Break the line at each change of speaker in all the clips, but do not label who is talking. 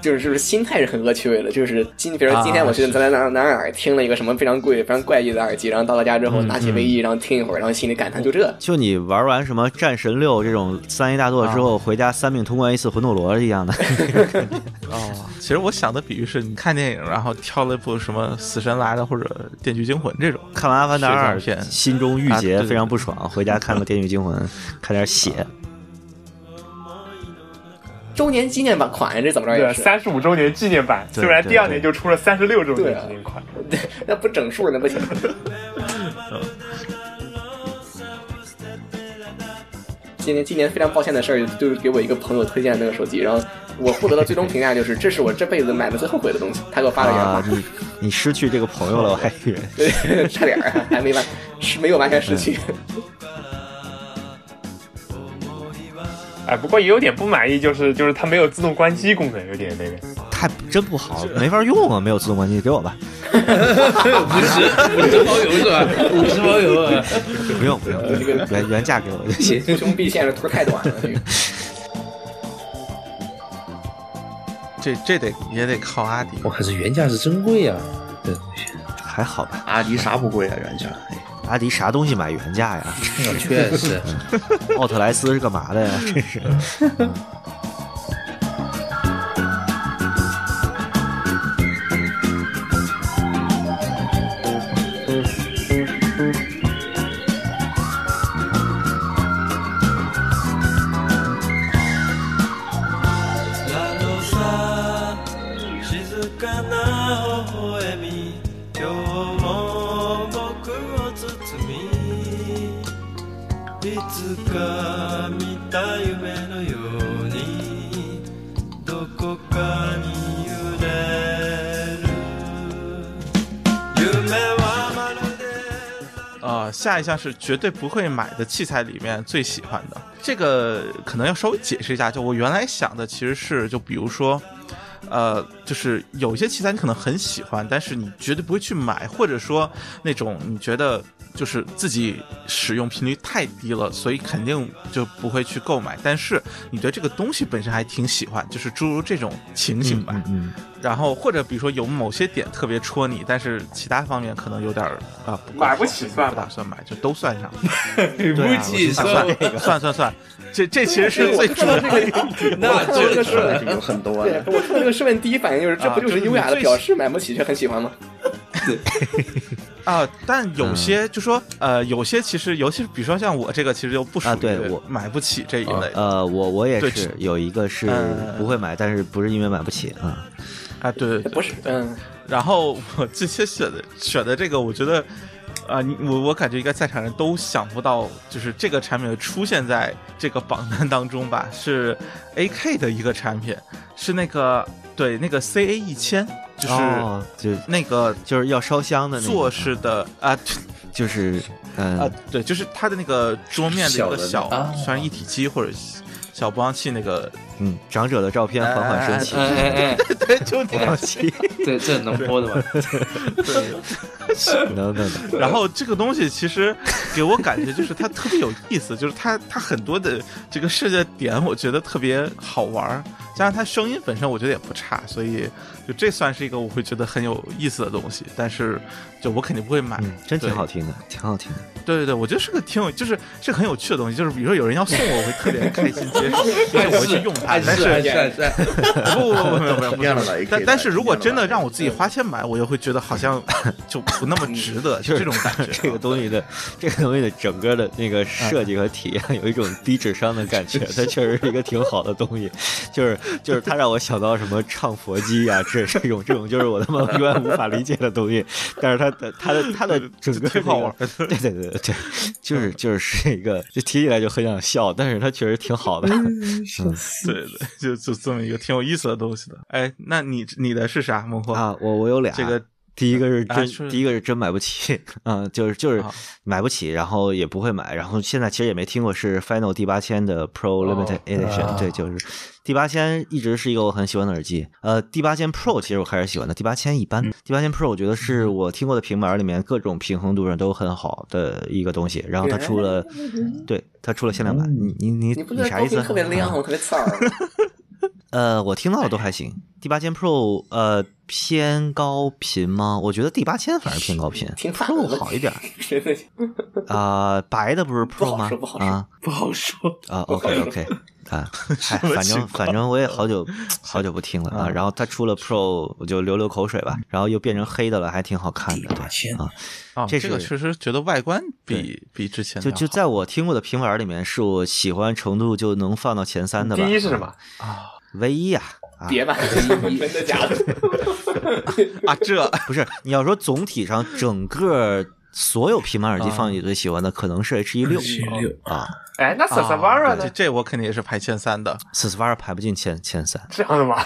就是就是心态是很恶趣味的，就是今比如说今天我去咱哪哪哪听了一个什么非常贵、非常怪异的耳机，然后到了家之后拿起唯一，然后听一会儿，然后心里感叹就这。
就你玩完什么《战神六》这种三 A 大
啊
作之后，回家三命通关一次《魂斗罗》一 样的。
哦，其实我想的比喻是你看电影，然后挑了一部什么《死神来了》或者《电锯惊魂》这种，
看完《阿凡达二
血浆片》，
心中郁
啊对
结，
对
非常不爽，回家看个《电锯惊 魂》，看点血。
周年纪念版款，这怎么着也
对，啊
是，
三十五周年纪念版，
对
虽然第二
对
年就出了三十六周
对
年
啊
纪念款，
那不整数那不行。 今年今年非常抱歉的事儿，就是给我一个朋友推荐那个手机，然后我获得的最终评价就是这是我这辈子买的最后悔的东西。他给我
哎
发了原话，
啊，你你失去这个朋友了，我还以为。
对， 差点儿还没完，是没有完全失去。
哎，不过也有点不满意，就是就是它没有自动关机功能，有点那个。
太真不好，没法用啊！没有自动关机，给我 吧。
五十五十包邮是吧？五十包邮啊！
不用不用，原原价给我就 行。
兄弟，现在腿太短了，这个
这这得也得靠阿迪。
我可是原价是真贵啊！对，
还好吧？
阿迪啥不贵啊？原价，哎
阿迪啥东西买原价呀？嗯
那确实，
奥特莱斯是干嘛 的呀？真是。
啊、下一项是绝对不会买的器材里面最喜欢的，这个可能要稍微解释一下。就我原来想的其实是，就比如说，呃，就是有些器材你可能很喜欢，但是你绝对不会去买，或者说那种你觉得就是自己使用频率太低了，所以肯定就不会去购买。但是你对这个东西本身还挺喜欢，就是诸如这种情形吧。
嗯嗯，
然后或者比如说有某些点特别戳你，但是其他方面可能有点儿啊、不够
买不起算吧
不打算买，就都算上。
不计
算
算，
算算算算，这这其实是最主要的。
那
这个
真
是
是。
有很多
对
的，。
我看到这个试问，第一反应就是这不就是优雅的表示买不起却很喜欢吗？
啊，但有些就说呃，有些其实尤其是比如说像我这个，其实就不属于
啊对我
买不起这一类
呃，我我也
对
是有一个是
呃
不会买，但是不是因为买不起啊？
啊，对对对。
不是，嗯，
然后我这些选的 选的这个，我觉得啊、你我我感觉应该在场人都想不到，就是这个产品会出现在这个榜单当中吧？ 是 AK 的一个产品，是那个对那个 CA 一千，就是
哦就
那个
就是要烧香的那个
做式的啊。
就是嗯、
啊，对，就是它的那个桌面的一个
小
小，
的那个啊
算是一体机或者小播放器那个，
嗯，长者的照片缓缓升起，
哎哎哎，
对，就那
好
个。
奇，
这这能播的吗？
哎
能能能，
然后这个东西其实给我感觉就是它特别有意思，就是它它很多的这个设计的点，我觉得特别好玩儿，加上它声音本身我觉得也不差，所以就这算是一个我会觉得很有意思的东西，但是就我肯定不会买，
嗯，真挺
对
好听的，挺好听的。
对对对，我觉得是个挺有，就是是个很有趣的东西。就是比如说有人要送我，我会特别开心接 受，并且我会去用它。
暗
但
示
哎是
暗示暗示，
不不不，没有没有
同
没有
样的吧也可以
但
买
但是如果
同样
真
的吧
的让我自己花钱买，我又会觉得好像就不那么
嗯
值得，就这种感觉。 啊
这个东西的这个东西的整个的那个设计和体验有一种低智商的 感觉，它确实是一个挺好的东西，就是就是它让我想到什么唱佛机啊呀、这这种这种就是我他妈永远无法理解的东西，但是它的它的它的整个
这挺好玩
那个对对对对对，就是就是是一个就提起来就很想笑，但是它确实挺好的，
对对， 就就这么一个挺有意思的东西的。哎，那你你的是啥？孟获，
啊，我我有俩
这个
第一个是
啊
真，
是
第一个是真买不起，嗯，就是就是
啊
买不起，然后也不会买，然后现在其实也没听过是 Final D 八千的
哦
Pro Limited Edition，、对，
啊
就是 D 八千一直是一个我很喜欢的耳机，呃，D 八千 Pro 其实我开始喜欢的，D 八千一
嗯
般、d 八千 Pro 我觉得是我听过的平板里面各种平衡度上都很好的一个东西，然后它出了，对，它出了限量版，你你你
嗯
你不
你
觉得
啥
高
意思？
嗯
频特别亮
啊
吗？特别刺耳吗？
呃，我听到的都还行。第八千 Pro 呃偏高频吗？我觉得第八千反而偏高频
挺惨
，Pro 好一点
真的
啊、白的不是 Pro 吗
说不好？说
啊
不好说。
啊，OK OK 啊，嗨，
么
反
情
正
况
反正我也好久好久不听了啊。然后它出了 Pro，我就流流口水吧。然后又变成黑的了，还挺好看的，对
8000
啊。
啊，
这
这
是
个确实觉得外观比比之前
就
要
就
好
在我听过的平板里面，是我喜欢程度就能放到前三的吧。
第一是什么？
唯一啊，啊
别吧，真的假的？
啊，这
不是，你要说总体上整个所有平板耳机
啊
放进去最喜欢的可能是 H 一六
H16
啊，
哎，那 Sasavara
啊
呢
这？这我肯定也是排前三的。
四十八排不进前前三，
这样 的吗？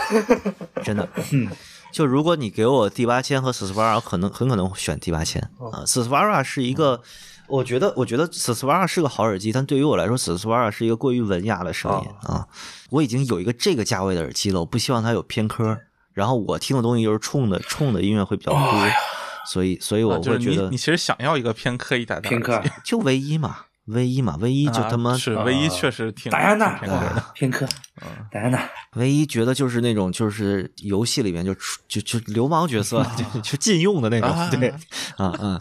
真的。
嗯
就如果你给我第八千和四十八，可能很可能选第八千
哦
啊。四十八是一个，我觉得我觉得四十八是个好耳机，但对于我来说，四十八是一个过于文雅的声音
哦
啊。我已经有一个这个价位的耳机了，我不希望它有偏科。然后我听的东西又是冲的冲的音乐会比较
哦
多，所以所以我
啊哎就
会
是
觉
你
得
你其实想要一个偏科一点的
偏科
耳机，
就唯一嘛，唯一嘛，唯一就
啊
他妈
是唯一确实挺
戴安娜
挺偏科的
偏科，戴安娜
唯一觉得就是那种就是游戏里面就出就就流氓角 色，就就禁用的那种，
啊嗯
对，啊 嗯，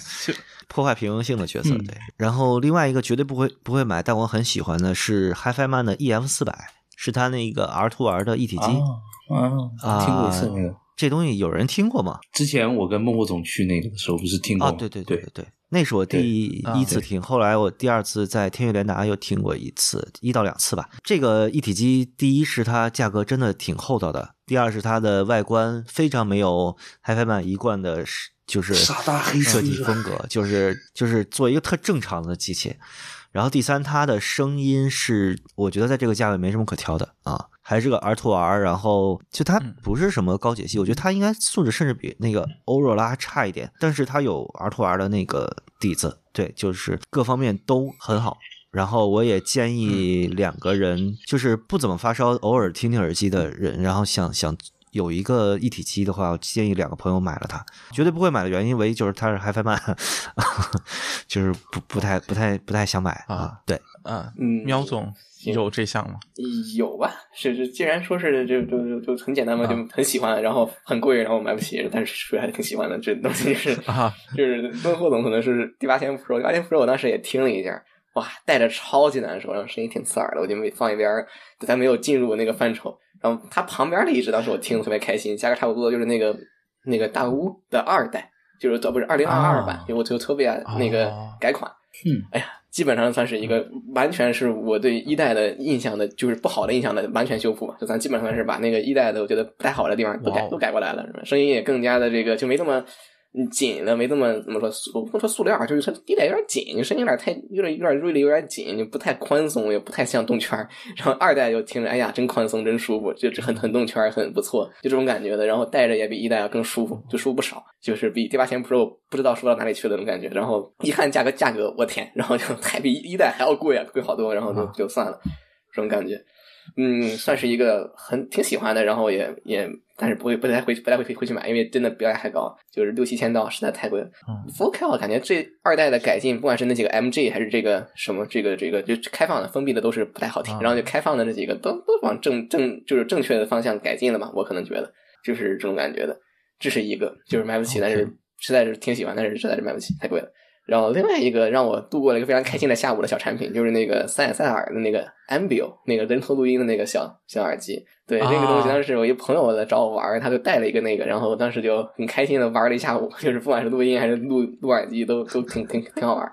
破坏平衡性的角色，对。然后另外一个绝对不会不会买，但我很喜欢的是 HiFi Man 的 EF 四百，是它那个 R to R 的一体机。
哦
啊，听过一次那个。
这东西有人听过吗？
之前我跟孟获总去那个的时候，不是听过
啊，
吗？
对对对
对
对对，那是我第
对
一次听，后来我第二次在天悦联达又听过一次，一到两次吧。这个一体机，第一是它价格真的挺厚道的，第二是它的外观非常没有 HiFi 版一贯的是，就是
傻大黑
设计
丝啊
风格，就是就是做一个特正常的机器。然后第三，它的声音是我觉得在这个价位没什么可挑的啊，还是个 R to R，然后就它
嗯
不是什么高解析，我觉得它应该素质甚至比那个欧若拉差一点，但是它有 R to R 的那个底子，对，就是各方面都很好。然后我也建议两个人，就是不怎么发烧，偶尔听听耳机的人，然后想想有一个一体机的话，我建议两个朋友买了它，绝对不会买的原因唯一就是它是 HiFi 慢， 就是不不太不太不太想买啊
啊。
对，
啊。
嗯，
喵总有这项吗？
有吧？是是，既然说是就就就就很简
啊
单嘛，就很喜欢，然后很贵，然后买不起，但是说还挺喜欢的。这东西就是
啊，
就是孟获总可能是第八千 Pro，第八千 Pro 我当时也听了一下，哇，带着超级难受，然后声音挺刺耳的，我就没放一边儿，咱没有进入那个范畴。然后它旁边的一只，当时我听的特别开心，价格差不多就是那个那个大屋的二代，就是不是二零二二版，
啊
有 Utopia 那个
哦
改款。
嗯，
哎呀，基本上算是一
嗯
个完全是我对一代的印象的，就是不好的印象的完全修复吧。就咱基本上是把那个一代的我觉得不太好的地方都
哇
改
哦
都改过来了，是吧？声音也更加的这个就没那么。嗯紧了，没那么怎么说，塑我不能说塑料，啊就是它一代有点紧，声音有点太有点有点锐利，有点紧，就不太宽松，也不太像动圈儿然后二代就听着，哎呀，真宽松，真舒服，就就很很动圈儿，很不错，就这种感觉的。然后戴着也比一代要更舒服，就舒服不少，就是比第八千 Pro 不知道舒服到哪里去了那种感觉。然后一看价格，价格我天，然后就还比一代还要贵啊，贵好多，然后就就算了，这种感觉。嗯，算是一个很挺喜欢的，然后也也，但是不会不太会不太会会去买，因为真的标价太高，就是六七千刀实在太贵了。Vocal 啊感觉这二代的改进，不管是那几个 MG 还是这个什么这个这个，就开放的、封闭的都是不太好听，
啊
然后就开放的这几个都都往正正就是正确的方向改进了嘛，我可能觉得就是这种感觉的，这是一个就是买不起，但是实在是挺喜欢，但是实在是买不起，太贵了。然后另外一个让我度过了一个非常开心的下午的小产品，就是那个塞塞尔的那个 Ambio 那个人头录音的那个小小耳机。对，那个东西
啊
当时我一朋友来找我玩儿，他就带了一个那个，然后我当时就很开心的玩了一下午， 就是不管是录音还是录录耳机，都都挺挺挺好玩儿。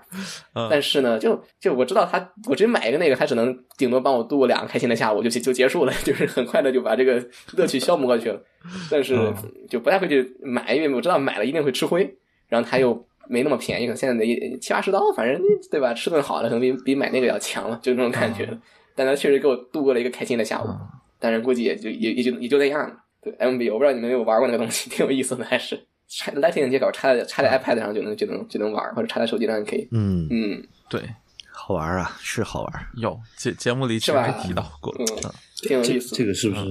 嗯
但是呢，就就我知道他，我真买一个那个，他只能顶多帮我度过两个开心的下午，就结就结束了， 就是很快的就把这个乐趣消磨过去了。但是
嗯
就不太会去买，因为我知道买了一定会吃灰，然后他又没那么便宜，可能现在得一七八十刀，反正对吧？吃顿好的可能比比买那个要强了，就这种感
啊
觉。但他确实给我度过了一个开心的下午，但是估计也就也也就也就那样了。对 MB，我不知道你们有没有玩过那个东西， 挺有意思的，还是插 Lightning 接口插在
啊
插在 iPad 上就能就能就能玩，或者插在手机上也可以。
嗯，
嗯，
对，
好玩啊，是好玩。
有节节目里其
是
实
吧
还提到过，
嗯
嗯
挺有意
这
思。
这个是不是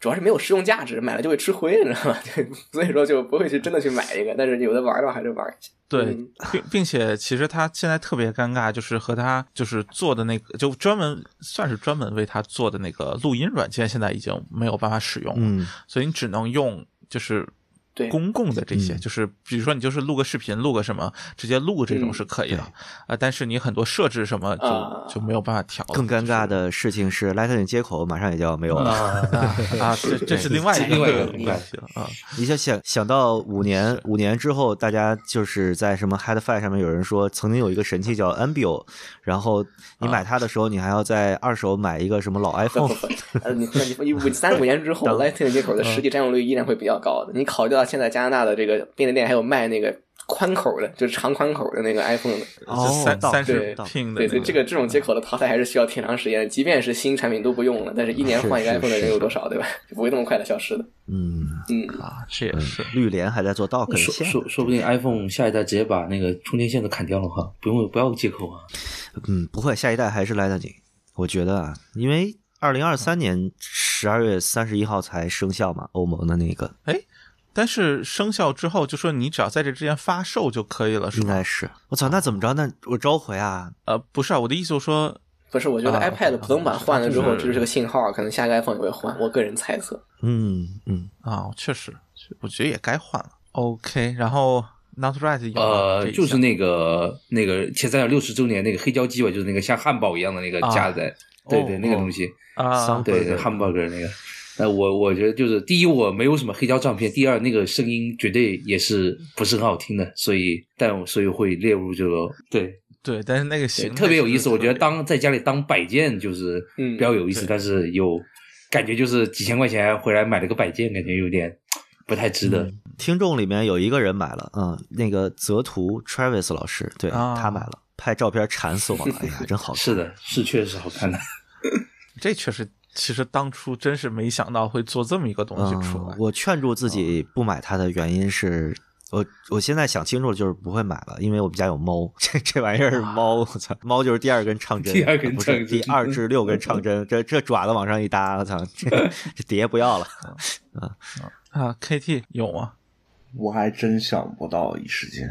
主要是没有实用价值，买了就会吃灰，你知道吗？对， 所以说就不会去真的去买一个，但是有的玩的话还是玩一下。
对
嗯，
并并且其实他现在特别尴尬，就是和他就是做的那个，就专门算是专门为他做的那个录音软件，现在已经没有办法使用了，
嗯，
所以你只能用就是
对
公共的这些，
嗯
就是比如说你就是录个视频，录个什么，直接录这种
嗯
是可以的
对
啊、但是你很多设置什么就、
啊
就没有办法调了，
更尴尬的事情是，Lightning 接口马上也就要没有了。
啊，
就是啊，这这是另外一
另外一
个
个
问题了啊，
你就想想到五年五年之后，大家就是在什么 HeadFi 上面有人说，曾经有一个神器叫 Ambio，然后你买它的时候，你还要在二手买一个什么老 iPhone，
哦
呃，你看你五三五年之后 ，Lightning 接口
嗯
的实际占有率依然会比较高的。你考虑到现在加拿大的这个便利店还有卖那个宽口的，就是长宽口的那个 iPhone 的，
哦
这三
到
三
对
十 pin 的
对，
那
所以这个这种接口的淘汰还是需要挺长时间的。即便是新产品都不用了，但是一年
是
换一个
是
iPhone 的人
是
有多少，对吧？就不会那么快的消失的。
嗯，
啊，这也是。
绿联还在做 dock 的
说
线，
说说不定 iPhone 下一代直接把那个充电线都砍掉了哈，不用不要接口啊。
嗯，不会，下一代还是 Lightning，我觉得啊，因为二零二三年十二月三十一号才生效嘛，欧盟的那个
但是生效之后，就说你只要在这之前发售就可以了，是
应
吧
该？是，我操，那怎么着？那我召回啊？
呃，不是啊，我的意思就是说，
不是，我觉得
啊
iPad 普通版换了之后，
就
这
是
就是个信号，可能下个 iPhone 也会换。我个人猜测，
嗯嗯，
啊，确实，我觉得也该换了。OK，然后 Not Right 有吗
呃
这，一
就是
项
那个那个前三角六十周年那个黑胶机吧，就是那个像汉堡一样的那个
啊
架在，对对，
哦
那个东西，
啊，
对对，汉堡哥那个。那我我觉得就是第一，我没有什么黑胶唱片；第二，那个声音绝对也是不是很好听的，所以但我所以会列入这个对
对，但是那个
对
型
特别有意思。我觉得
当。
当在家里当摆件就是
嗯
比较有意思，
对
但是有感觉就是几千块钱回来买了个摆件，感觉有点不太值得。
听众里面有一个人买了，嗯，那个泽图 Travis 老师，对、
啊
他买了，拍照片馋死我了，哎呀，真好看。
是的，是确实好看的。
这确实，其实当初真是没想到会做这么一个东西出来
嗯，。我劝住自己
嗯
不买它的原因是。我我现在想清楚了，就是不会买了，因为我们家有猫， 这这玩意儿是猫， 我操，猫就是第二根唱针，
啊 第二根
不
唱
是
针
第二至六根唱针，这这爪子往上一搭，我操， 这这碟不要了。
啊，KT 有吗？
我还真想不到一时间，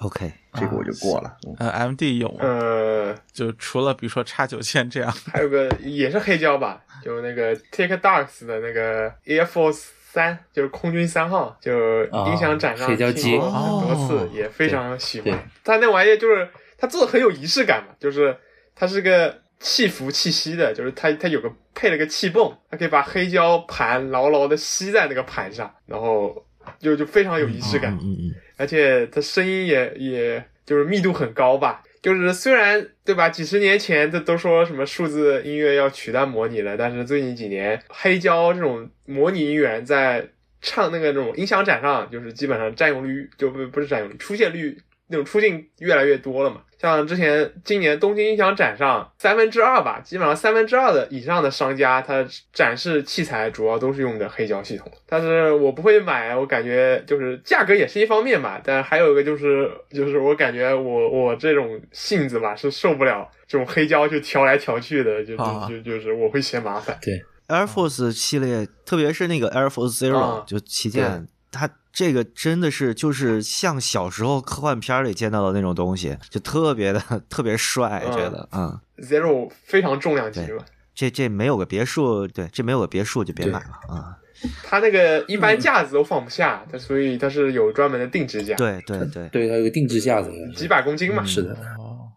OK，
这个我就
啊
过了。嗯
呃，MD 有吗？
呃，
就除了比如说叉九千这样
还有个也是黑胶吧，就是那个 Take Dogs 的那个 Air Force 三，就是空军三号，就是音响展上
啊黑胶
听过
机
很多次
哦，
也非常喜
对对
欢。它那玩意儿就是它做的很有仪式感嘛，就是它是个气浮气息的，就是它它有个配了个气泵，它可以把黑胶盘牢牢的吸在那个盘上，然后就就非常有仪式感。
嗯嗯嗯，
而且它声音也也就是密度很高吧。就是虽然对吧，几十年前这都说什么数字音乐要取代模拟了，但是最近几年黑胶这种模拟音源在唱那个那种音响展上，就是基本上占有率就不不是占有率，出现率那种出镜越来越多了嘛。像之前今年东京音响展上，三分之二吧，基本上三分之二的以上的商家，它展示器材主要都是用的黑胶系统。但是我不会买，我感觉就是价格也是一方面吧，但还有一个就是就是我感觉我我这种性子吧是受不了这种黑胶去挑来挑去的，就
啊
就就就是我会嫌麻烦。嗯
Air Force 系列，特别是那个 Air Force Zero，、
啊
就旗舰，它这个真的是就是像小时候科幻片里见到的那种东西，就特别的特别帅，
嗯
觉得啊、嗯
Zero 非常重量级嘛，
这这没有个别墅，对，这没有个别墅就别买了啊、
它那个一般架子都放不下，它所以它是有专门的定制架，
对对对，
对，它有个定制架子，
几百公斤嘛。
是的，
哦，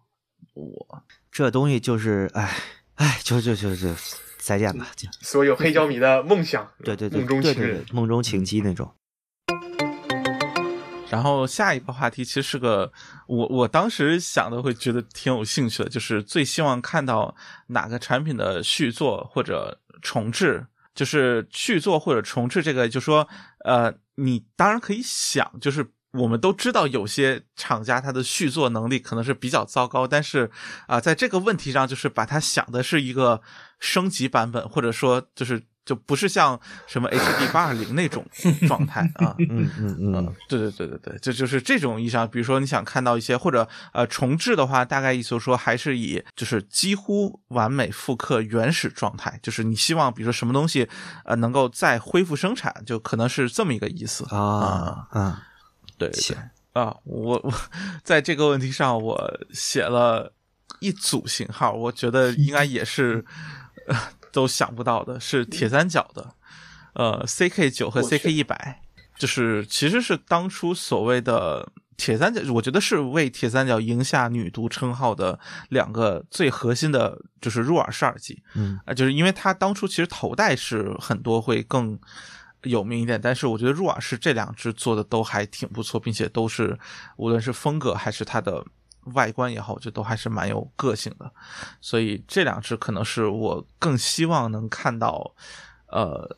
这东西就是哎哎，就就就就再见吧，就
所有黑胶迷的梦想，
对对对
梦中
对对
情人
对，梦中情姬那种。
然后下一个话题其实是个我我当时想的会觉得挺有兴趣的，就是最希望看到哪个产品的续作或者重置，就是续作或者重置这个，就说呃，你当然可以想，就是我们都知道有些厂家它的续作能力可能是比较糟糕，但是啊、在这个问题上，就是把它想的是一个升级版本，或者说就是就不是像什么 HD 八二零那种状态啊。
嗯嗯嗯，
对对对对对，这就是这种意义上，比如说你想看到一些或者呃重置的话，大概意思就是说还是以就是几乎完美复刻原始状态，就是你希望比如说什么东西呃能够再恢复生产，就可能是这么一个意思
啊
嗯
啊，
对对
行
对啊，我我在这个问题上我写了一组型号，我觉得应该也是、呃、都想不到的，是铁三角的，呃，CK 九和 CK 一百，就是其实是当初所谓的。铁三角，我觉得是为铁三角赢下女毒称号的两个最核心的，就是入耳式耳机。
嗯
啊，就是因为它当初其实头戴是很多会更有名一点，但是我觉得入耳式这两只做的都还挺不错，并且都是无论是风格还是它的外观也好，我觉得都还是蛮有个性的。所以这两只可能是我更希望能看到，呃。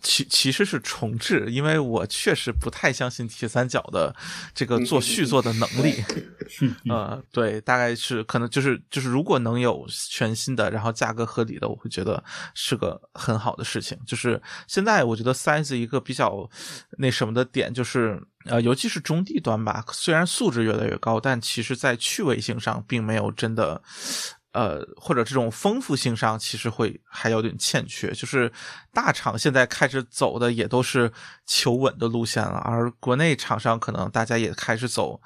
其其实是重置，因为我确实不太相信铁三角的这个做续作的能力。呃，对，大概是可能就是就是，如果能有全新的，然后价格合理的，我会觉得是个很好的事情。就是现在我觉得 size 一个比较那什么的点就是。呃，尤其是中低端吧，虽然素质越来越高，但其实在趣味性上并没有真的，呃，或者这种丰富性上其实会还有点欠缺。就是大厂现在开始走的也都是求稳的路线了，而国内厂商可能大家也开始走，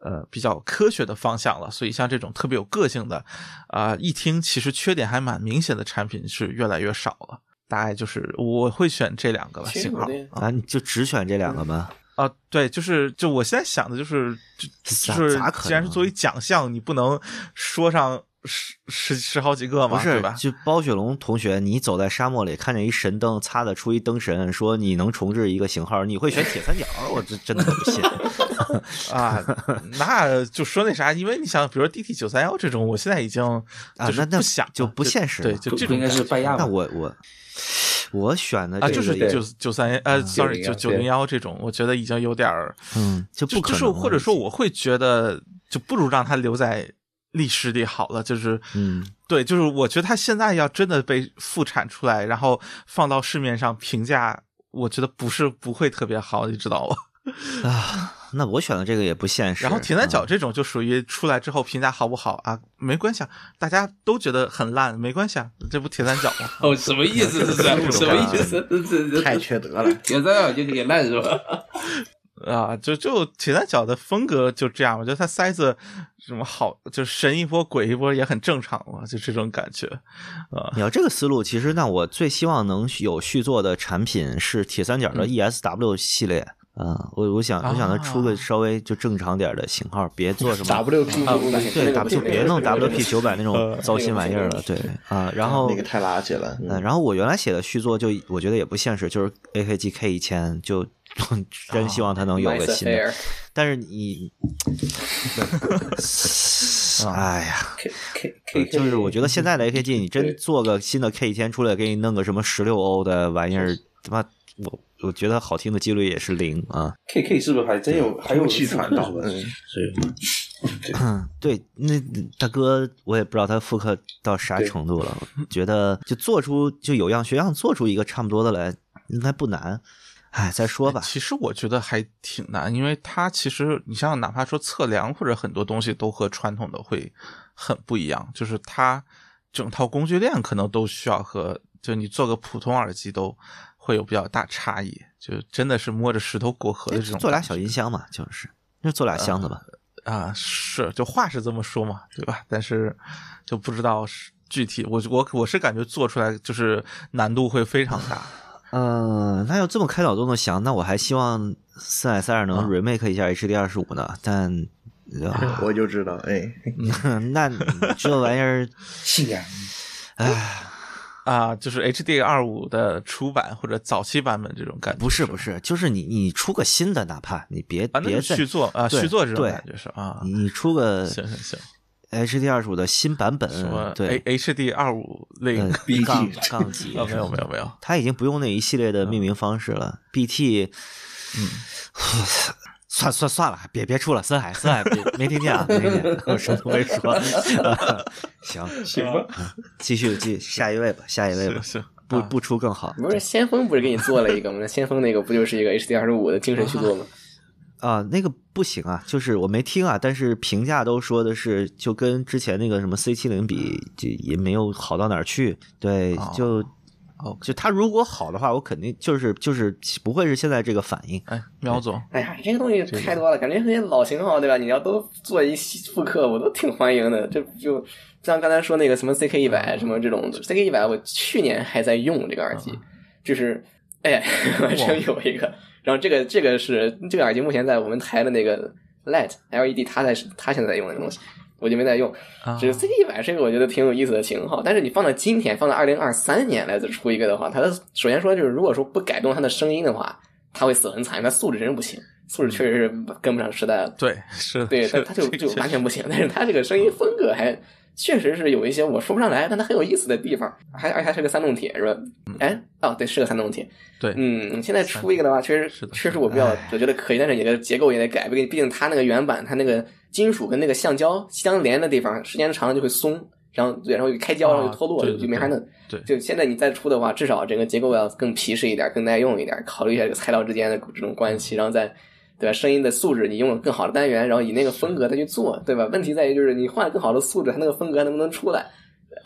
呃，比较科学的方向了。所以像这种特别有个性的，啊、一听其实缺点还蛮明显的产品是越来越少了。大概就是我会选这两个吧，
其实
型
我
号
对
啊，你就只选这两个吗？
啊，对，就是就我现在想的就是，就
咋
就是
咋可，能
既然是作为奖项，你不能说上十十十好几个嘛，
不
对
是
吧，？
就包雪龙同学，你走在沙漠里，看见一神灯，擦得出一灯神，说你能重置一个型号，你会选铁三角？我这真的不 信。
啊，那就说那啥，因为你想，比如说 DT 九三幺这种，我现在已经
啊
就是
那那
不想了
就不现实
对，
了
就
不
这
不
种
应该是
感觉
拜亚
那
吗？
我我我选的
啊，
这
就
个
是
也
九九三呃，sorry，九
901
九零幺这种，我觉得已经有点儿，
啊嗯，就
就
不可
就
能
是
了
或者说我会觉得，就不如让它留在历史里好了，就是
嗯，
对，就是我觉得它现在要真的被复产出来，然后放到市面上评价，我觉得不是不会特别好，你知道吗？
啊，那我选的这个也不现实。
然后铁三角
啊
这种就属于出来之后评价好不好啊，没关系，啊，大家都觉得很烂，没关系，啊，这不铁三角吗？
哦，什么意思？这是 什么意思？这这 这
太缺德了。
铁三角就 也烂是吧？
啊，就就铁三角的风格就这样，我觉得它塞子什么好，就神一波鬼一波也很正常嘛，就这种感觉。
嗯你要这个思路，其实那我最希望能有续作的产品是铁三角的 ESW 系列。啊，我我想我想它出个
嗯啊
稍微就正常点儿的型号，别做什 么
WP
啊，
不行
对
那个不
，W
行
别弄 WP 九百那种
呃
糟心玩意儿了，对啊。然后
那个太垃圾了，
嗯，然后我原来写的续作就我觉得也不现实，就是 AKGK 一千，就真希望它能有个
Nice
新的。
哦 affair
但是你，哎呀，
K
对
K
就是我觉得现在的 AKG，你真做个新的 K 一千出来，给你弄个什么十六欧的玩意儿，他妈我我觉得好听的几率也是零啊。
K K 是不是还真有还有
空气传导，嗯，
所以
嗯， 对，那大哥，我也不知道他复刻到啥
对
程度了，觉得就做出就有样学样，做出一个差不多的来，应该不难。哎，再说吧。
其实我觉得还挺难，因为它其实你像哪怕说测量或者很多东西都和传统的会很不一样，就是它整套工具链可能都需要和就你做个普通耳机都会有比较大差异，就真的是摸着石头过河的这种感觉。
做俩小音箱嘛，就是就做俩箱子吧。
啊，是，就话是这么说嘛，对吧？但是就不知道是具体，我我我是感觉做出来就是难度会非常大。
嗯、那要这么开脑洞的想，那我还希望四 S 二能
啊
remake 一下 HD 二十五呢， 但。啊
我就知道，哎，
那你这玩意儿，
信仰
哎，
啊，就是 HD 二五的初版或者早期版本这种感觉，
不是不是，就是你你出个新的，哪怕你别
啊，那
别
就
再
续作啊，
对
续作这种
对嗯
感觉是啊，
你你出个
行行行，
HD 二十五的新版本
什么，
嗯对
H D 二五
呃
零啊，
杠杠几
没有没有没有，
他已经不用那一系列的
嗯
命名方式了。BT，嗯，算算算了，别别出了，森海森海别没听见啊，没听见，我什么都没说。行， 嗯
行吧？
继续继下一位吧，下一位吧
是
吧。
是
不
啊
不出更好
不是先锋不是给你做了一个吗？那先锋那个不就是一个 HD 二十五的精神续作吗？
啊，那个不行啊，就是我没听啊，但是评价都说的是就跟之前那个什么 C 七零比，就也没有好到哪儿去，对
哦，
就。
OK
就它如果好的话，我肯定就是就是不会是现在这个反应。
哎，苗总，
哎呀，这个东西太多了，感觉那些老型号对吧？你要都做一系复刻，我都挺欢迎的。这就像刚才说那个什么 CK 一百什么这种 CK 一百，我去年还在用这个耳机，就是 哎，我真有一个。然后这个这个是这个耳机目前在我们台的那个 Light LED，它在它现在在用的东西，我就没在用。
啊
只是 CK 一百这个我觉得挺有意思的型号，但是你放到今天，放到二零二三年来再出一个的话，它的首先说就是如果说不改动它的声音的话，它会死很惨，它素质真不行，素质确实是跟不上时代了。
对，是的，
对，
嗯是
它
的
它就
这个
就
确实
完全不行，但是它这个声音风格还确实是有一些我说不上来，但它很有意思的地方，还而且还是个三动铁是吧？
嗯
哎，哦对，是个三动铁，
对，
嗯，现在出一个的话，确
是
实
的
确
是
实
的
我比较我觉得可以，但是你的结构也得改，毕竟毕竟它那个原版它那个金属跟那个橡胶相连的地方，时间长了就会松，然后对然后就开胶，然后
啊
就脱落，
对
就
对
就没法弄。
对
就现在你再出的话，至少整个结构要更皮实一点，更耐用一点，考虑一下这个材料之间的这种关系，然后再。对吧？声音的素质，你用更好的单元，然后以那个风格再去做，对吧？问题在于就是你换更好的素质，它那个风格能不能出来？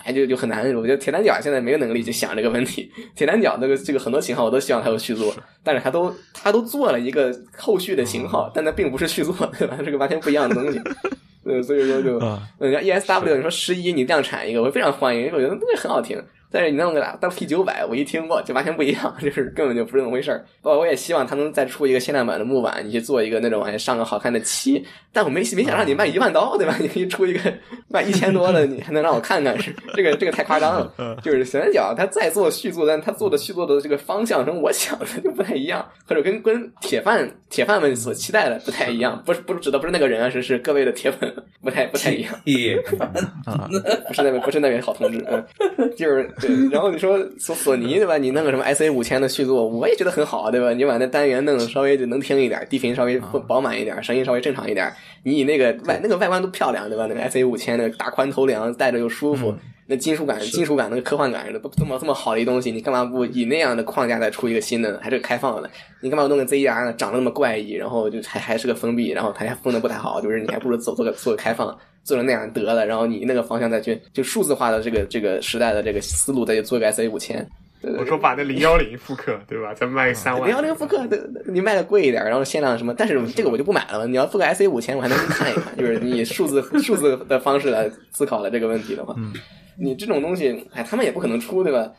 哎，就就很难。我觉得铁三角现在没有能力去想这个问题。铁三角那个这个很多型号我都希望它有续作，但是它都它都做了一个后续的型号，但它并不是续作， 对吧？它是个完全不一样的东西。对，所以说就
啊
嗯，ESW 你说十一你量产一个，我非常欢迎，因为我觉得那个很好听。但是你弄个 WP 九百，我一听哇，就完全不一样，就是根本就不是那么回事儿。包括我也希望它能再出一个限量版的木碗，你去做一个那种哎上个好看的漆，但我没没想让你卖一万刀，对吧？你可以出一个卖一千多的，你还能让我看看，是这个这个太夸张了。就是小三角他再做续作，但他做的续作的这个方向跟我想的就不太一样，或者跟跟铁饭铁饭们所期待的不太一样，不是不是指的不是那个人啊，是是各位的铁粉不太不太一样。
耶，
呃
不是那位，不是那位好同志，嗯，就是对。然后你说索索尼对吧？你弄个什么 S A 五千的续作，我也觉得很好，对吧？你把那单元弄得稍微就能听一点，低频稍微饱满一点，声音稍微正常一点，你以那个外那个外观都漂亮，对吧？那个 S A 五千那个大宽头梁，戴着又舒服。那金属感、金属感、那个科幻感似的，都这么这么好的一东西，你干嘛不以那样的框架再出一个新的呢？还是个开放的？你干嘛弄个 ZR 呢？长得那么怪异，然后就还还是个封闭，然后它还封的不太好，就是你还不如走做个做个开放，做成那样得了。然后你那个方向再去就数字化的这个这个时代的这个思路再去做个 SA 五千，对
我说把那零幺零复刻，对吧？再卖
啊
三万。
你要那个复刻，对对你卖的贵一点，然后限量什么，但是
嗯
这个我就不买了。你要复刻 S A 五千，我还能去看一 看。就是你以数字数字的方式来思考了这个问题的话，
嗯
你这种东西，哎，他们也不可能出，对吧？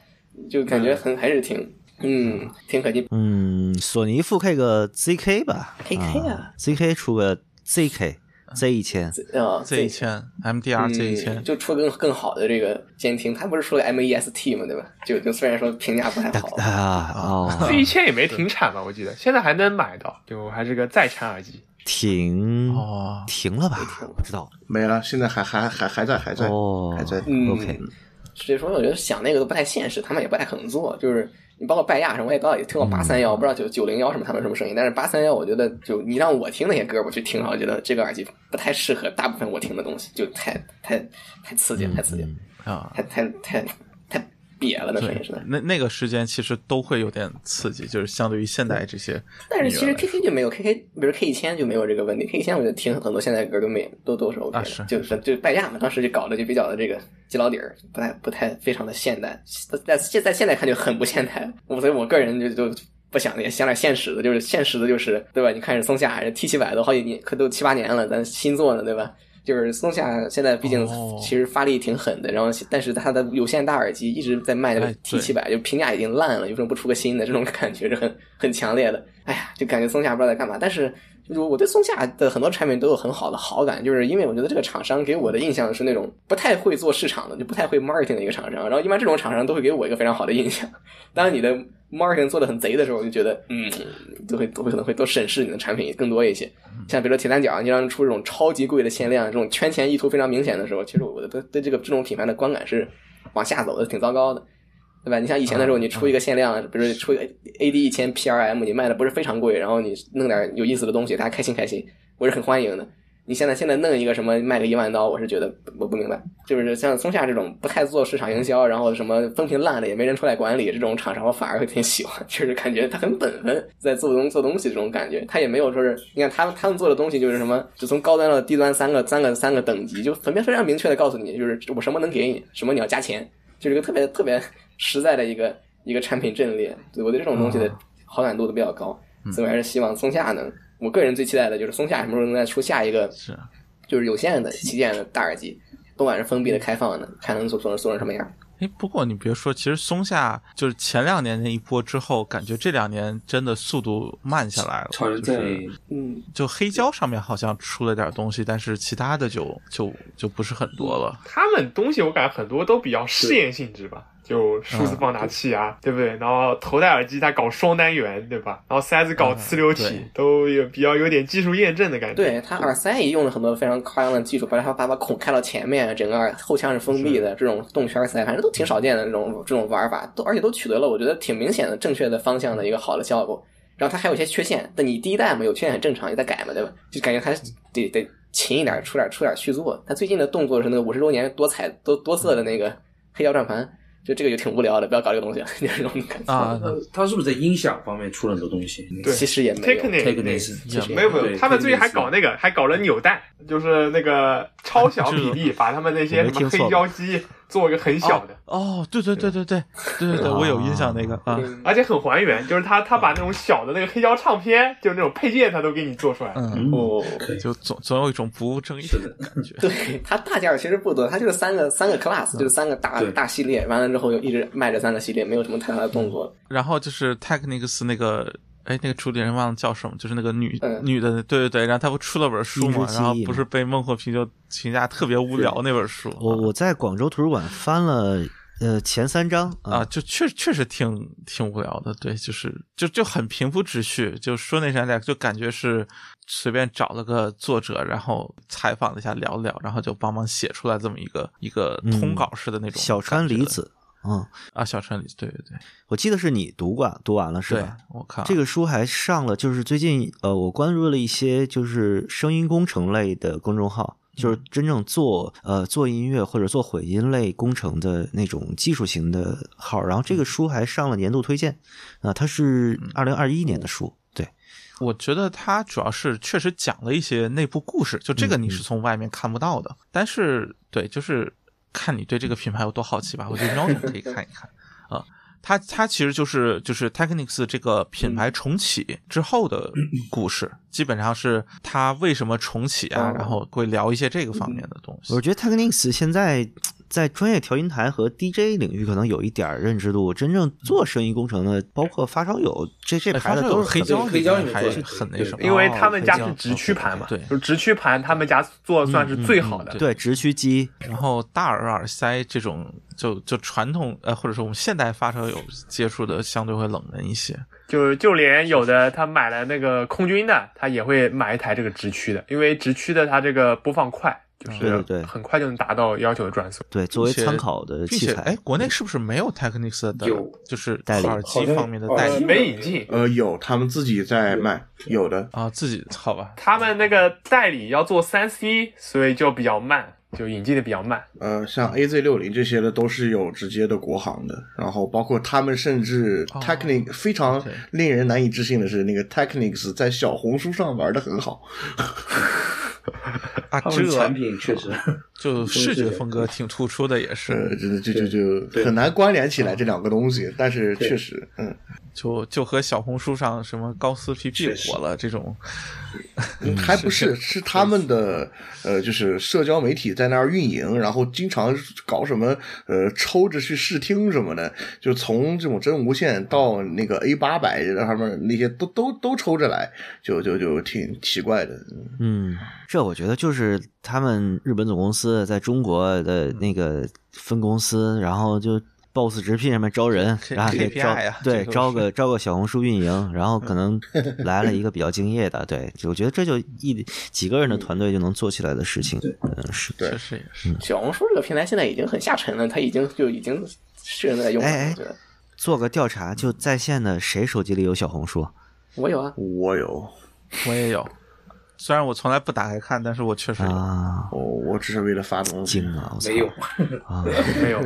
就感觉很还是挺，嗯，挺可惜。
嗯，索尼复刻个 ZK 吧
ZK 啊
啊，ZK 出个 ZK Z 一千，
啊，
Z 一千 MDR Z 一千
嗯，就出更更好的这个监听，他不是出了 M E S T 嘛，对吧？就就虽然说评价不太 好，
啊
这
哦，
一千也没停产吧？我记得现在还能买到，就还是个再产耳机。
嗯
停
哦
停了吧？不知道
没了，现在还还还还在还在
哦
还在。
嗯
，OK，
所以说，我觉得想那个都不太现实，他们也不太可能做。就是你包括拜亚什么，我也不知道也听过八三幺，不知道九九零幺什么他们什么声音。但是八三幺，我觉得就你让我听那些歌，我去听，我觉得这个耳机不太适合大部分我听的东西，就太太太刺激，了，太刺
嗯
激，了，
啊，
太太太太瘪了，那声音实在。
那那个时间其实都会有点刺激，就是相对于现在这些，
但是其实 K K 就没有 K K，比如 K 一千就没有这个问题。K 一千我觉得听很多现在歌都没都都是 OK 的，
啊是
就是就拜亚嘛，当时就搞的就比较的这个基老底儿，不太不太非常的现代，在现在现在看就很不现代。我所以我个人就就。不想那些，想点现实的，就是现实的，就是对吧？你看是松下，T 七百都好几年，可都七八年了，咱新做呢，对吧？就是松下现在毕竟
哦
其实发力挺狠的，然后但是它的有线大耳机一直在卖那个
哎
T
对
七百，就评价已经烂了，有什么不出个新的？这种感觉是很很强烈的。哎呀，就感觉松下不知道在干嘛。但是就是我对松下的很多产品都有很好的好感，就是因为我觉得这个厂商给我的印象是那种不太会做市场的，就不太会 marketing 的一个厂商。然后一般这种厂商都会给我一个非常好的印象。当你的 marketing 做的很贼的时候，我就觉得嗯，都会都会可能会多审视你的产品更多一些。像比如说铁三角，你让人出这种超级贵的限量，这种圈钱意图非常明显的时候，其实我对对这个这种品牌的观感是往下走的，挺糟糕的。对吧？你像以前的时候，你出一个限量，比如说出一个 AD 一千 PRM，你卖的不是非常贵，然后你弄点有意思的东西，大家开心开心，我是很欢迎的。你现在现在弄一个什么卖个一万刀，我是觉得我不明白，就是像松下这种不太做市场营销，然后什么风评烂的也没人出来管理这种厂商，我反而会挺喜欢， 就是感觉他很本分，在做东做东西这种感觉，他也没有说是你看他们他们做的东西就是什么，就从高端到低端三个三个三个等级，就分别非常明确的告诉你，就是我什么能给你，什么你要加钱，就是一个特别特别实在的一个一个产品阵列，对我对这种东西的好感度都比较高，所以我还是希望松下能，我个人最期待的就是松下什么时候能再出下一个
是
就是有线的旗舰的大耳机，不管是封闭的、开放的，看能做做成做成什么样。
哎，不过你别说，其实松下就是前两年那一波之后，感觉这两年真的速度慢下来了，
好像在
就是
嗯，
就黑胶上面好像出了点东西，但是其他的就就就不是很多了。
他们东西我感觉很多都比较试验性质吧，就数字放大器啊，对不对？然后头戴耳机它搞双单元，对吧？然后塞子搞磁流体，
嗯
都有比较有点技术验证的感觉。
对他耳塞也用了很多非常夸张的技术，把它把把孔开到前面，整个耳后腔是封闭的，这种动圈塞，反正都挺少见的这种这种玩法，都而且都取得了我觉得挺明显的正确的方向的一个好的效果。然后它还有一些缺陷，但你第一代嘛有缺陷很正常，你再改嘛，对吧？就感觉它得得勤一点，出点出点续作。它最近的动作是那个五十周年多彩多多色的那个黑胶转盘，就这个就挺无聊的，不要搞这个东西了， 就是这种感觉。
啊，
呃他是不是在音响方面出了很多东西？
对
其实也没有。
t e c h
，Technic
n i c
也
没有没有，
对
他们最近还
Technic
搞那个，还搞了扭蛋，就是那个超小比例，把他们那些
我没
什
听
么黑
错吧
胶机做一个很小的，
哦，对对对对对对对对，我有印象那个啊，
嗯
而且很还原，就是他他把那种小的那个黑胶唱片，就是那种配件，他都给你做出来。
嗯，
嗯，
哦，
可以，
就总总有一种不务正业的感觉。
对，它大件儿其实不多，它就是三个三个
嗯
class，就是三个大
对
大系列，完了之后又一直卖这三个系列，没有什么太大的动作。
然后就是 Technics 那个。哎，那个主理人忘了叫什么，就是那个女、
嗯
女的，对对对，然后她不出了本书
明
嘛，
日记
然后
忆
不
嘛
是被孟获评就评价特别无聊那本书，
我我在广州图书馆翻了呃前三呃章
啊，，就确确实挺挺无聊的，对，就是就就很平铺直叙，就说那啥俩，就感觉是随便找了个作者，然后采访了一下，聊了聊，然后就帮忙写出来这么一个一个通
嗯
稿式的那种
小川
感觉
离
的
子，嗯，
啊，小川离子，对对对，
我记得是你读过读完了是
对
吧？
我看啊
这个书还上了，就是最近呃，我关注了一些就是声音工程类的公众号，就是
嗯
真正做呃做音乐或者做混音类工程的那种技术型的号。然后
嗯
这个书还上了年度推荐，啊、它是二零二一年的
哦
书，对，
我觉得他主要是确实讲了一些内部故事，就这
嗯
个你是从外面看不到的。但是对，就是看你对这个品牌有多好奇吧。我觉得喵总可以看一看啊。它它其实就是就是 Technics 这个品牌重启之后的 故事，基本上是它为什么重启啊，
哦
然后会聊一些这个方面的东西。
我觉得 Technics 现在在专业调音台和 DJ 领域可能有一点儿认知度，真正做声音工程的，包括发烧友这这
嗯哎
牌子
发烧
都
友
是
黑
很
胶
黑胶
里
里面
面还
做
是
的
很那
对
什么，
因为他们家
哦
是直驱盘嘛，
对
就是直驱盘，他们家做算是最好的。
对直驱机，
然后大耳耳塞这种，就就传统呃，或者说我们现代发烧友接触的相对会冷门一些。
就就连有的他买了那个空军的，他也会买一台这个直驱的，因为直驱的它这个播放快，就
对
是
对对
很快就能达到要求的转速。
对，作为
并且
参考的
并
器
且，
材。嗯
哎，国内是不是没有 Technics 的，
有
就是
代理
耳机方面的
好像
代
呃，
理
没引进，
呃，有他们自己在卖，有的。
啊？自己好吧，
他们那个代理要做三 C，所以就比较慢，就引进的比较慢。
呃，像 AZ 六零这些的都是有直接的国行的，然后包括他们甚至
哦
Technic、非常
OK
令人难以置信的是，那个 Technics 在小红书上玩的很好。
啊，
他们产
这
品确实，
就视觉风格挺突出的，也
呃，
是，哦
真的就就就很难关联起来这两个东西，但是确实，嗯，
就就和小红书上什么高斯 PP 火了这种，
嗯还不是是他们的呃，就是社交媒体在那儿运营，然后经常搞什么呃抽着去试听什么的，就从这种真无线到那个 A 八百，他们那些都都都抽着来，就就就挺奇怪的。嗯
嗯，这我觉得就是他们日本总公司在中国
嗯
的那个分公司，然后就 boss 直聘上面招人，
K-
然后给
KPI
招、
啊这
对
都是
招个招个小红书运营，然后 可能来了一个比较敬业的，对，我觉得这就一几个人
嗯
的团队就能做起来的事情，嗯是。
对
确实也是。
小红书这个平台现在已经很下沉了，它已经就已经是人在用了。
哎哎
我觉得
做个调查，就在线的谁手机里有小红书？
我有啊，
我有，
我也有，虽然我从来不打开看，但是我确实有。
啊，
我我只是为了发东西
惊。了，我操
没有，
啊
没有，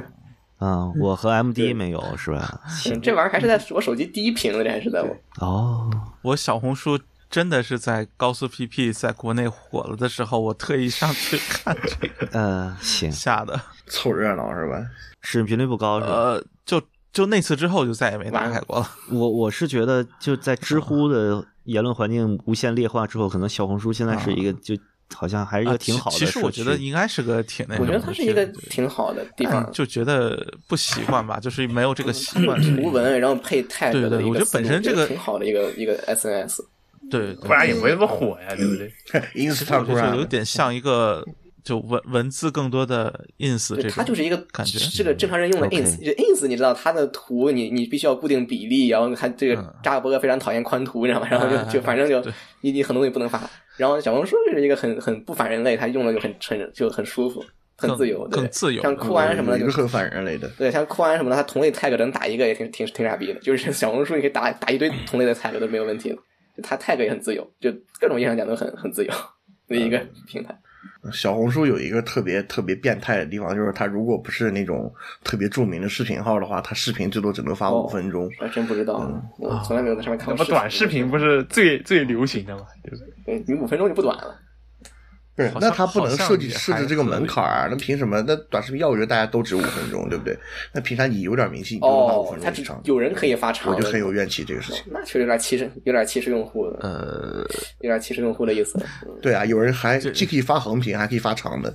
啊！我和 MD 没有是吧？
嗯 这玩意儿还是在我手机第一屏的，这还是在我
哦，
我小红书真的是在高速 PP 在国内火了的时候，我特意上去看这个
呃，行，
下的。
凑热闹是吧？
使用频率不高是吧？
呃，就就那次之后就再也没打开过了。
我我是觉得就在知乎的言论环境无限劣化之后，可能小红书现在是一个就好像还是一个哎挺好的
啊
社
其
区。
其实我觉得应该是个挺那什
我
么
觉得
的，
它是一个
对
挺好的地方，
就觉得不习惯吧， 就是没有这个习惯。
嗯图文然后配 tag
对对
的一个思路，
我觉得本身这个
我觉得挺好的一个一个 SNS。
对，对
不然也不会那么 火
哎
呀，对不对？
我觉得有
Instagram
点像一个就文文字更多的 ins 这
对，
种，
它就是一个
感觉
这个正常人用的
OK
ins，这 ins 你知道它的图你你必须要固定比例，然后它这个扎克伯格非常讨厌宽图，你知道吗？然后
哎哎哎
就就反正就
对
你你很多东西不能发。然后小红书就是一个很很不反人类，它用的就很很就很舒服，很
更
自由，对
更自由
像酷安什么的
嗯有一个
就。
很反人啊类的。
对，像酷安什么的，它同类 tag 能打一个也挺挺挺傻逼的，就是小红书你可以打打一堆同类的 tag 都没有问题的，就它 tag 也很自由，就各种意义上讲都很很自由的一个平台。
小红书有一个特别特别变态的地方，就是它如果不是那种特别著名的视频号的话，它视频最多只能发五
哦
分钟。
我还真不知道，我从来没有在上面看
那
过。
么短视频不是最 最流行的嘛，对不对？
对你五分钟就不短了。
不是
好，
那
像
它不能
好像
设计
也
设
还
置这个
可以
门槛儿，那凭什么？那短视频要我觉得大家都只五分钟，对不对？那凭啥你有点名气，你就能发五
哦
分，
他
钟以
只
上？
有人可以发长
我
的，
就很有怨气这个事情。
哦
那确实有点歧视，有点歧视用户的，
呃，
有点歧视用户的意思。嗯
对啊，有人还既可以发横屏，还可以发长的，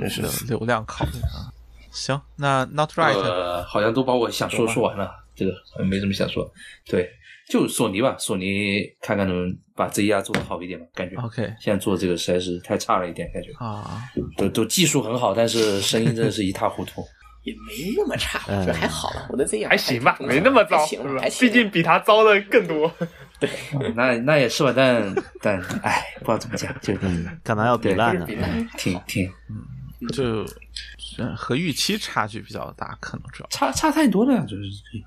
真是的。
流量考虑啊。行，那 not right，、
呃，好像都把我想说说完了，这个呃没什么想说。对，就索尼吧，索尼看看能不能把 ZR 做得好一点吧，感觉
OK
现在做这个实在是太差了一点，感觉
啊，
都都技术很好，但是声音真的是一塌糊涂。
也没那么差，
嗯
我觉得还好吧。我的 Z
还行吧，没那么糟，
还
是
行
吧
吧，还？行
毕
吧。
竟比他糟的更多。
嗯那那也是吧，但但哎，不知道怎么讲，就
嗯，干嘛要比烂呢？
嗯挺挺
就呃和预期差距比较大，可能主要。
差差太多了，就是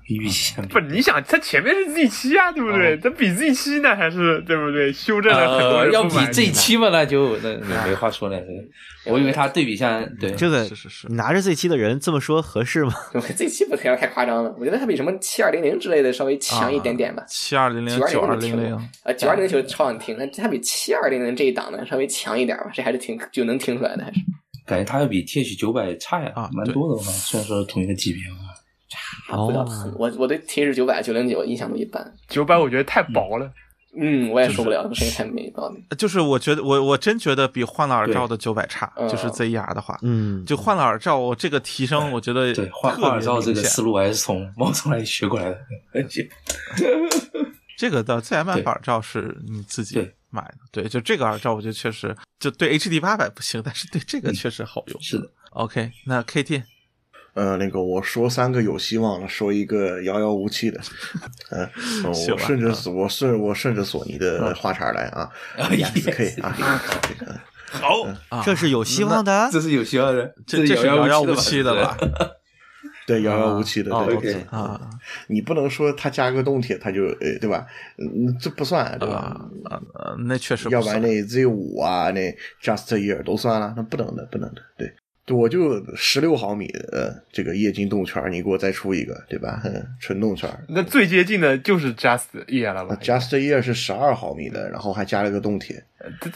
与预期相 比
不，。你想，他前面是 Z 七啊，对不对？他比 Z 七呢，还是对不对？修正了很多
呃，
人
要
不
比
满意。
这期嘛，那就那没没话说了。这个我以为他对比一下，对，
这个
是是是
拿着 Z 七的人这么说合适吗？
我觉得这期不太太夸张了，我觉得它比什么七二零零之类的稍微强一点点吧。
七二
啊
零零九
9200
二
我
零
听
零
过，呃，九二零九超想听，但它比七二零零这一档呢稍微强一点吧，这还是挺就能听出来的，还是
感觉它要比 TH 九百差呀，
啊
蛮
对
多的嘛。虽然说同一个级别嘛，
哦
不到很。我我对 T 是九百九零九印象都一般。
九百，我觉得太薄了。
嗯，我也受不了，声音太没道理。
就是我觉得我我真觉得比换了耳罩的九百差，
嗯
就是 ZR 的话，
嗯，
就换了耳罩，我这个提升我觉得
对，
特
换换耳
别
罩这
明
个
显。
思路还是从猫头那里学过来 的。
哎
这个的 ZMF
对
耳罩是你自己
对
买的，对，就这个耳罩，我觉得确实就对 HD 八百不行， 但是对这
嗯
个确实好用。
是的，
OK，那 KT 嗯
呃，那个我说三个有希望的，说一个遥遥无期的。呃，
行
我
吧嗯
顺着我顺我顺着索尼的话茬来啊， 雅思 K 啊，这个
好，
啊，
这是有希望的
嗯这。是有希望的，
这这是
遥
遥遥
无
无期的吧？？
对遥遥无期的，
哦
对
OK
啊
你不能说他加个动铁他就呃对吧？嗯，这不算对吧？
啊啊，呃那确实
要
不
不
算
然那 Z 五啊，那 Just a Year 都算了，那不能的，不能的。对，对我就十六毫米的呃这个液晶动圈儿，你给我再出一个，对吧？ 嗯，纯动圈儿。
那最接近的就是 Just E 了
那
吧
Just a Year 是十二毫米的，然后还加了个动铁。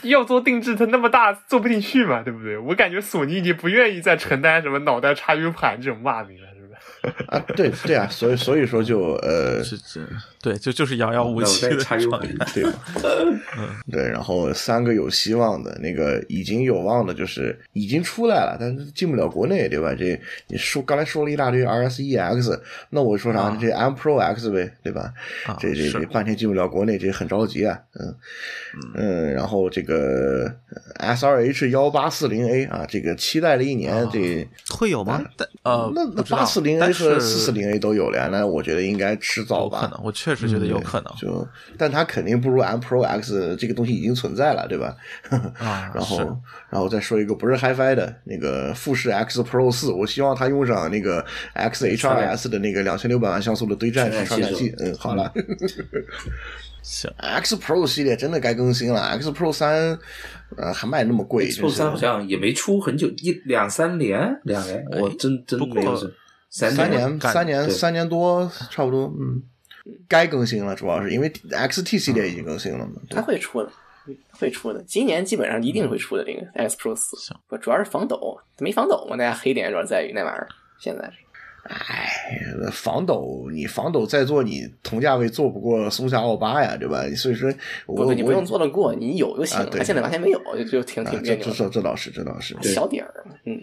要做定制，它那么大做不进去嘛，对不对？我感觉索尼已经不愿意再承担什么脑袋插 U 盘这种骂名了，是不是？
啊，对对啊，所以所以说就呃，
是这对，就就是遥遥无
脑
期
袋
的
插 U
状态
盘，
对吧？
嗯
对，然后三个有希望的，那个已经有望的，就是已经出来了，但是进不了国内，对吧？这你说刚才说了一大堆 RSEX，那我说啥？
啊
这 M Pro X 呗，对吧？
啊，
这这这
是
半天进不了国内，这很着急啊，嗯嗯，然后这个 S R H 幺八四零 A 啊，这个期待了一年，这
会有吗？
呃
那那
不知道
八四零
但但
和
是
四四零 A 都有了呀，那我觉得应该迟早
有可
吧。嗯
能，我确实觉得有可能
就，但它肯定不如 M Pro X 这个东西已经存在了，对吧？
啊。
然后
是，
然后再说一个不是 HiFi 的那个富士 X Pro 四，我希望它用上那个 XHRS 的那个两千六百万像素的对战式传感器。嗯，好了
行，
，X Pro 系列真的该更新了。X Pro 三，呃，还卖那么贵，真
Xbox
是
三好像也没出很久，一两三年，两年，我真真
哎不过
没有是三
三
年
年
感
三年
对
三年多差不多，嗯，该更新了，主要是因为 XT 系列已经更新了嘛。对
它
嗯
会出的，会出的。今年基本上一定会出的这个 X Pro 四，不主要是防抖，没防抖嘛，大家黑点主要在于那玩意儿。现在是
哎，防抖你防抖再做，你同价位做不过松下奥巴呀，对吧？所以说我
不对，你不
我
用做得过，你有就行
啊。对
它现在完全没有，就就挺
啊
挺别
这
扭
这
的，
这这倒是这倒是，
小底儿。嗯，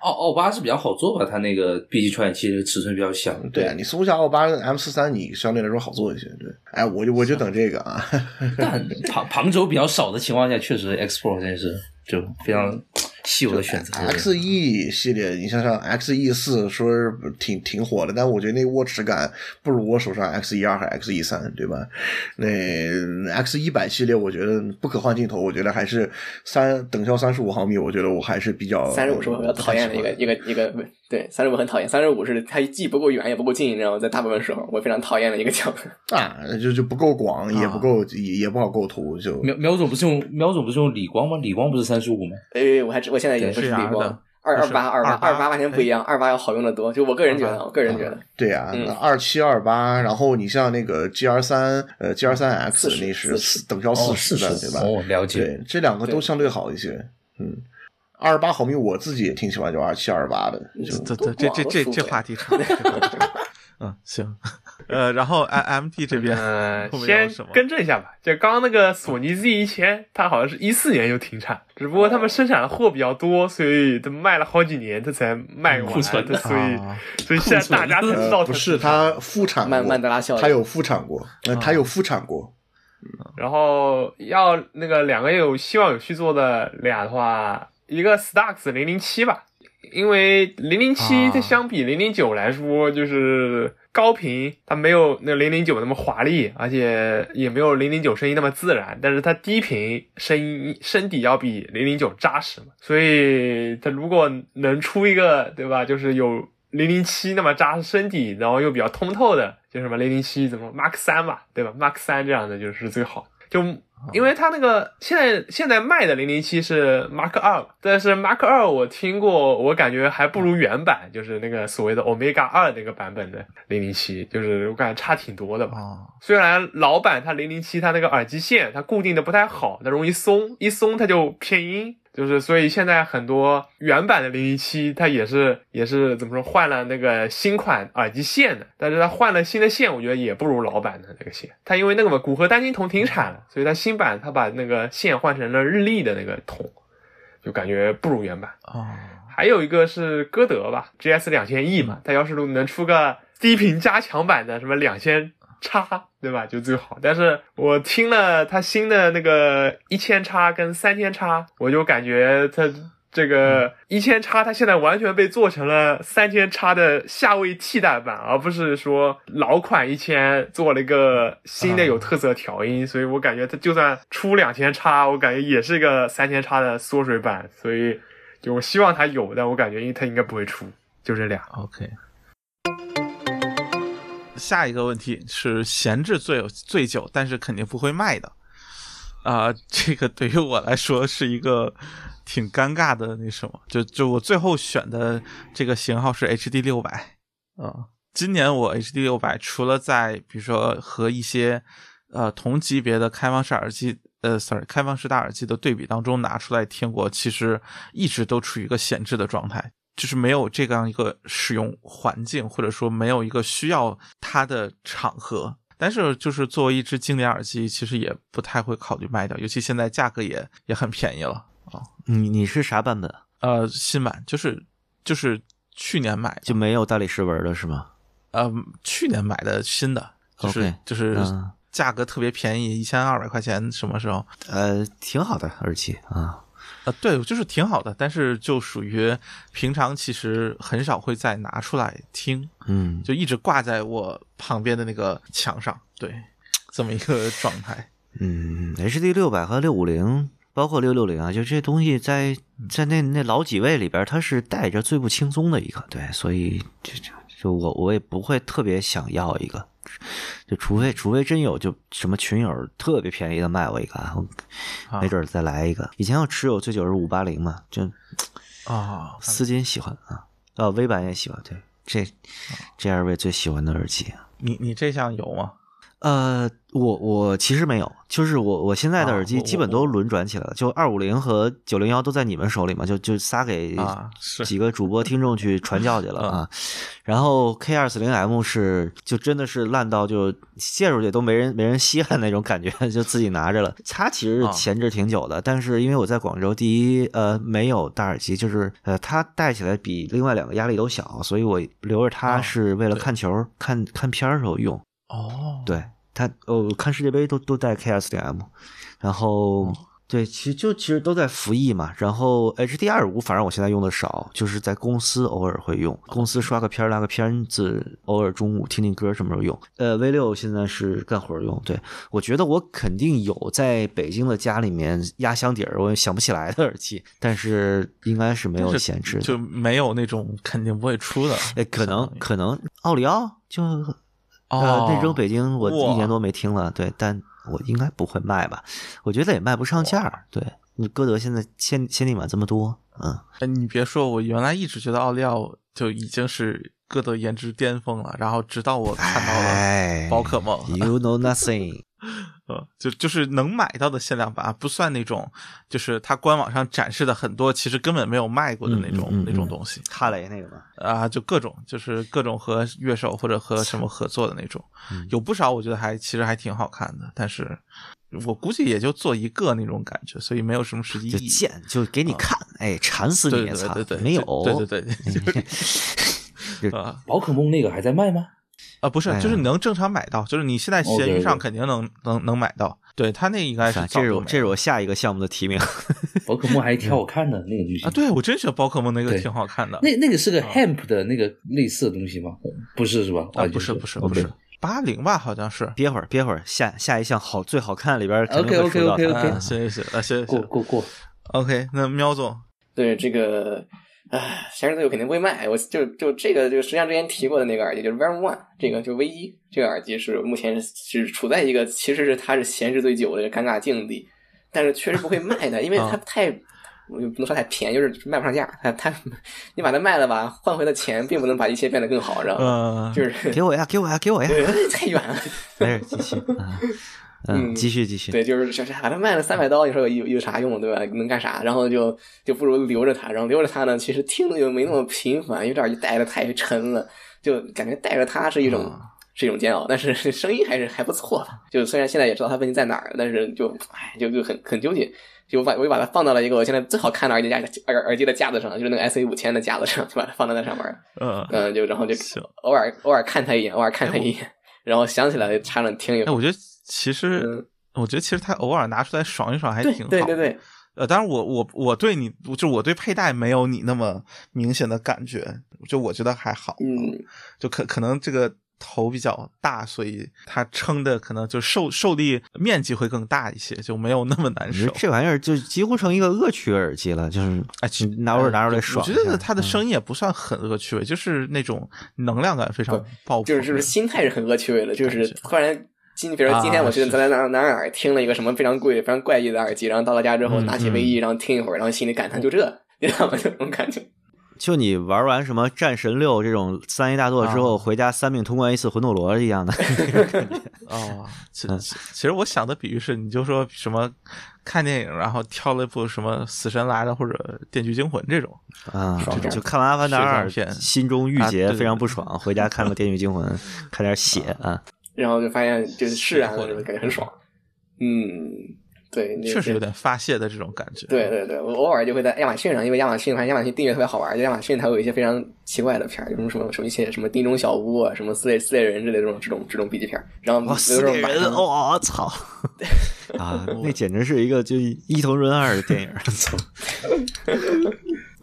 奥奥巴是比较好做吧，它那个笔记传感器的尺寸比较小，
对啊，你松下奥巴 M 四三你相对来说好做一些，对。哎，我就我就等这个啊，
但旁旁轴比较少的情况下，确实 X Pro 真是就非常稀有的选择。
啊
X E 系列，你想想 X E 四说是挺挺火的，但我觉得那握持感不如我手上 X E 二和 X E 三，对吧？那 X 一百系列，我觉得不可换镜头，我觉得还是三等效三十五毫米，我觉得我还是比较
三十五是
哦
我比较讨厌的一个一个一个，对，三十五很讨厌。三十五是它既不够远也不够近，你知道吗？在大部分时候，我非常讨厌的一个角度。
啊，就就不够广，也
啊
不够也也不好构图，就
苗苗总不是用苗总不是用理光吗？理光不是三十五吗？
哎，我还知我现在也不是
是
理
啊
光
的，
二二
是
八二八
28
二八完全不一样，二八要好用的多。就我个人觉得，啊
28
我个人觉得，
对啊
嗯，
二七二八，然后你像那个 G R 三，呃，G R 三 X
40
那是
40
四等效四十的，对吧？
哦，了解。
对，这两个
对
都相对好一些。嗯，二十八毫米我自己也挺喜欢，就二七二八的， 就
这
多
这这这
广
这
多
这
舒服
话题扯得这个这个 嗯，行， 呃，然后 M M T 这边
呃，
后面有
先
什么？
更正一下吧，就刚刚那个索尼 Z 一千，它好像是一四年就停产，只不过他们生产的货比较多，所以都卖了好几年，它才卖完，
库存
它所以、
啊
所以现在大家才知道它
呃不是它复产过，
曼曼德拉效应啊
它有复产过，呃，它有复产过，
然后要那个两个有希望有续作的俩的话，一个 Starks 零零七吧，因为零零七
啊
它相比零零九来说就是高频，它没有那零零九那么华丽，而且也没有零零九声音那么自然，但是它低频声音声底要比零零九扎实嘛，所以它如果能出一个对吧，就是有零零七那么扎实身体，然后又比较通透的，就是什么零零七怎么 Mark 三吧，对吧？Mark 三这样的就是最好。就因为它那个现在现在卖的零零七是 Mark 二，但是 Mark 二我听过，我感觉还不如原版，就是那个所谓的 Omega 二那个版本的零零七，就是我感觉差挺多的吧。
啊，
虽然老版它零零七它那个耳机线它固定的不太好，它容易松，一松它就偏音，就是所以现在很多原版的零零七它也是也是怎么说换了那个新款耳机线的，但是它换了新的线，我觉得也不如老版的那个线。它因为那个嘛骨和单晶铜停产了，所以它新版它把那个线换成了日立的那个铜，就感觉不如原版。
啊，
还有一个是歌德吧，GS 两千 E 嘛，它要是能出个低频加强版的什么两千叉，对吧，就最好。但是我听了它新的那个一千叉跟三千叉，我就感觉它这个一千叉它现在完全被做成了三千叉的下位替代版，而不是说老款一千做了一个新的有特色调音，所以我感觉它就算出两千叉，我感觉也是一个三千叉的缩水版，所以。就我希望它有，但我感觉因为它应该不会出，就这俩。
OK。下一个问题是闲置最有最久，但是肯定不会卖的。啊、 这个对于我来说是一个挺尴尬的那什么，就就我最后选的这个型号是 HD 六百啊。今年我 HD 六百除了在比如说和一些呃同级别的开放式耳机，呃，sorry，开放式大耳机的对比当中拿出来听过，其实一直都处于一个闲置的状态，就是没有这样一个使用环境，或者说没有一个需要它的场合。但是，就是作为一只经典耳机，其实也不太会考虑卖掉，尤其现在价格也也很便宜了。
你你是啥版本？
呃，新版就是就是去年买的，
就没有大理石纹的是吗？
呃，去年买的新的，就是
OK，
就是
嗯
价格特别便宜，一千二百块钱，什么时候？
呃，挺好的耳机啊，
呃，对，就是挺好的，但是就属于平常其实很少会再拿出来听，
嗯，
就一直挂在我旁边的那个墙上，对，这么一个状态。
嗯，HD 六百和六五零，包括六六零啊，就这东西在在那那老几位里边，它是带着最不轻松的一个，对，所以就就就我我也不会特别想要一个，就除非除非真有就什么群友特别便宜的卖我一个啊，我
啊
没准儿再来一个。以前我持有最久是五八零嘛，就
啊、
丝巾喜欢啊，啊 V 版也喜欢，对，这这二位最喜欢的耳机啊。
你你这项有吗？
呃，我我其实没有，就是我我现在的
啊
耳机
我
基本都轮转起来了，就二五零和九零幺都在你们手里嘛，就就撒给
啊是嗯
几个主播听众去传教去 了啊。然后 K 二四零 M 是就真的是烂到就借出去都没人没人稀罕那种感觉， 就自己拿着了。它其实
啊
前置挺久的，但是因为我在广州，第一呃没有大耳机，就是呃它戴起来比另外两个压力都小，所以我留着它
啊
是为了
对
看球、看看片儿时候用。
哦，
对他，呃，我看世界杯都都带 KS 点 M，然后、
哦
对，其实就其实都在服役嘛。然后 HDR 五，反正我现在用的少，就是在公司偶尔会用，公司刷个片儿拉个片子，偶尔中午听听歌什么时候用。呃，V 六现在是干活儿用，对我觉得我肯定有在北京的家里面压箱底儿，我想不起来的耳机，但是应该是没有
但是
闲置的，
就没有那种肯定不会出的。
哎，可能可能奥利奥就、
哦
呃，那扔北京我一
哇
年多没听了，对，但我应该不会卖吧？我觉得也卖不上价儿，对。你歌德现在限限定版这么多，嗯，
哎，你别说，我原来一直觉得奥利奥就已经是歌德颜值巅峰了，然后直到我看
哎
到了宝可梦，
，You know nothing，
呃，就就是能买到的限量版，不算那种就是它官网上展示的很多其实根本没有卖过的那种、
嗯嗯嗯
那种东西
哈雷那个嘛，
啊，就各种就是各种和乐手或者和什么合作的那种，
嗯
有不少我觉得还其实还挺好看的，但是我估计也就做一个那种感觉，所以没有什么实际
就
意义。
贱，就给你看，哎，馋死
嗯对
你，
对
操
对对，，
没有，
对对 对对对
就
啊
宝可梦那个还在卖吗？
啊，不是
哎，呀
就是你能正常买到，就是你现在闲鱼
哦
上肯定能能能买到，对他那应该是
反
早
这
就是
我
没
这是我下一个项目的提名，
宝可梦还挺好看的，那个东西
啊，对我啊真觉得宝可梦那个
对
挺好看的，
那那个是个 hemp 的那个类似的东西吗？不是是哦吧？
啊，不是不是不是八零吧，好像是。
憋会儿憋会儿，下下一项好最好看里边儿肯定会说到
OK，OK，OK，OK
它
OK
啊，行行行，啊行行
过
行
过过，
，OK，那喵总，
对这个，唉，闲置队友肯定不会卖。我就就这个，就实际上之前提过的那个耳机，就是 Wear One，这个就 V 一这个耳机是目前是是处在一个其实是它是闲置最久的尴尬境地，但是确实不会卖的，因为它太。我就不能说太便宜，就是卖不上价。它它， 你把它卖了吧，换回的钱并不能把一切变得更好，知道吗？
呃，
就是
给我呀，给我呀，给我呀，
对 太远了。
没事，继续啊，嗯，
嗯
继续继续，
对，就是想想把它卖了三百刀，你说有有啥用，对吧？能干啥？然后就就不如留着它，然后留着它呢，其实听的又没那么频繁，有点一带着太沉了，就感觉带着它是一种、
啊
是一种煎熬，但是 声音还是还不错吧。就虽然现在也知道它问题在哪儿了，但是就哎，就就很很纠结。就把我就把它放到了一个我现在最好看的耳机架耳耳机的架子上，就是那个 S A 五千的架子上，就把它放到那上面儿。
呃，
嗯，就然后就
行
偶尔偶尔看它一眼，偶尔看它一眼，然后想起来插上听一会
哎，
儿。
我觉得其实
嗯，
我觉得其实他偶尔拿出来爽一爽还
对
挺好。
对对对，
呃，当然我我我对你，就我对佩戴没有你那么明显的感觉，就我觉得还好。
嗯，
就可可能这个头比较大，所以它撑的可能就受受力面积会更大一些，就没有那么难
你说
受。
这玩意儿就几乎成一个恶趣味耳机了，就是
哎其
你拿出来拿出来
呃
爽一
我
下。
觉得它
嗯
的声音也不算很恶趣味，就是那种能量感非常爆棚，
就是就是心态是很恶趣味的，就是
感觉
突然今，比如说今天我去
啊是
咱在哪哪哪听了一个什么非常贵、非常怪异的耳机，然后到了家之后
嗯
拿起 V 一，然后听一会儿，然后心里感叹就这，你知道吗？这种感觉。
就你玩完什么战神六这种三 A 大作之
啊
后，回家三命通关一次魂斗罗一 样的
哦， 其其其实我想的比喻是，你就说什么看电影，然后挑了一部什么《死神来了》或者《电锯惊魂》这种，
啊
爽！
就看完《阿凡达二
血浆》，片
心中郁
啊对
结，
对
非常不爽，回家看个《电锯惊 魂》，看点血啊。
然后就发现就是释然了，
是
那种感觉很爽。嗯，对，
确实有
点。
点发泄的这种感觉。
对对对，我偶尔就会在亚马逊上，因为亚马逊反正亚马逊订阅特别好玩，就亚马逊它有一些非常奇怪的片儿，就是什么什么一些什么《丁中小屋》啊，什么四类四类人之类的这种这种这种笔记片儿，然后
哇，
有
四
时候
个
晚
人，
上
哦我操！ 啊，那简直是一个就伊藤润二的电影，操！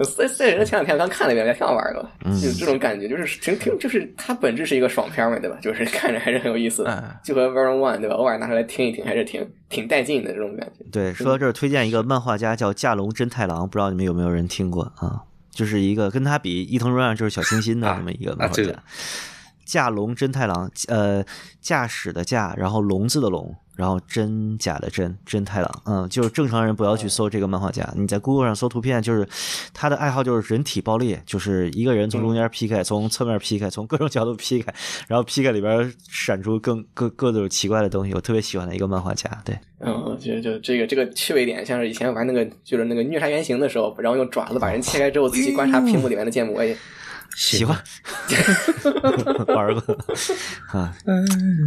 四四类人前两天刚看了一遍，还挺好玩的，
嗯
就是这种感觉，就是挺挺就是它本质是一个爽片嘛，对吧？就是看着还是很有意
嗯
思的
哎，
就和《Very One》对吧？偶尔拿出来听一听，还是挺挺带劲的这种感觉。
对，说到
嗯
这儿，推荐一个漫画家叫架龙真太郎，不知道你们有没有人听过啊？就是一个跟他比伊藤润二就是小清新的
啊
这么一个
啊
漫画
这个
家。架龙真太郎，呃，驾驶的驾，然后龙字的龙，然后真假的真，真太郎，嗯，就是正常人不要去
哦
搜这个漫画家，你在 Google 上搜图片，就是他的爱好就是人体爆裂，就是一个人从中间
嗯
劈开，从侧面劈开，从各种角度劈开，然后劈开里边闪出更各各种奇怪的东西，我特别喜欢的一个漫画家，对。
嗯，我觉得就这个这个趣味点，像是以前玩那个就是那个虐杀原型的时候，然后用爪子把人切开之后，仔细观察屏幕里面的建模，哎也
喜欢， 玩 过啊。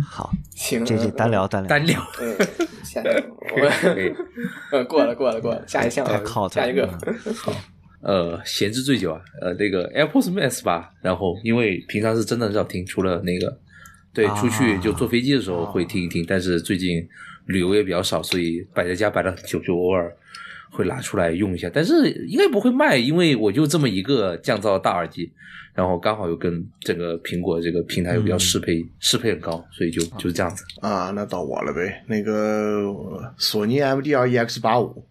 好，
行。
这是单聊单聊。
单聊
嗯，下一个，我
可以。
嗯过了过了过了，下一项
太靠嗯
下一个，
呃，闲置最久啊，呃，那个 AirPods Max 吧，然后因为平常是真的很少听，除了那个，对，
啊
出去就坐飞机的时候会听一听，但是最近旅游也比较少，所以摆在家摆了很久，就偶尔会拿出来用一下，但是应该不会卖，因为我就这么一个降噪大耳机，然后刚好又跟这个苹果这个平台又比较适配，适配很高，所以就就这样子。
啊，那到我了呗。那个呃索尼 MDR EX 八五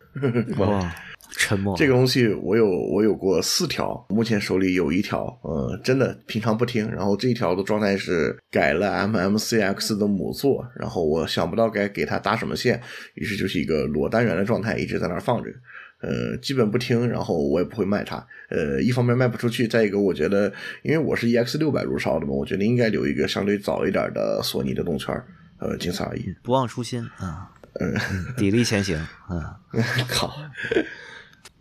哇，沉默。
这个东西，我有我有过四条，目前手里有一条，嗯，真的平常不听。然后这一条的状态是改了 MMCX 的母座，然后我想不到该给它搭什么线，于是就是一个裸单元的状态，一直在那儿放着。呃，基本不听，然后我也不会卖它。呃，一方面卖不出去，再一个我觉得，因为我是 EX 六百入烧的嘛，我觉得应该留一个相对早一点的索尼的动圈儿，呃，仅此而已。
不忘初心啊，嗯砥砺前行啊。
靠，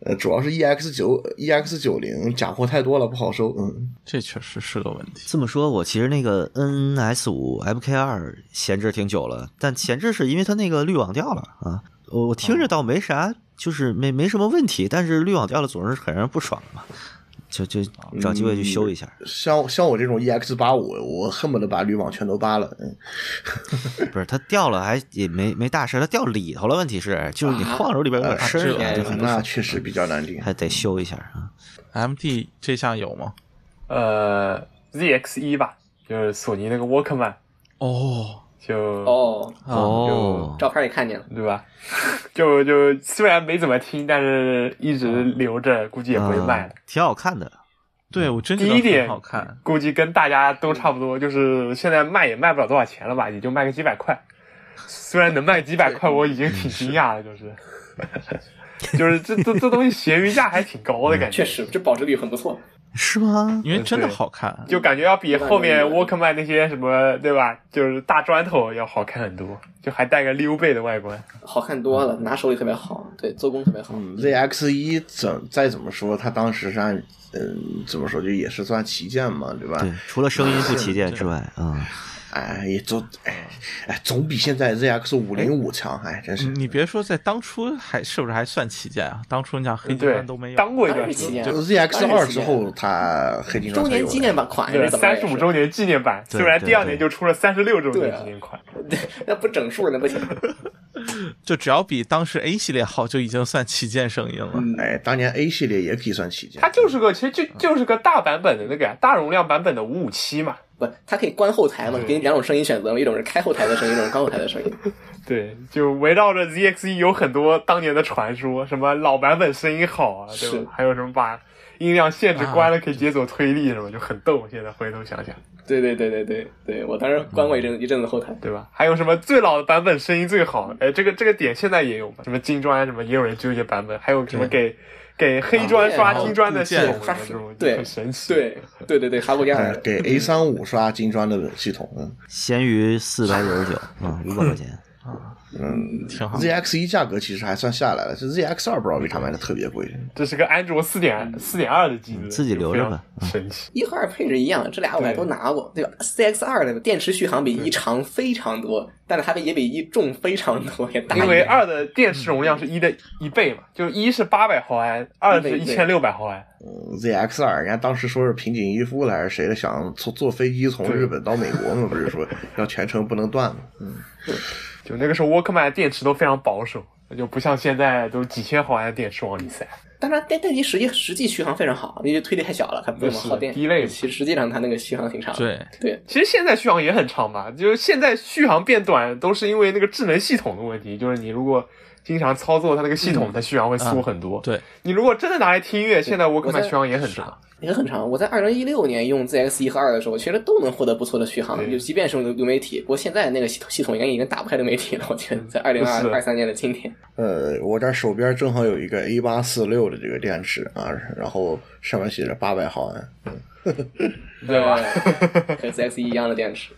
呃，主要是 EX 九 EX 九零假货太多了，不好收。嗯，
这确实是个问题。
这么说，我其实那个 NS 五 MK 二闲置挺久了，但闲置是因为它那个滤网掉了啊。我我听着倒没啥，就是没没什么问题，但是滤网掉了总是很让人不爽嘛，就就找机会去修一下。
像像我这种 EX 八五，我恨不得把滤网全都扒了。嗯，
不是，它掉了还也没没大事，它掉里头了。问题是，就是你晃的时候里边有点
啊
声儿，
这
就很不
那
爽，
确实比较难定。
还得修一下啊。
M D 这项有吗？
呃，ZX 一吧，就是索尼那个 Walkman，
哦，
就
哦，
哦，
照片也看见了，
对吧？ 就就虽然没怎么听，但是一直留着，估计也不会卖
嗯。挺好看的。
对我真觉
第
得
一点嗯
很好看。，
估计跟大家都差不多，就是现在卖也卖不了多少钱了吧，也就卖个几百块。虽然能卖几百块，我已经挺惊讶了，就是， 就是这这这东西闲鱼价还挺高的感觉，
确，实这保值率很不错。
是吗？
因为真的好看，
就感觉要比后面
那个
Walkman 那些什么，对吧？就是大砖头要好看很多，就还带个溜背的外观。
好看多
嗯
了，拿手里特别好，对，做工特别好。
嗯，ZX 一怎再怎么说，它当时是按嗯怎么说，就也是算旗舰嘛，对吧？
对，除了声音不旗舰之外啊，
哎，也总哎哎总比现在 ZX 五零五强，哎，真是。
你别说，在当初还是不是还算旗舰啊？当初你想黑金
对
刚都没，有，
当过一
当然
段
是
时
旗
间。
舰
就 ZX 二之，
当然是旗
后，
舰
它黑金刚
周
才有
年
了
纪念版款
对，
是怎么
三
着
十
也
五
是
周年纪念版，
对
虽然
对
第二年
对
就出了三十六周
对
年
啊
纪念款，
那不整数那不行。
就只要比当时 A 系列好，就已经算旗舰声音了。
嗯，
哎，当年 A 系列也可以算旗舰
它。就是个，其实就就是个大版本的那个呀，大容量版本的五五七嘛。
不，它可以关后台嘛，给你两种声音选择嘛，一种是开后台的声音，一种是关后台的声音。
对，就围绕着 ZXE 有很多当年的传说，什么老版本声音好啊，对
是
吧？还有什么把音量限制关了可以解锁推力什么，就很逗。现在回头想想，
对对对对对对，我当时关过一阵一阵子后台。
对吧？还有什么最老的版本声音最好？哎，这个这个点现在也有嘛？什么金砖什么也有人纠结版本，还有什么给给黑砖刷金砖的系统
刷
什么这种，
对
很神奇。
对对对对，哈古加
哎
尔，
给 A 三五刷金砖的系统，嗯，
闲鱼四百九十九啊，五百块钱。
嗯，
挺好
ZX 一价格其实还算下来了，这 ZX 二不知道为啥卖的特别贵。
这是个安卓
嗯
四点四点二的机子，
自己留着吧，嗯
神奇。
一和二配置一样，这俩我俩都拿过，对吧？CX 二的电池续航比一长非常多，但是它也比一重非常多，也大一
因
点。
为二的电池容量是一的一倍嘛，就一是八百毫安，二是一千六百毫安。
嗯 ZX 二，人家当时说是平井一夫来还是谁的，想坐坐飞机从日本到美国嘛，不是说要全程不能断嘛？嗯，
就那个时候，沃克曼的电池都非常保守，就不像现在都是几千毫安的电池往里塞。
但它电电机实际实际续航非常好，因为推力太小了，它不怎么耗电。
是低类
其实实际上它那个续航挺长。
对，
对，
其实现在续航也很长吧，就是现在续航变短都是因为那个智能系统的问题，就是你如果经常操作它那个系统，它续航会缩很多。
嗯对，
你如果真的拿来听音乐，现在沃克曼
在
续航也很长。
也很长。我在二零一六年用 ZX 一和二的时候，其实都能获得不错的续航，
对
就即便是用流流媒体。不过现在那个系统系统应该已经打不开流媒体了，我觉得在二零二
是
二三年的今天，
呃，我这儿手边正好有一个 A 八四六的这个电池啊，然后上面写着八百毫安，
对吧？和 ZX 一一样的电池。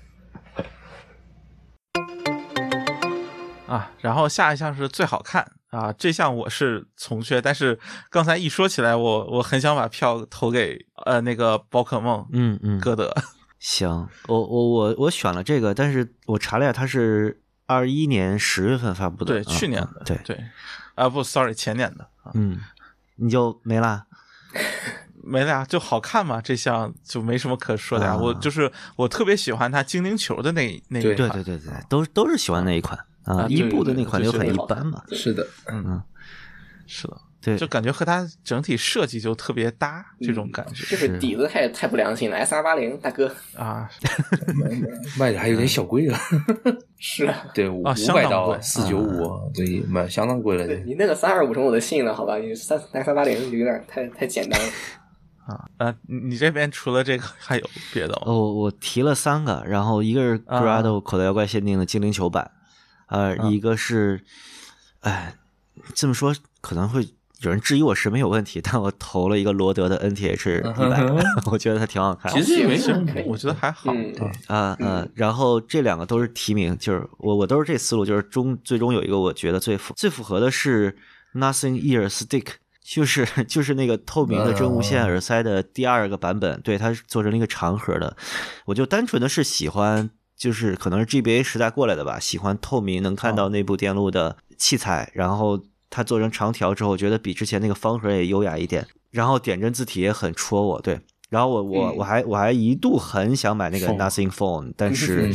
啊，然后下一项是最好看啊，这项我是从缺，但是刚才一说起来，我我很想把票投给呃那个宝可梦，
嗯嗯，
歌德，
行，我我我我选了这个，但是我查了一下，它是二一年十月份发布的，
对，去年
嗯
的，
对，
对，啊不，sorry，前年的，
嗯，你就没啦。
没了呀，就好看嘛，这项就没什么可说的呀。
啊
我就是我特别喜欢它精灵球的那一那一
对
对
款，
对对对，都都是喜欢那一款啊，
啊
一
对
部的
对
那款
就
就是很一
好看
般嘛，
是的，
是的，
对，嗯
就感觉和它整体设计就特别搭，这种感觉
就是底子太太不良心了，S R 八零大哥
啊，
卖的还有点小贵啊了，
是啊，
对，五
啊相
百
当
刀
贵
四九五，啊嗯对，买相当贵了，
对 你那个三二五成我的信了，好吧？你三 S R 八零有点太太简单了。
呃，你你这边除了这个还有别的吗？
哦，我提了三个，然后一个是 Grado 口袋妖怪限定的精灵球版，呃，一个是，哎，这么说可能会有人质疑我审美有问题，但我投了一个罗德的 NTH 一百， 我觉得它挺好看的。
其实也没什么
行，可以
我觉得还好，
嗯
啊
啊呃，然后这两个都是提名，就是我我都是这思路，就是中最终有一个我觉得最符最符合的是 Nothing Ear Stick，就是 就是那个透明的真无线耳塞的第二个版本，对，它是做成了一个长盒的，我就单纯的是喜欢。就是可能是 GBA 时代过来的吧，喜欢透明能看到内部电路的器材，然后它做成长条之后，我觉得比之前那个方盒也优雅一点，然后点阵字体也很戳我，对，然后我我我还我还一度很想买那个 Nothing Phone，但是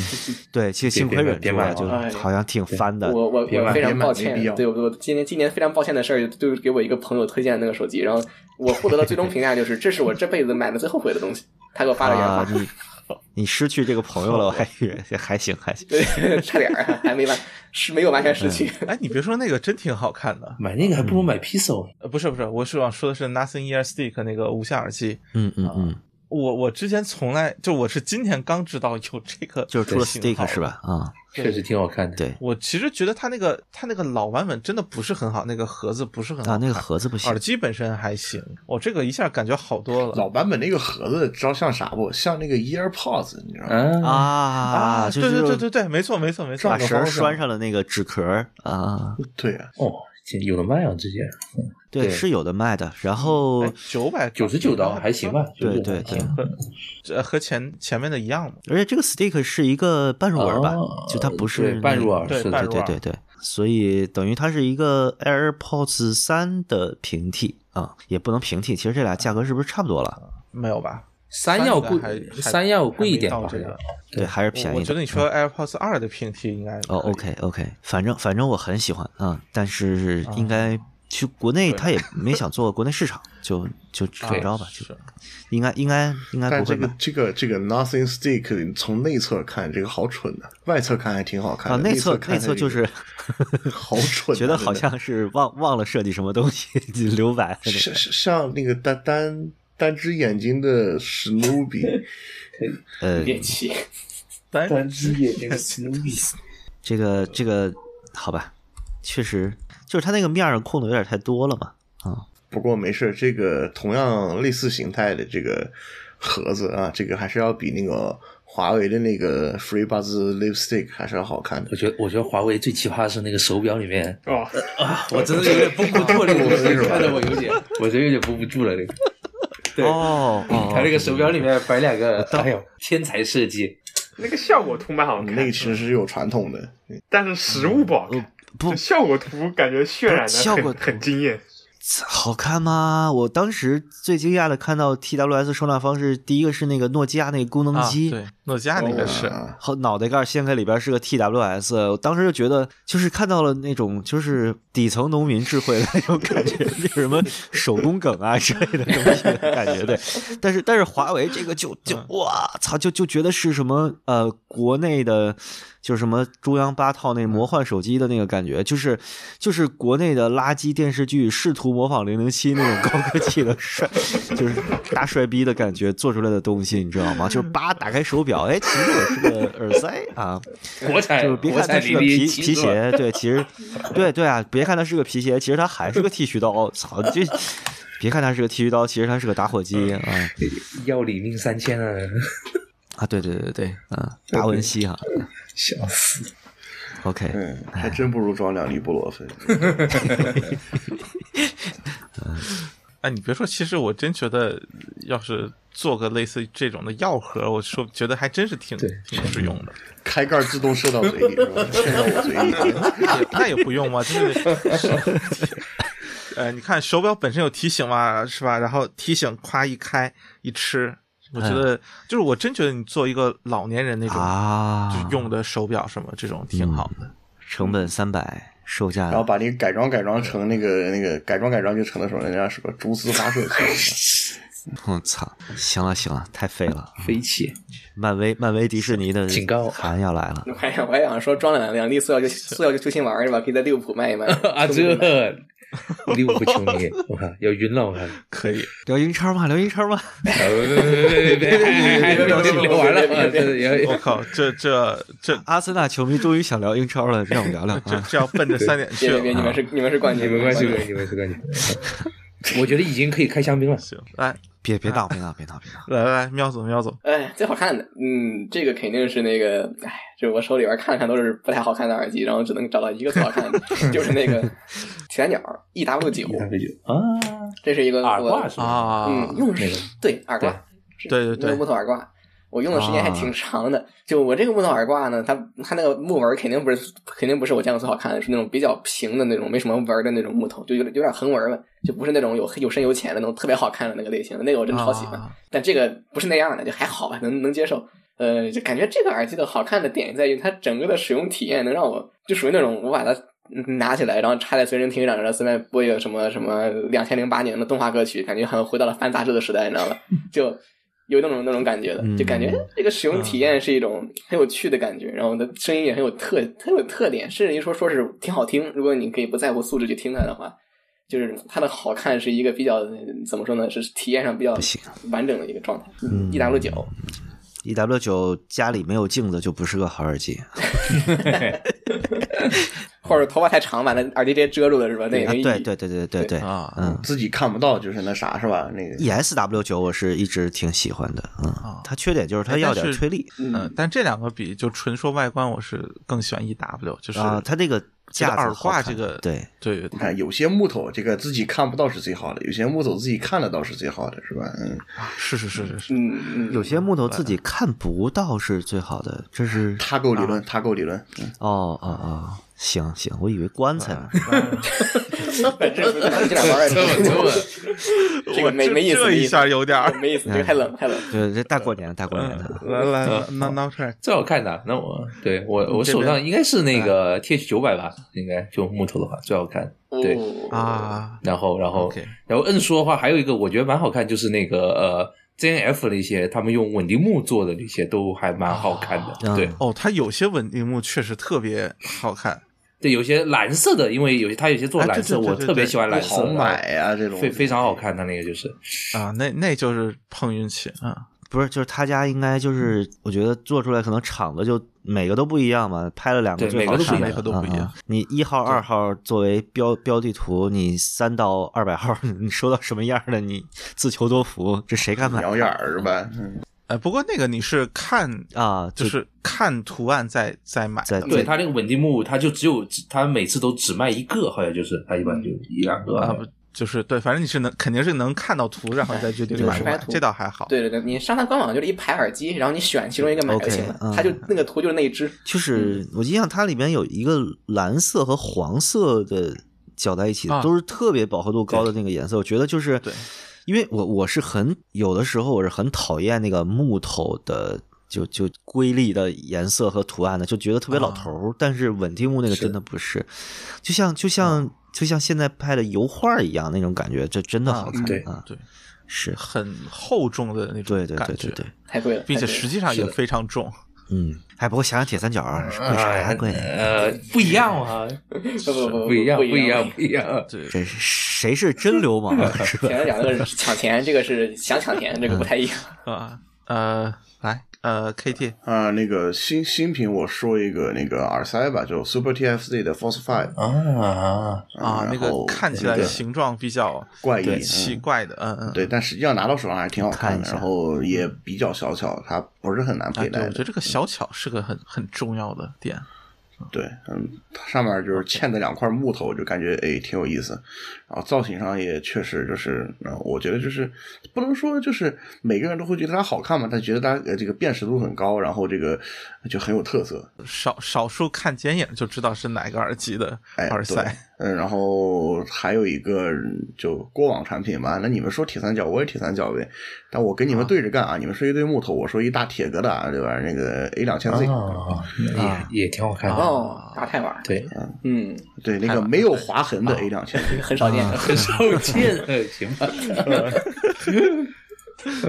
对，其实幸亏忍住了，就
别买了
好像挺翻的。
我我
别买
我非常抱
别买没必
歉
要，
对我我今年今年非常抱歉的事儿，就是给我一个朋友推荐那个手机，然后我获得的最终评价就是这是我这辈子买的最后悔的东西。他给我发了原
啊，
话，
你你失去这个朋友了，我还以为还行还行。
对， 差点儿啊还没完，是没有完全失去。
嗯
哎，你别说那个真挺好看的，
买那个还不如买 Pixel，
呃，不是不是，我是想说的是 Nothing Ear Stick 那个无线耳机，
嗯嗯嗯，
我我之前从来就我是今天刚知道有这个，
就是出了 Stick 是？吧？啊，
确实挺好看的。
对
我其实觉得它那个它那个老版本真的不是很好，那个盒子不是很好
啊，那个
看
盒子不行
耳。机本身还行，我、这个一下感觉好多了。
老版本那个盒子知道像啥不？像那个 EarPods，你知道吗？
啊，
啊，就
对对对对
是
对，没错没错没错
把
转个。
绳
方向
拴上了那个纸壳儿啊，
对啊，
哦，这有的卖啊，直接
对，
对
是有的卖的。然后
九百
九十九刀还行吧，
对
99刀
对对
还
嗯
行
呃，和前前面的一样嘛。
而且这个 stick 是一个半入耳吧，
哦
就它不
对
是那
半入耳
对
是
半
的
入，
对对对，所以等于它是一个 AirPods 三的平替啊、也不能平替。其实这俩价格是不是差不多了？
没有吧？
三要贵
还，还
三要贵一点
还没
吧
到，这个
对，还是便宜
我
的。
我觉得你
嗯
说 AirPods 二的平替应该
哦，OK OK，反正反正我很喜欢啊、但是应该去国内他也没想做国内市场，就
啊
就怎么着吧，就是应该应该应该
但
不
这
会
个
买。
这个这个 Nothing Stick 从内侧看这个好蠢的，外侧看还挺好看
啊，
的。
内
侧
侧
看
内
这
侧
个
就是
好蠢 啊，
觉得
真
好
的
像是忘忘了设计什么东西， 留白的那个
像像像那个单单单只眼睛的史努比，
呃，
别气，
单
只眼睛 Snoopy，
这个这个好吧，确实就是它那个面儿空的有点太多了嘛。
不过没事，这个同样类似形态的这个盒子啊，这个还是要比那个华为的那个 FreeBuds Lipstick 还是要好看的
我。觉得，我觉得华为最奇葩的是那个手表里面
哦，
啊， 我真的有点绷不住了，那个东西看得我有点，我真有点绷不住了那个。对，
哦哦，
它那个手表里
面
面摆两 个，哎呦，天才设计，
那个效果图蛮好
你
看
那个其实是有传统的，
但是实物不好看，
不
就效果图感觉渲染
不
的
是效果
很
图
很惊艳。
好看吗？我当时最惊讶的看到 TWS 收纳方式，第一个是那个诺基亚那个功能
啊，
机，
对，诺基亚那个是，
啊
好，脑袋盖掀开里边是个 TWS，我当时就觉得就是看到了那种就是底层农民智慧的那种感觉， 就是什么手工梗啊之类的东西的感觉。对，但是但是华为这个就就哇操，就就觉得是什么呃国内的。就是什么中央八套
嗯
那魔幻手机的那个感觉，就是就是国内的垃圾电视剧试图模仿零零七那种高科技的帅， 就是大帅逼的感觉做出来的东西，你知道吗？
嗯
就是叭打开手表，哎，其实我是个耳塞啊，
国产
就是别
国
看它
产
是个
BB
皮
七
皮
是吧
鞋，对，其实对对啊，别看它是个皮鞋，其实它还是个剃须刀。我操，这别看它是个剃须刀，其实它是个打火机
嗯
啊
要李命三千啊，
啊！对对对对，啊，达文西啊
笑死！
，OK，
嗯，还真不如装两粒布洛芬。
哎，你别说，其实我真觉得，要是做个类似这种的药盒，我说觉得还真是挺
对
挺实用的。
开盖自动射到嘴里是吧？ 渗到我嘴里。
那也那也不用嘛，就是呃，你看手表本身有提醒嘛，是吧？然后提醒夸一开一吃，我觉得、就是我真觉得你做一个老年人那种、
嗯啊，嗯
就用的手表什么这种挺好的。
成本三百，售价
然后把那个改装改装成那个那个改装改装就成了什么？人家什么蛛丝发射 器？
我操，行了行了，太废了。
飞起，
漫威漫威迪士尼的
警告
函要来了，
我还想我还想说装两两粒塑料就塑料就出新玩儿是吧？可以在利物浦卖一卖。
啊，这利物浦球迷，我靠，要晕了我靠！
可以，
聊英超吗？聊英超吗？
啊别别别别别别别聊完了啊！这也
我靠，这这这
阿森纳球迷终于想聊英超了，让我们聊聊
这
啊。
这要奔着三点去
别别别，你
了。
们是你们是冠
你
军，
们啊关系，
你
你
们冠
们你们关系。我觉得已经可以开香槟了。
行，来
别别闹别闹别闹别闹！
来来，喵总喵总，
哎，最好看的，嗯，这个肯定是那个，哎，这我手里边看看都是不太好看的耳机，然后只能找到一个最 好看的，就是那个 铁三角 E W 九，
大杯酒啊，
这是一个
耳挂
我
是吧？
啊，
嗯用的
那个
是对耳挂，是
对对啊对
那个木头耳挂。我用的时间还挺长的，就我这个木头耳挂呢，它它那个木纹肯定不是肯定不是我见过最好看的，是那种比较平的那种，没什么纹儿的那种木头，就有点有点横纹儿了，就不是那种有有深有浅的那种特别好看的那个类型，那个我真超喜欢。
啊
但这个不是那样的，就还好吧，能能接受。呃，就感觉这个耳机的好看的点在于它整个的使用体验能让我就属于那种我把它嗯拿起来，然后插在随身听上，然后随便播一个什么什么两千零八年的动画歌曲，感觉好像回到了翻杂志的时代，你知道 吧？就有那种那种感觉的，就感觉
嗯
这个使用体验是一种很有趣的感觉，然后它声音也很有特很有特点，甚至于说说是挺好听。如果你可以不在乎素质去听它的话，就是它的好看是一个比较怎么说呢，是体验上比较
不行啊嗯
完整的一个状态。E W 九，
E W 九家里没有镜子就不是个好耳机，
或者头发太长把那耳机直接遮住了是吧？那也
啊
没意义。
对对对对对对，
啊
嗯
自己看不到就是那啥是吧？那个
，E S W 九我是一直挺喜欢的，嗯
啊，
它缺点就是它
哎
要
但
点
是
推力
嗯，但这两个比就纯说外观，我是更喜欢 E W，就是
啊，它这个架子
耳
好
挂
看
这个
对，
对
你看有些木头这个自己看不到是最好的，有些木头自己看得到是最好的，是吧？嗯，
是是是是是，
嗯嗯，
有些木头自己看不到是最好的，这是
他构理
啊
论，他构理论，嗯
哦哦哦，行行，我以为棺材呢。
哎
本质不是你这俩玩意儿，这个没
我
没意思，
这
没
一
意思
下有点儿。
没意思，这个太冷太冷。
对，这大过年大过年
哎
的，
来来来，闹闹出来，
最好看的，那我对我我
这
手
边
上应该是那个 TH 九百吧，应该就木头的话最好看。对
哦，
啊，
然后然后
OK
然后摁说的话，还有一个我觉得蛮好看，就是那个呃 ZNF 的一些，他们用稳定木做的那些都还蛮好看的。
啊
对
哦，它有些稳定木确实特别好看，
对，有些蓝色的，因为有些它有些做
哎
蓝
对
色，
对对
我
对
特别
对
喜欢蓝
不
色
好
的，
买啊，这种
非非常好看的那个就是
啊，那那就是碰运气啊。
不是，就是他家应
嗯
该就是，我觉得做出来可能厂子就每个都不一样嘛，拍了两个
对
最
每
好
个都不
看
一
的，
样
每个都不一样
啊啊你一号、二号作为标标地图，你三到 二百号，你收到什么样的，你自求多福，这谁敢
鸟
买？
眼儿是吧？嗯，
哎，不过那个你是看
啊，
就是看图案再再买的
再
嘛，
对它那个稳定木，它就只有它每次都只卖一个，好像就是它一般就一两个。
啊，不就是对，反正你是能肯定是能看到图，然后你再决定
对
买不
实拍
买，
图
这倒还好。
对对对，你上它官网就是一排耳机，然后你选其中一个买就
OK，
行了
嗯，
它就那个图就是那一只。
就是我印象它里面有一个蓝色和黄色的搅在一起的，
啊
都是特别饱和度高的那个颜色。我觉得就是
对，
因为我我是很有的时候我是很讨厌那个木头的。就就瑰丽的颜色和图案的，就觉得特别老头儿、但是稳定木那个真的不是，就像就像、就像现在拍的油画一样那种感觉，这真的好看
嗯对
啊！
对，
是，
很厚重的那种
对对
感
对
觉
对对，，
太贵了，
并且
太贵了
实际上也非常重。
嗯，哎，不过想想铁三角啊，是贵啥贵？
呃，不一样啊，
不不不
不一样，
不
不一样，不一样。
对，
这是谁是真流氓啊？是吧
前面讲的是抢钱，这个是想抢钱，这个不太一样。
啊呃，来呃，KT
啊，那个新新品我说一个那个耳塞吧，就 Super TFZ 的 Force Five
啊，
啊，那个看起来
对
形状比较
怪异
对
嗯
奇怪的，嗯嗯，
对，但实际上拿到手上还是挺好
看
看
一
的，
下
然后也比较小巧，它不是很难
啊，
佩
对，
戴
我觉得
的。
这个小巧是个很很重要的点。
对，嗯，它上面就是嵌的两块木头，就感觉哎挺有意思。然后造型上也确实就是，嗯，我觉得就是不能说就是每个人都会觉得它好看嘛，但觉得它呃这个辨识度很高，然后这个就很有特色。
少少数看剪影就知道是哪个耳机的
哎，
耳塞
对，嗯，然后还有一个就过往产品吧。那你们说铁三角，我也铁三角呗。但我跟你们对着干啊，你们说一堆木头，我说一大铁疙瘩，啊对吧？那个 A 两千 Z，
啊，也也挺好
嗯
看的。
哦，大太碗，
对，
嗯，
对，那个没有划痕
啊
的 A 两千 Z，
很少见。
很少见，呃，行吧，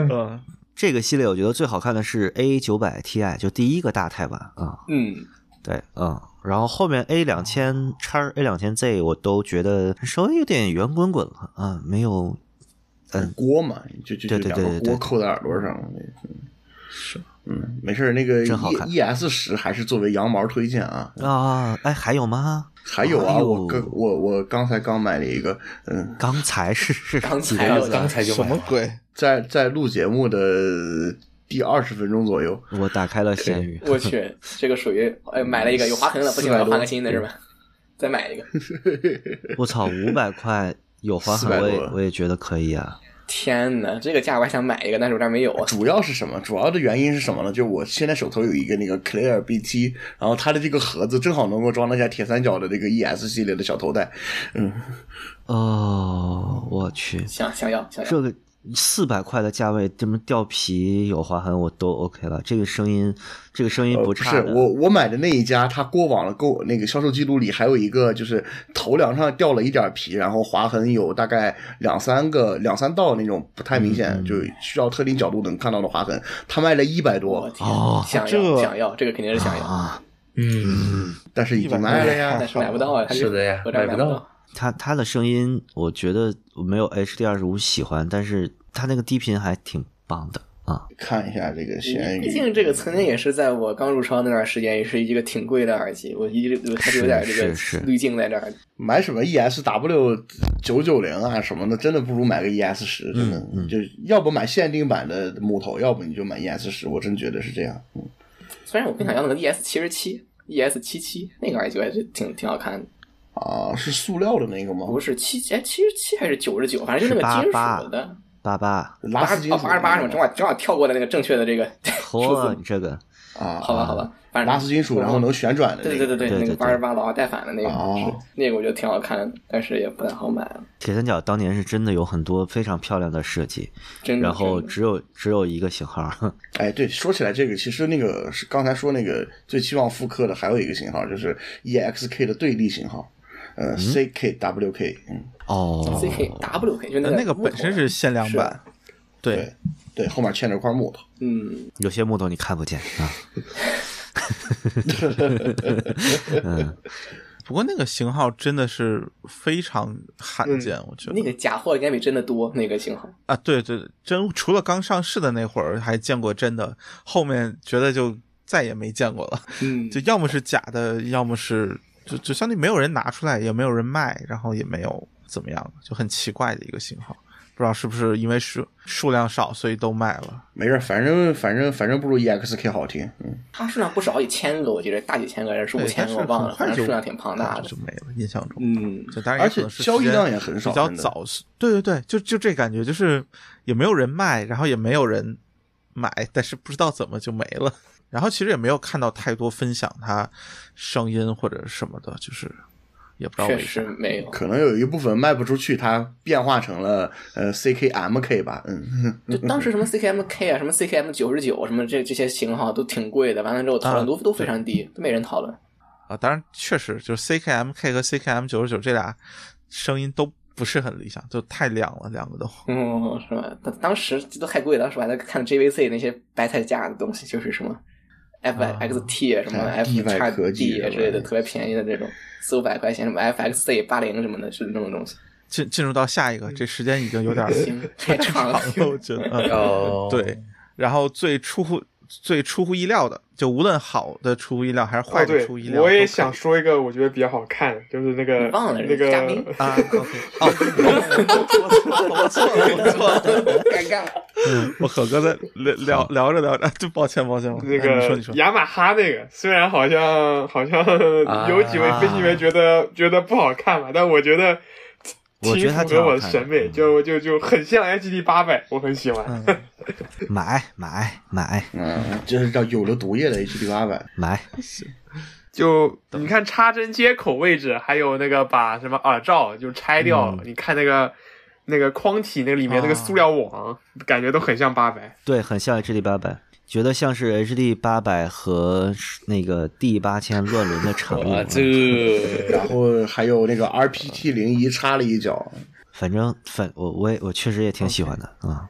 嗯，
这个系列我觉得最好看的是 A 九百 Ti，就第一个大钛版啊，
嗯，
对，嗯，然后后面 A 两千叉、A 两千 Z 我都觉得稍微有点圆滚滚了啊，没有， 嗯，
锅嘛，就就就
对对
两
对
个
对
锅扣在耳朵上。是，嗯，没事儿，那个
真好看
E S 十还是作为羊毛推荐啊。
啊，哎，还有吗？
还有啊，
哎呦
我刚我我刚才刚买了一个，嗯，
刚才是是
刚才
几个
哎
月
呦
前
刚才就
什
买
么
了。
鬼？
在在录节目的第二十分钟左右，
我打开了闲鱼，
我去，这个属于哎买了一个有划痕的，不行，我要换个新的是吧？再买一个，
我操，五百块有划痕，
400
我
多
也我也觉得可以啊，
天哪，这个价我还想买一个，但是我这儿没有啊。
主要是什么？主要的原因是什么呢？就我现在手头有一个那个 Clear BT，然后它的这个盒子正好能够装得下铁三角的这个 ES 系列的小头戴。嗯，
哦，我去，
想想要想要，
这个四百块的价位，这么掉皮有划痕我都 OK 了。这个声音，这个声音
呃不
差
是
的。
我我买的那一家，它过往的购那个销售记录里还有一个，就是头梁上掉了一点皮，然后划痕有大概两三个两三道那种不太明显，
嗯嗯
就需要特定角度能看到的划痕，它卖了一百
我
多，
天
哦，
想要
这
想要，这个肯定是想要，
啊，
嗯，
但是已经卖了呀。
但是买不到啊，它
是的呀
我这儿
买
买
不
不
到
到。
他他的声音，我觉得我没有 HD 二十五喜欢，但是他那个低频还挺棒的啊。
看一下这个闲
嗯
鱼，
毕竟这个曾经也是在我刚入超那段时间，也是一个挺贵的耳机，我一直它有点这
是是
个
是
滤镜在这儿。
买什么 ESW 九九零啊什么的，真的不如买个 ES 十，真的、
嗯
就要不买限定版的木头，要不你就买 ES 十，我真觉得是这样。嗯
虽然我更想要那个 ES 七十七、ES 七七那个耳机，我还是挺挺好看的。
啊，是塑料的那个吗？
不是七哎七十七还是九十九，反正就那个
是
金
88
属的，
八 八，
拉
八
丝金属的
八十八什么，
那
正
个吗
好正好跳过了那个正确的这个数
嚯，
字
你。这个
啊，
好吧好吧，反正
拉丝金属，然后能旋转的那
对
个。
对对
对
那
对
个
对
八十八老要带反的那个，
哦
是那个我觉得挺好看的，但是也不太好买了。
铁三角当年是真的有很多非常漂亮的设计，
嗯
真的
然后
真的
只有只有一个型号，
哎，对，说起来这个，其实那个是刚才说那个最期望复刻的，还有一个型号就是 EXK 的对立型号，
嗯
呃、CKWK，嗯，
哦
ZK W K 就
呃
那
那个本身是限量版，对
对对，后面嵌着块木头。
嗯，
有些木头你看不见啊。嗯，
不过那个型号真的是非常
嗯
罕见，我觉得
那个假货应该比真的多，那个型号。
啊，对对，真除了刚上市的那会儿还见过真的，后面觉得就再也没见过了，
嗯，
就要么是假的，要么是就就相当于没有人拿出来，也没有人卖，然后也没有怎么样，就很奇怪的一个型号。不知道是不是因为数数量少，所以都卖了。
没事儿，反正反正反正不如 EXK 好听。嗯，
它数量不少，一千个，我记得大几千个还是五
对，
千
但
个，我
是
忘了，
很
反
快
正
就
数量挺庞大的。
就没了。印象中，
嗯，
就当然也
而
可
且
能是
交
时
易
间
量也很少
比较
真的
早。对对对，就就这感觉，就是也没有人卖，然后也没有人买，但是不知道怎么就没了。然后其实也没有看到太多分享它声音或者什么的，就是也不知道
确
为啥
实。没
嗯
有。
可能有一部分卖不出去，它变化成了呃 CKMK 吧，嗯，
就当时什么 CKMK 啊，什么 CKM 九十九，什么这这些型号都挺贵的，完了之后讨论度都非常低，都没人讨论。
啊，当然确实就是 CKMK 和 CKM 九十九这俩声音都不是很理想，就太亮了，两个都。
嗯，是吧？当当时都太贵了，当时我还在看 JVC 那些白菜价的东西，就是什么 FXT 啊，什么
哎
F 叉
DY 科技
D 啊之类的，
什么的
特别便宜的这种，四五百块钱，什么 FXC 八零什么的，是那种东西。
进进入到下一个，这时间已经有点
行，太长了
长了。，我觉 得。嗯
哦
对，然后最出乎最出乎意料的，就无论好的出乎意料还是
哦，
坏
对
的出乎意，料，都
我
可
也
以
想说一个我觉得比较好看的，就是那个
你忘了人
那
家嘉宾
个
啊，OK，哦，我错了，我错了，
尴尬了。
嗯我和哥在聊聊聊着聊 着，就抱歉抱歉，抱歉
那
哎你说
个
你说，
雅马哈那个，虽然好像好像有几位飞行员觉得、觉得不好看嘛，但我觉得
我觉
挺
得它
符
挺
合
好
我的
看的
审美，就就就很像 SGD 八百，我很喜欢。
嗯，
买买买
嗯，这是叫有了毒液的 HD 八百，
买，
就你看插针接口位置，还有那个把什么耳罩就拆掉，你看那个那个框体那里面那个塑料网，感觉都很像八百。
对，很像 HD 八百，觉得像是 HD 八百和那个 D 八千乱伦的啊产物
哇，。这
然后还有那个 RPT 零一插了一脚，
反正反我我也我确实也挺喜欢的啊、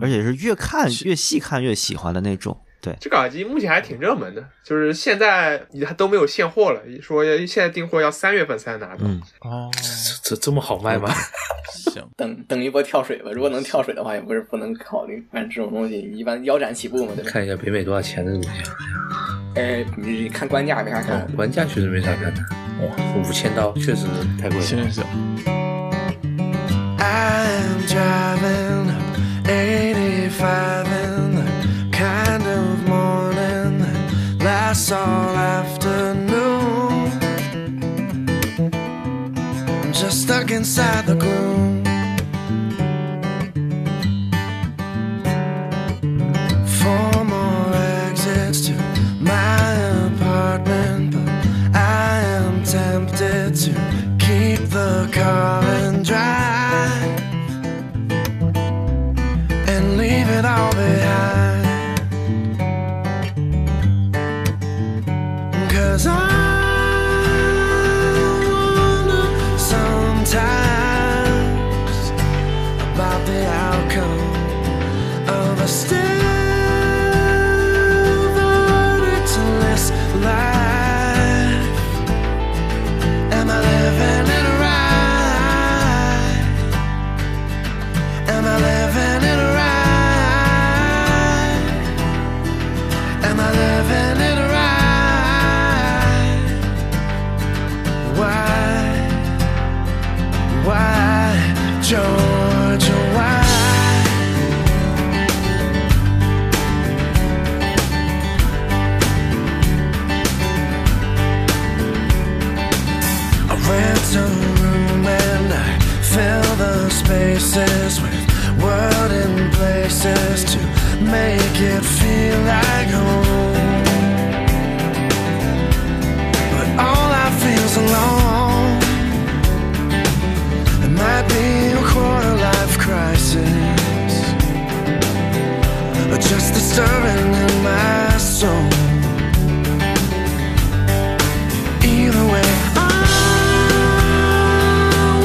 而且是越看越细看越喜欢的那种。对，
这个耳机目前还挺热门的，就是现在你还都没有现货了，说现在订货要三月份才能拿到。
嗯，
哦，
这这么好 卖吗？
行，
等等一波跳水吧，如果能跳水的话，也不是不能考虑。反正这种东西一般腰斩起步嘛，对吧？
看一下北美多少钱这个东西，
呃，你看官价没啥看。
哦玩家确实没啥看的。哇，五千刀确实太贵
行
了
行。行。
I'm driving 85 in the kind of morning that lasts all afternoon. I'm just stuck inside the gloom. Four more exits to my apartment, but I am tempted to keep the car and drive and leave it all behind. Cause I wonder sometimes about the outcome of a still verdictless life. Am I living it right? Am I living it right? Am I living it right? Why? Why, Georgia? Why? I rent a room and I fill the spaces with word and places to make it feel like home. But all I feel's alone. It might be a quarter life crisis, or just a stirring in my soul. Either way, I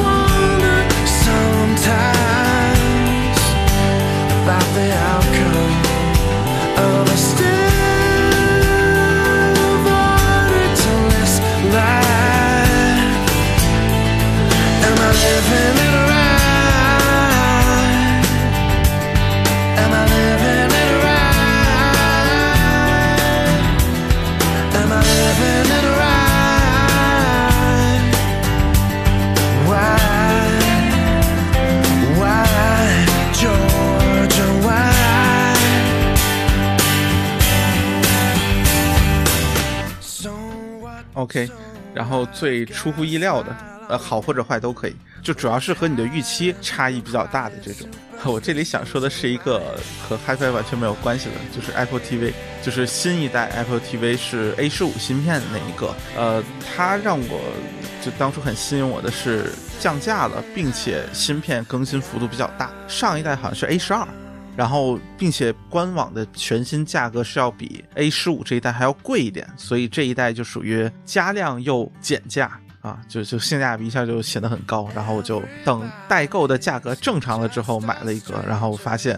wonder sometimes about the outcome of a still
OK，然后最出乎意料的，呃，好或者坏都可以，就主要是和你的预期差异比较大的这种。 我这里想说的是一个和 HiFi 完全没有关系的，就是 Apple TV，就是新一代 Apple TV 是 A 1 5芯片的那一个。呃，它让我就当初很吸引我的是降价了，并且芯片更新幅度比较大。上一代好像是 A 1 2然后并且官网的全新价格是要比 A 1 5这一代还要贵一点，所以这一代就属于加量又减价。啊，就就性价比一下就显得很高，然后我就等代购的价格正常了之后买了一个，然后发现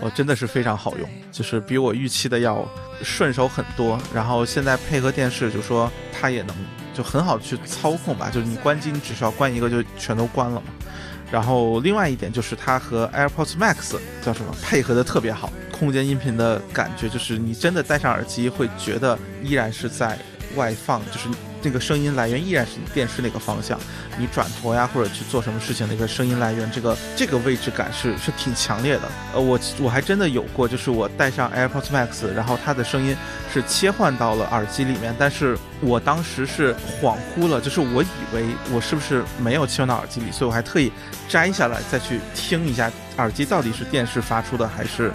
我真的是非常好用，就是比我预期的要顺手很多。然后现在配合电视，就说它也能就很好去操控吧，就是你关机，你只需要关一个就全都关了嘛。然后另外一点就是它和 AirPods Max 叫什么配合的特别好，空间音频的感觉就是你真的戴上耳机会觉得依然是在外放，就是那个声音来源依然是你电视那个方向，你转头呀或者去做什么事情的一个声音来源，这个这个位置感是是挺强烈的。呃，我我还真的有过，就是我戴上 AirPods Max，然后它的声音是切换到了耳机里面，但是我当时是恍惚了，就是我以为我是不是没有切换到耳机里，所以我还特意摘下来再去听一下耳机到底是电视发出的还是。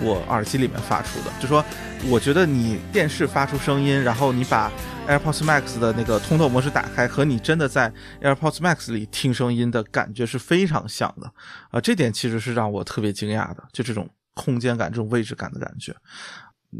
我耳机里面发出的，就说我觉得你电视发出声音，然后你把 AirPods Max 的那个通透模式打开，和你真的在 AirPods Max 里听声音的感觉是非常像的，啊、呃，这点其实是让我特别惊讶的，就这种空间感、这种位置感的感觉。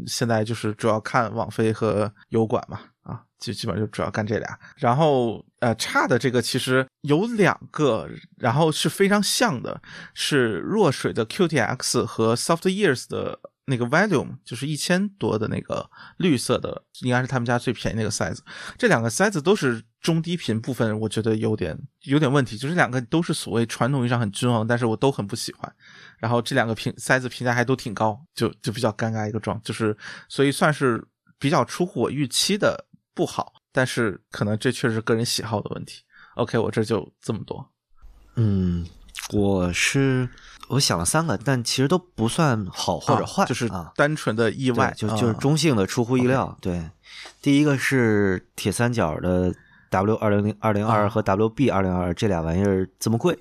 现在就是主要看网飞和油管嘛，啊，就基本上就主要干这俩。然后呃，差的这个其实有两个，然后是非常像的，是弱水的 QTX 和 Soft Ears 的那个 Volume，就是一千多的那个绿色的，应该是他们家最便宜那个塞子。这两个塞子都是中低频部分，我觉得有点有点问题，就是两个都是所谓传统意义上很均衡，但是我都很不喜欢。然后这两个评塞子评价还都挺高，就就比较尴尬一个状，就是所以算是比较出乎我预期的不好，但是可能这确实个人喜好的问题。OK，我这就这么多。
嗯，我是我想了三个，但其实都不算好或者坏，
啊就是
啊，
单纯的意外，
对就就是
啊
中性的，出乎意料。对，第一个是铁三角的 W 二零零二零
啊
二和 WB 二零二这俩玩意儿这么 贵，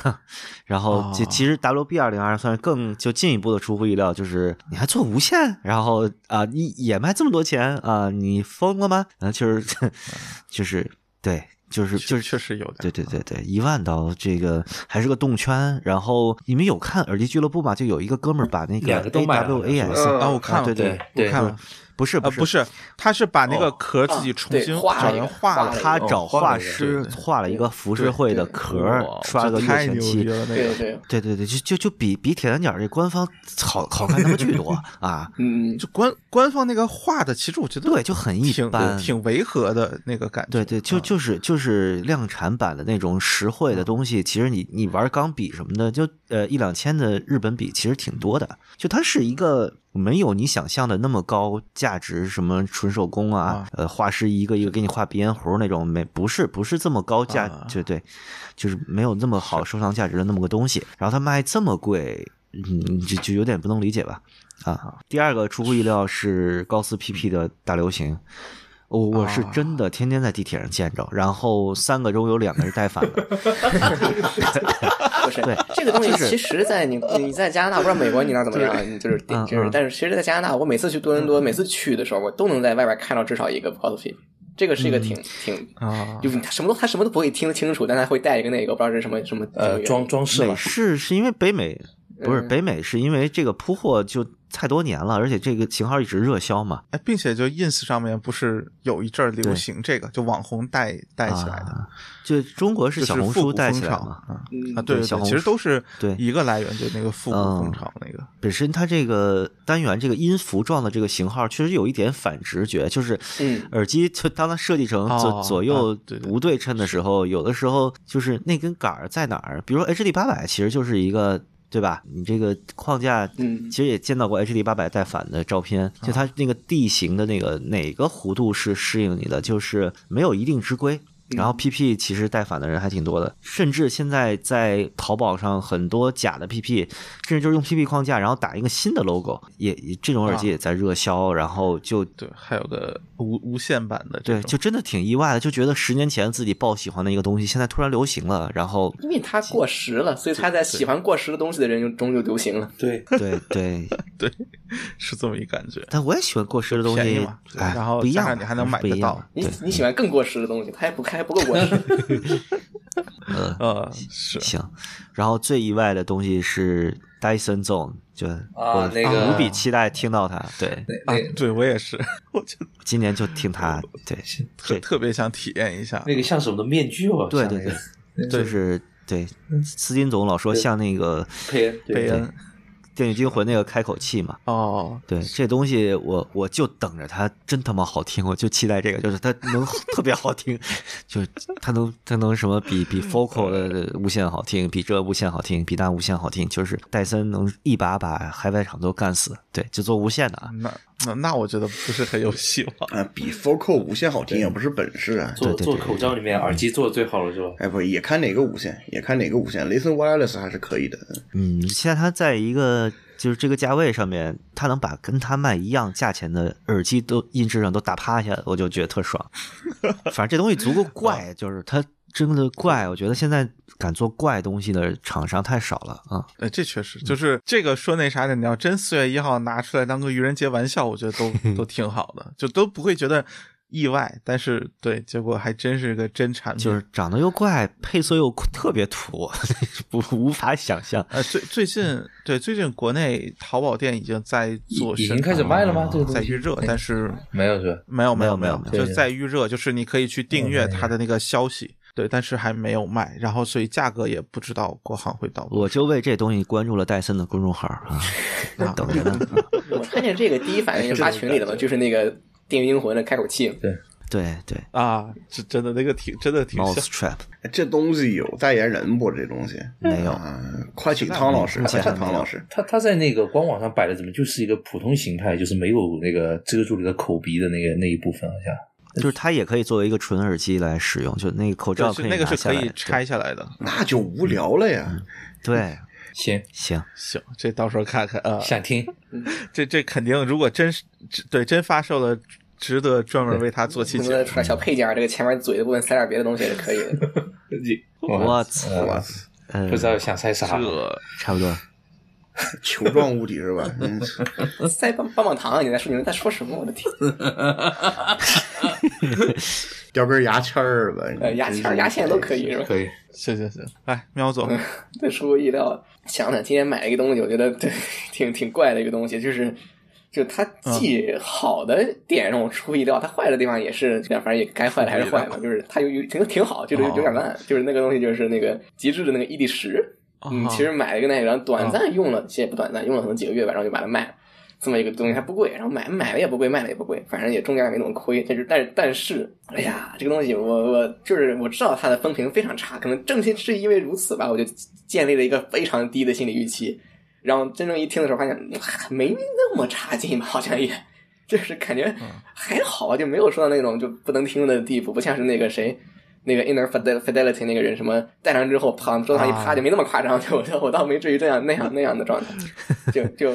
然后就
哦
其实 WB 二零二算是更就进一步的出乎意料，就是你还做无线，然后啊你也卖这么多钱啊，你疯了吗？啊，就是 就是对，就是
嗯确
就是
确实有点。
对对对对，一万刀这个还是个动圈。然后你们有看《耳机俱乐部》吗？就有一个哥们儿把那个
两个都卖了
AWAS
嗯
啊，我看
啊对
了，
对
我
对
看了，
不是
啊，
不
不是，他是把那个壳自己重新
哦啊对
找人
画了
了
一个，
他找画
对
师
对对
画了一个浮世绘的壳儿
对对，
刷了个
这
月
太
神
牛
器
逼。了那
对
个。
对，
对对对，就就就比比铁三角这官方好好看他妈巨多啊！
嗯，
就官官方那个画的，其实我觉得
对，就很一
挺
般，
挺违和的那个感觉。
对对，就
嗯
就是就是量产版的那种实惠的东西，其实你你玩钢笔什么的，就呃一两千的日本笔其实挺多的。就它是一个没有你想象的那么高价值，什么纯手工啊
啊，
呃画师一个一个给你画鼻烟壶那种，没不是不是这么高价，
啊
就对，就是没有那么好收藏价值的那么个东西。然后它卖这么贵，嗯，就就有点不能理解吧。啊，第二个出乎意料是高斯 PP 的大流行，我我是
啊
真的天天在地铁上见着，然后三个中有两个是带反的，
不是
对
这个东西
就，是
其实，在你你在加拿大，我不知道美国你那怎么样，你就是
嗯
就是
嗯，
但是其实，在加拿大，我每次去多伦多，每次去的时候，我都能在外边看到至少一个 p o s i t i v 这个是
嗯
一个挺挺，
啊，
就是他什么都他什么都不会听得清楚，但他会带一个那个，我不知道是什么什么
呃，装装饰
美
吧，
式是因为北美
呃
不是
嗯
北美是因为这个铺货就太多年了，而且这个型号一直热销嘛，
哎，并且就 ins 上面不是有一阵儿流行这个，就网红带带起来的，
啊就中国是
就是
小红
复
书
古
带
风
起来
潮
嘛，
啊
嗯
啊，对
对小
对，
红
其实都是
对
一个来源，就那个复古风
嗯
潮那个，
本身它这个单元这个音符状的这个型号确实有一点反直觉，就是
嗯
耳机就当它设计成左
哦
左右
啊对对
不对称的时候，有的时候就是那根杆儿在哪儿，比如说 HD 八百其实就是一个。对吧？你这个框架，
嗯
其实也见到过 HD 八百带反的照片，就它那个地形的那个哪个弧度是适应你的，就是没有一定之规。然后 PP 其实代反的人还挺多的，甚至现在在淘宝上很多假的 PP，甚至就是用 PP 框架，然后打一个新的 logo，也也这种耳机也在热销，然后就
对，还有个无无线版的这
对，
种，
就真的挺意外的，就觉得十年前自己爆喜欢的一个东西，现在突然流行了，然后
因为它过时了，所以它在喜欢过时的东西的人中就流行了。
对，
对对，
是这么一感觉。
但我也喜欢过时的东
便宜
西
嘛，
哎，
然后
不一
加
样，
上你还能买
不
得
一样
到
你你喜欢更过时的东西，它还不它还不够过 时。
呃，
呃，是
行，然后最意外的东西是 Dyson Zone，就我
啊那个
无比期待听到它。对，
啊，对我也是，我就
今年就听它。对，
特
对
特别想体验一下。
那个像什么的面具吧？
对
像
对
那个
对，就是对。
嗯
斯金总老说像那个
佩恩，对
贝恩
《电锯惊魂》那个开口器嘛。
哦，
对，这东西我我就等着它真他妈好听，我就期待这个，就是它能 特别好听，就是它能它能什么比比 Focal 的无线好听，比这无线好听，比那无线好听，就是戴森能一把把海外厂都干死。对，就做无线的啊。
那那那我觉得不是很有希望。
啊，比 Focal 无线好听也不是本事啊。
做
对对
做
对
口罩里面耳机做的最好了是吧？
哎，不也看哪个无线，也看哪个无线。雷森 Wireless 还是可以的，
嗯，现在它在一个就是这个价位上面，它能把跟它卖一样价钱的耳机都音质上都打趴下，我就觉得特爽。 反正这东西足够怪，就是它真的怪。我觉得现在敢做怪东西的厂商太少了啊、
哎，这确实就是这个说那啥的，你要真四月一号拿出来当个愚人节玩笑，我觉得都都挺好的，就都不会觉得意外。但是对，结果还真是个真产品。
就是长得又怪，配色又特别土， 不无法想象。
呃，最最近对最近国内淘宝店已经在做
已已
宣
经开始
传
卖
了
了吗？这个东
在
西
预热，但是
没有是吧？
没有
没有
没有
没有
没有
就在预热，就是你可以去订阅它的那个消息，对，但是还没有卖，然后所以价格也不知道国行会到。
我就为这东西关注了戴森的公众号 啊，等着呢。
我看见这个第一
哎
反应是发群里的嘛，就是那个《电锯惊魂》的开口器，
对对
啊，这真的那个挺真的挺像
，Mouse Trap
哎这东西有代言人不？这东西
嗯没有。嗯
啊，快请汤老师，
目前
快
还
请汤老师。
它它在那个官网上摆的怎么就是一个普通形态，就是没有那个遮住你的口鼻的那个那一部分好像。
就是它也可以作为一个纯耳机来使用，就那个口罩
对，
可
是
以
那个
拿
是
下
可
来
以拆下来的。
那就无聊了呀！
对，
行，
行，
行，这到时候看看啊，
想听
这这肯定，如果真是只对真发售了，值得专门为它做期
能
节
不能
目。
出点小配件儿？这个前面嘴的部分塞点别的东西也是可以的。
我哎操，
哇
呃，
塞，
嗯
不知道想猜啥。
这
差不多，
球状物体是吧？嗯
塞棒棒棒糖，你在说你们在说什么？我的天！
叼根牙签儿吧，
呃，牙签儿、牙线都可以是吧？
可以，
行行行，来哎喵总，
这出乎意料。想想今天买了一个东西，我觉得对，挺挺怪的一个东西，就是就它既好的点让我出乎意料，它坏的地方也是，反正也该坏的还是哦坏嘛。就是它由于挺挺好，就是有点烂，就是那个东西就是那个极致的那个 ED 十。
啊
嗯，其实买了一个那个，然后短暂用了，其实也不短暂，用了可能几个月吧，然后就把它卖了。这么一个东西还不贵，然后买买了也不贵，卖了也不贵，反正也中间也没怎么亏。但是但是但是，哎呀，这个东西我我就是我知道它的风评非常差，可能正是是因为如此吧，我就建立了一个非常低的心理预期。然后真正一听的时候，发现哇没那么差劲吧，好像也就是感觉还好，啊就没有说到那种就不能听的地步，不像是那个谁。那个 Inner Fidel- Fidelity 那个人什么戴上之后，啪，桌子上一趴就没那么夸张，就我我倒没至于这样那样那样的状态，就就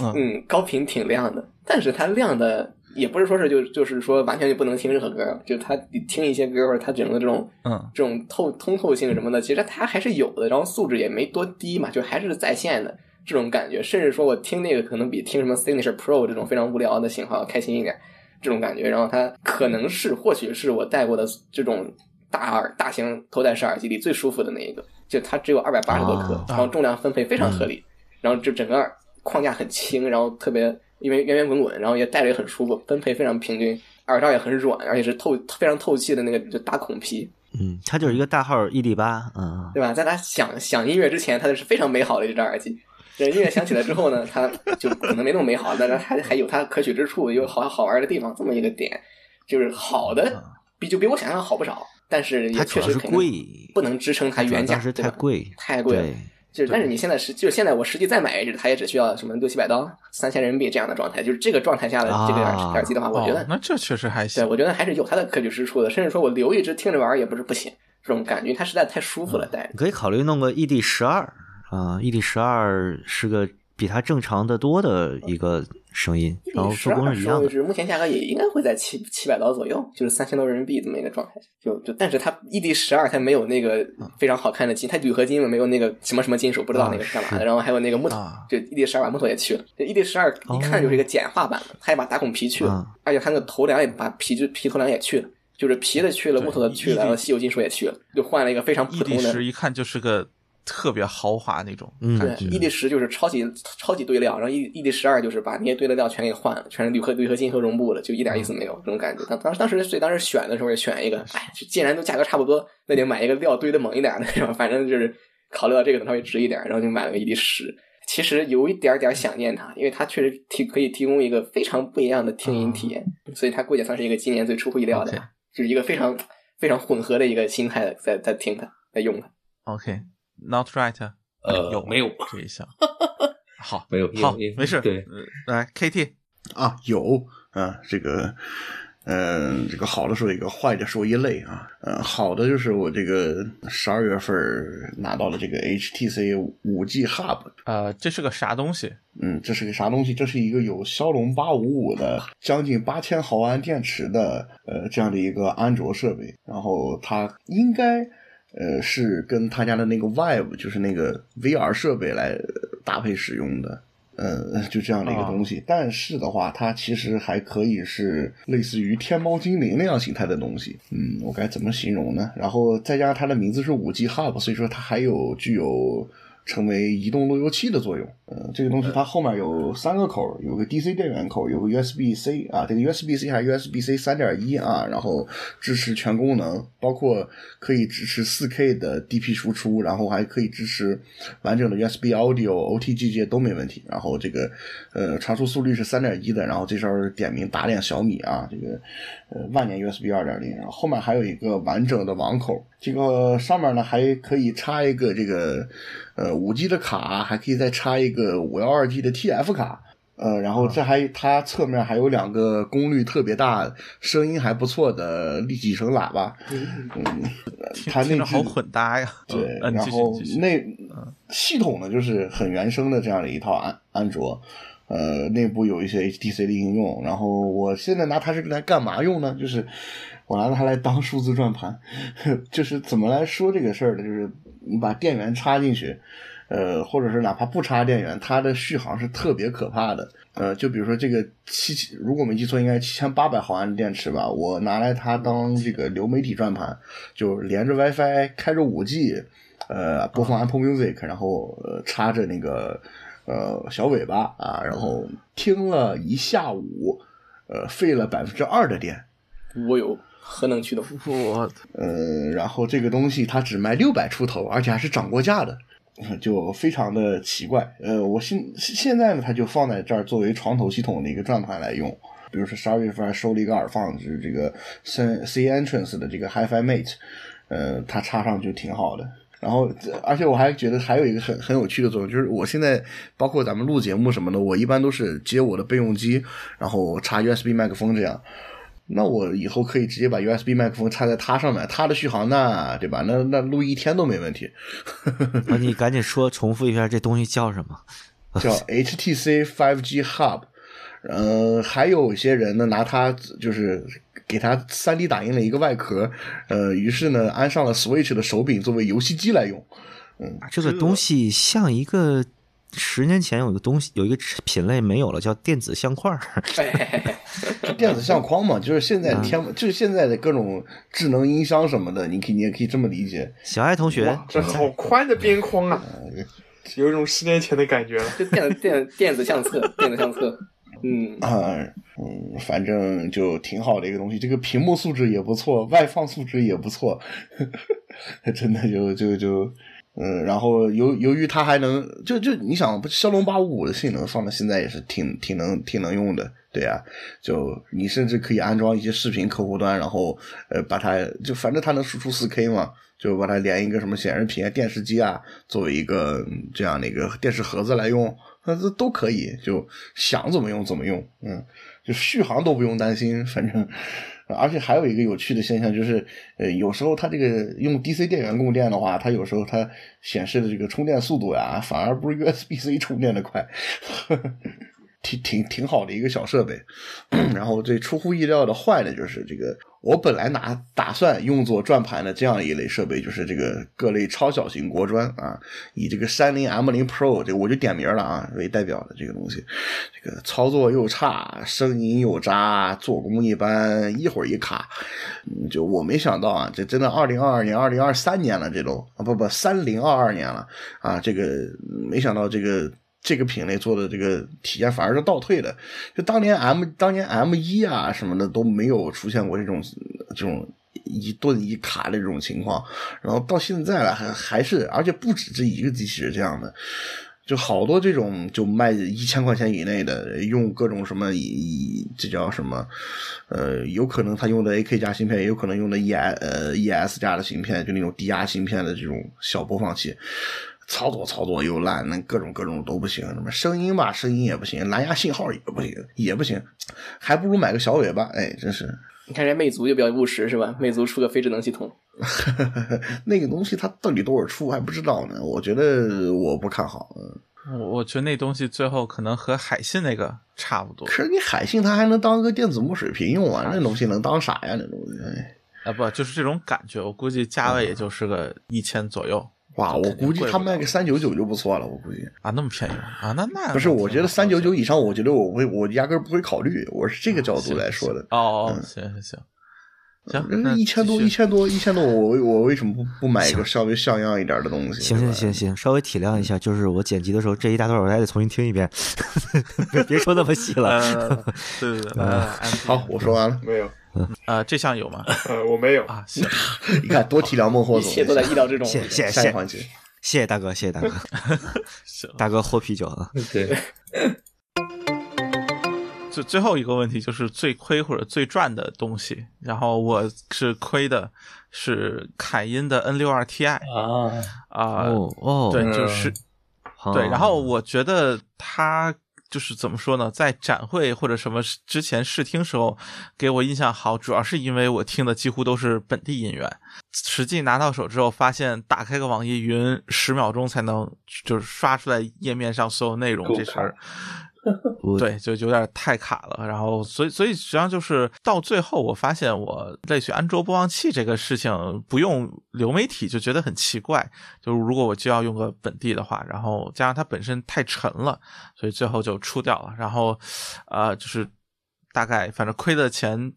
嗯，高频挺亮的，但是它亮的也不是说是就就是说完全就不能听任何歌，就它听一些歌或者它整个这种
嗯
这种透通透性什么的，其实它还是有的，然后素质也没多低嘛，就还是在线的这种感觉，甚至说我听那个可能比听什么 Signature Pro 这种非常无聊的型号要开心一点，这种感觉。然后它可能是或许是我戴过的这种大耳大型头戴式耳机里最舒服的那一个，就它只有二百八十多克
哦，
然后重量分配非常合理，然后就整个框架很轻，然后特别因为圆圆滚滚，然后也戴着也很舒服，分配非常平均，耳罩也很软，而且是透非常透气的那个就大孔皮，
嗯，它就是一个大号 ED 八，嗯，
对吧？在它响响音乐之前，它就是非常美好的一只耳机。这音乐响起来之后呢， 它就可能没那么美好，但是还还有它可取之处，有好好玩的地方，这么一个点，就是好的比就比我想象好不少，但是
嗯它
也
主
确
要
实
是
肯定
贵，
不能支撑它
嗯它主要
原价，
当时
对
太
吧
贵，
太贵了
对。，
就是但是你现在实就是现在我实际再买一只，它也只需要什么六七百刀、三千人民币这样的状态，就是这个状态下的这个
啊
耳耳机的话，我觉
哦
得
那这确实还
对
行。
我觉得还是有它的可取之处的，甚至说我留一只听着玩儿也不是不行，这种感觉它实在太舒服了，戴着
你。可以考虑弄个 ED 十二啊，ED 十二是个比它正常的多的一个声音，然后做工是一样的。
是啊目前价格也应该会在七七百刀左右，就是三千多人民币这么一个状态。就就，但是它 ED 十二它没有那个
嗯
非常好看的金，它铝合金嘛，没有那个什么什么金属，不知
啊
道那个是干嘛的。然后还有那个木头
啊，
就 ED 十二把木头也去了。这 ED 十二一看就是一个简化版的，它也把打孔皮去了
哦啊，
而且它那个头梁也把皮就皮头梁也去了。就是皮的去了，
对
木头的去了，
ED
然后稀有金属也去了，就换了一个非常普
ED
通的
十一看就是个特别豪华那种
嗯
感觉，
对，ED 十就是超级超级堆料，然后 E ED 十二就是把那些堆的料全给换了，全是铝合铝合金和绒布的，就一点意思没有这种感觉。当当时当时所以当时选的时候也选一个，哎，就既然都价格差不多，那就买一个料堆的猛一点的，是吧？反正就是考虑到这个稍微值一点，然后就买了个 ED 十。其实有一点点想念它，因为它确实提可以提供一个非常不一样的听音体验，所以它估计也算是一个今年最出乎意料的
OK
就是一个非常非常混合的一个心态在在听它，在用它。
OK，Not Right，哎
呃
有吗
没有
这一项，好，
没有
好
因为，
没事，
对
呃，来 KT，
啊，有啊，这个，嗯、这个好的说一个，坏的说一类啊。呃，好的就是我这个十二月份儿拿到了这个 HTC 五 G Hub，
呃，这是个啥东西？
嗯，这是个啥东西？这是一个有骁龙八五五的将近八千毫安电池的呃这样的一个安卓设备，然后它应该呃是跟他家的那个 Vive 就是那个 VR 设备来呃搭配使用的。呃，就这样的一个东西，但是的话，它其实还可以是类似于天猫精灵那样形态的东西。嗯，我该怎么形容呢？然后再加上它的名字是五 G Hub，所以说它还有具有成为移动路由器的作用。嗯，这个东西它后面有三个口儿，有个 DC 电源口儿，有个 USB C 啊，这个 USB C 还是 USB C 三点一啊，然后支持全功能，包括可以支持 4K 的 DP 输出，然后还可以支持完整的 USB Audio、OTG 这些都没问题。然后这个呃传输速率是三点一的，然后这招儿点名打脸小米啊，这个呃万年 USB 二点零，然后后面还有一个完整的网口，这个上面呢还可以插一个这个呃五 G 的卡，还可以再插一个五幺二 G 的 TF 卡。呃，然后这还它侧面还有两个功率特别大、声音还不错的立体声喇叭，嗯，
听
它那
听着
只
好混搭呀。
对，
嗯，
然
继续
后
继续。
那系统呢，就是很原生的这样的一套安安卓，呃，内部有一些 HTC 的应用。然后我现在拿它是来干嘛用呢？就是我拿它来当数字转盘，就是怎么来说这个事儿呢？就是你把电源插进去，呃，或者是哪怕不插电源，它的续航是特别可怕的。呃，就比如说这个七，如果我没记错，应该是七千八百毫安的电池吧，我拿来它当这个流媒体转盘，就连着 WiFi，开着五 G，呃，播放 Apple Music，然后呃插着那个呃小尾巴啊，然后听了一下午，呃，费了百分之二的电，
我有何能驱动？
我
呃，然后这个东西它只卖六百出头，而且还是涨过价的，嗯就非常的奇怪。呃，我现现现在呢，它就放在这儿作为床头系统的一个转盘来用。比如说十二月份还收了一个耳放，就是这个 C C Entrance 的这个 HiFi Mate，呃，它插上就挺好的。然后，这而且我还觉得还有一个很很有趣的作用，就是我现在包括咱们录节目什么的，我一般都是接我的备用机，然后插 USB 麦克风这样。那我以后可以直接把 USB 麦克风插在它上面，它的续航那对吧？那那录一天都没问题。
啊，你赶紧说，重复一下这东西叫什么？
叫 HTC 5G Hub，呃，还有一些人呢拿它就是给它 3D 打印了一个外壳，呃，于是呢安上了 Switch 的手柄作为游戏机来用。
这个东西像一个十年前有一个东西，有一个品类没有了，叫电子相框。
就电子相框嘛，就是现在天，就是现在的各种智能音箱什么的，你可以你也可以这么理解。
小爱同学，
这好宽的边框啊，有一种十年前的感觉了。
就电子电子电子相册，电子相册，嗯，
啊，嗯，反正就挺好的一个东西，这个屏幕素质也不错，外放素质也不错， 真的就就就，嗯，然后由由于它还能就就你想，骁龙八五五的性能放到现在也是挺挺能挺能用的，对啊，就你甚至可以安装一些视频客户端，然后呃把它就反正它能输出四 K 嘛，就把它连一个什么显示屏啊、电视机啊，作为一个嗯这样的一个电视盒子来用，那这都可以，就想怎么用怎么用，嗯，就续航都不用担心，反正。而且还有一个有趣的现象就是，呃，有时候它这个用 DC 电源供电的话，它有时候它显示的这个充电速度呀，反而不是 USB-C 充电的快， 挺挺挺好的一个小设备。 然后这出乎意料的坏的就是这个，我本来拿打算用作转盘的这样一类设备，就是这个各类超小型国专啊，以这个山林 M 零 Pro 这个我就点名了啊为代表的这个东西，这个操作又差，声音又渣，做工一般，一会儿一卡，嗯，就我没想到啊，这真的二零二二年、二零二三年了，这都啊不不三零二二年了啊，这个没想到这个。这个品类做的这个体验反而是倒退的，就当年 M 当年 M 一啊什么的都没有出现过这种这种一顿一卡的这种情况，然后到现在了还还是，而且不止这一个机器是这样的，就好多这种就卖一千块钱以内的，用各种什么以以这叫什么，呃，有可能他用的 AK 加芯片，也有可能用的 E S 呃 E S 加的芯片，就那种低压芯片的这种小播放器，操作操作又烂，那各种各种都不行，什么声音吧，声音也不行，蓝牙信号也不行，也不行，还不如买个小尾巴，哎，真是。
你看人家魅族就比较务实是吧？魅族出个非智能系统，
那个东西它到底多少出还不知道呢，我觉得我不看好。嗯
我我觉得那东西最后可能和海信那个差不多
可是你海信它还能当个电子墨水屏用啊？那东西能当啥呀？那东西，哎
啊，不就是这种感觉。我估计价位也就是个一千左右
哇！我估计
贵不
它
了
卖个三九九就不错了，我估计。
啊，那么便宜吗啊？那那
不是，我觉得三九九以
上
上，我觉得我会，我压根儿不会考虑，我是这
啊
个角度来说的。嗯呃
哦，哦行行行行，那
一千多，
继
一
续
千多，一千多，我为我为什么不不买一个稍微像样一点的东西？
行
对
行
吧
行，行，稍微体谅一下，就是我剪辑的时候这一大段我还得重新听一遍， 别别说那么细
呃
了。，
对对对，呃
嗯好，我说完了。
没有，
呃，这项有吗？
呃，我没有。
啊， 行，
你看，多体谅孟 获
一
总。
切都在意料之中。
谢谢
下一
谢
环节，
谢谢大哥，谢谢大 哥，
行。
大哥喝啤酒啊。
对，
最最后一个问题就是最亏或者最赚的东西，然后我是亏的是凯因的 N 六二 TI
啊，
啊、
哦哦，
对，
嗯
就是、
好
对，然后我觉得它就是怎么说呢，在展会或者什么之前试听时候，给我印象好，主要是因为我听的几乎都是本地音源，实际拿到手之后，发现打开个网易云十秒钟才能就是刷出来页面上所有内容
够
这事儿。
我
对，就就有点太卡了。然后，所以所以实际上就是到最后，我发现我类似于安卓播放器这个事情，不用流媒体就觉得很奇怪。就是如果我就要用个本地的话，然后加上它本身太沉了，所以最后就出掉了。然后，呃，就是大概反正亏的钱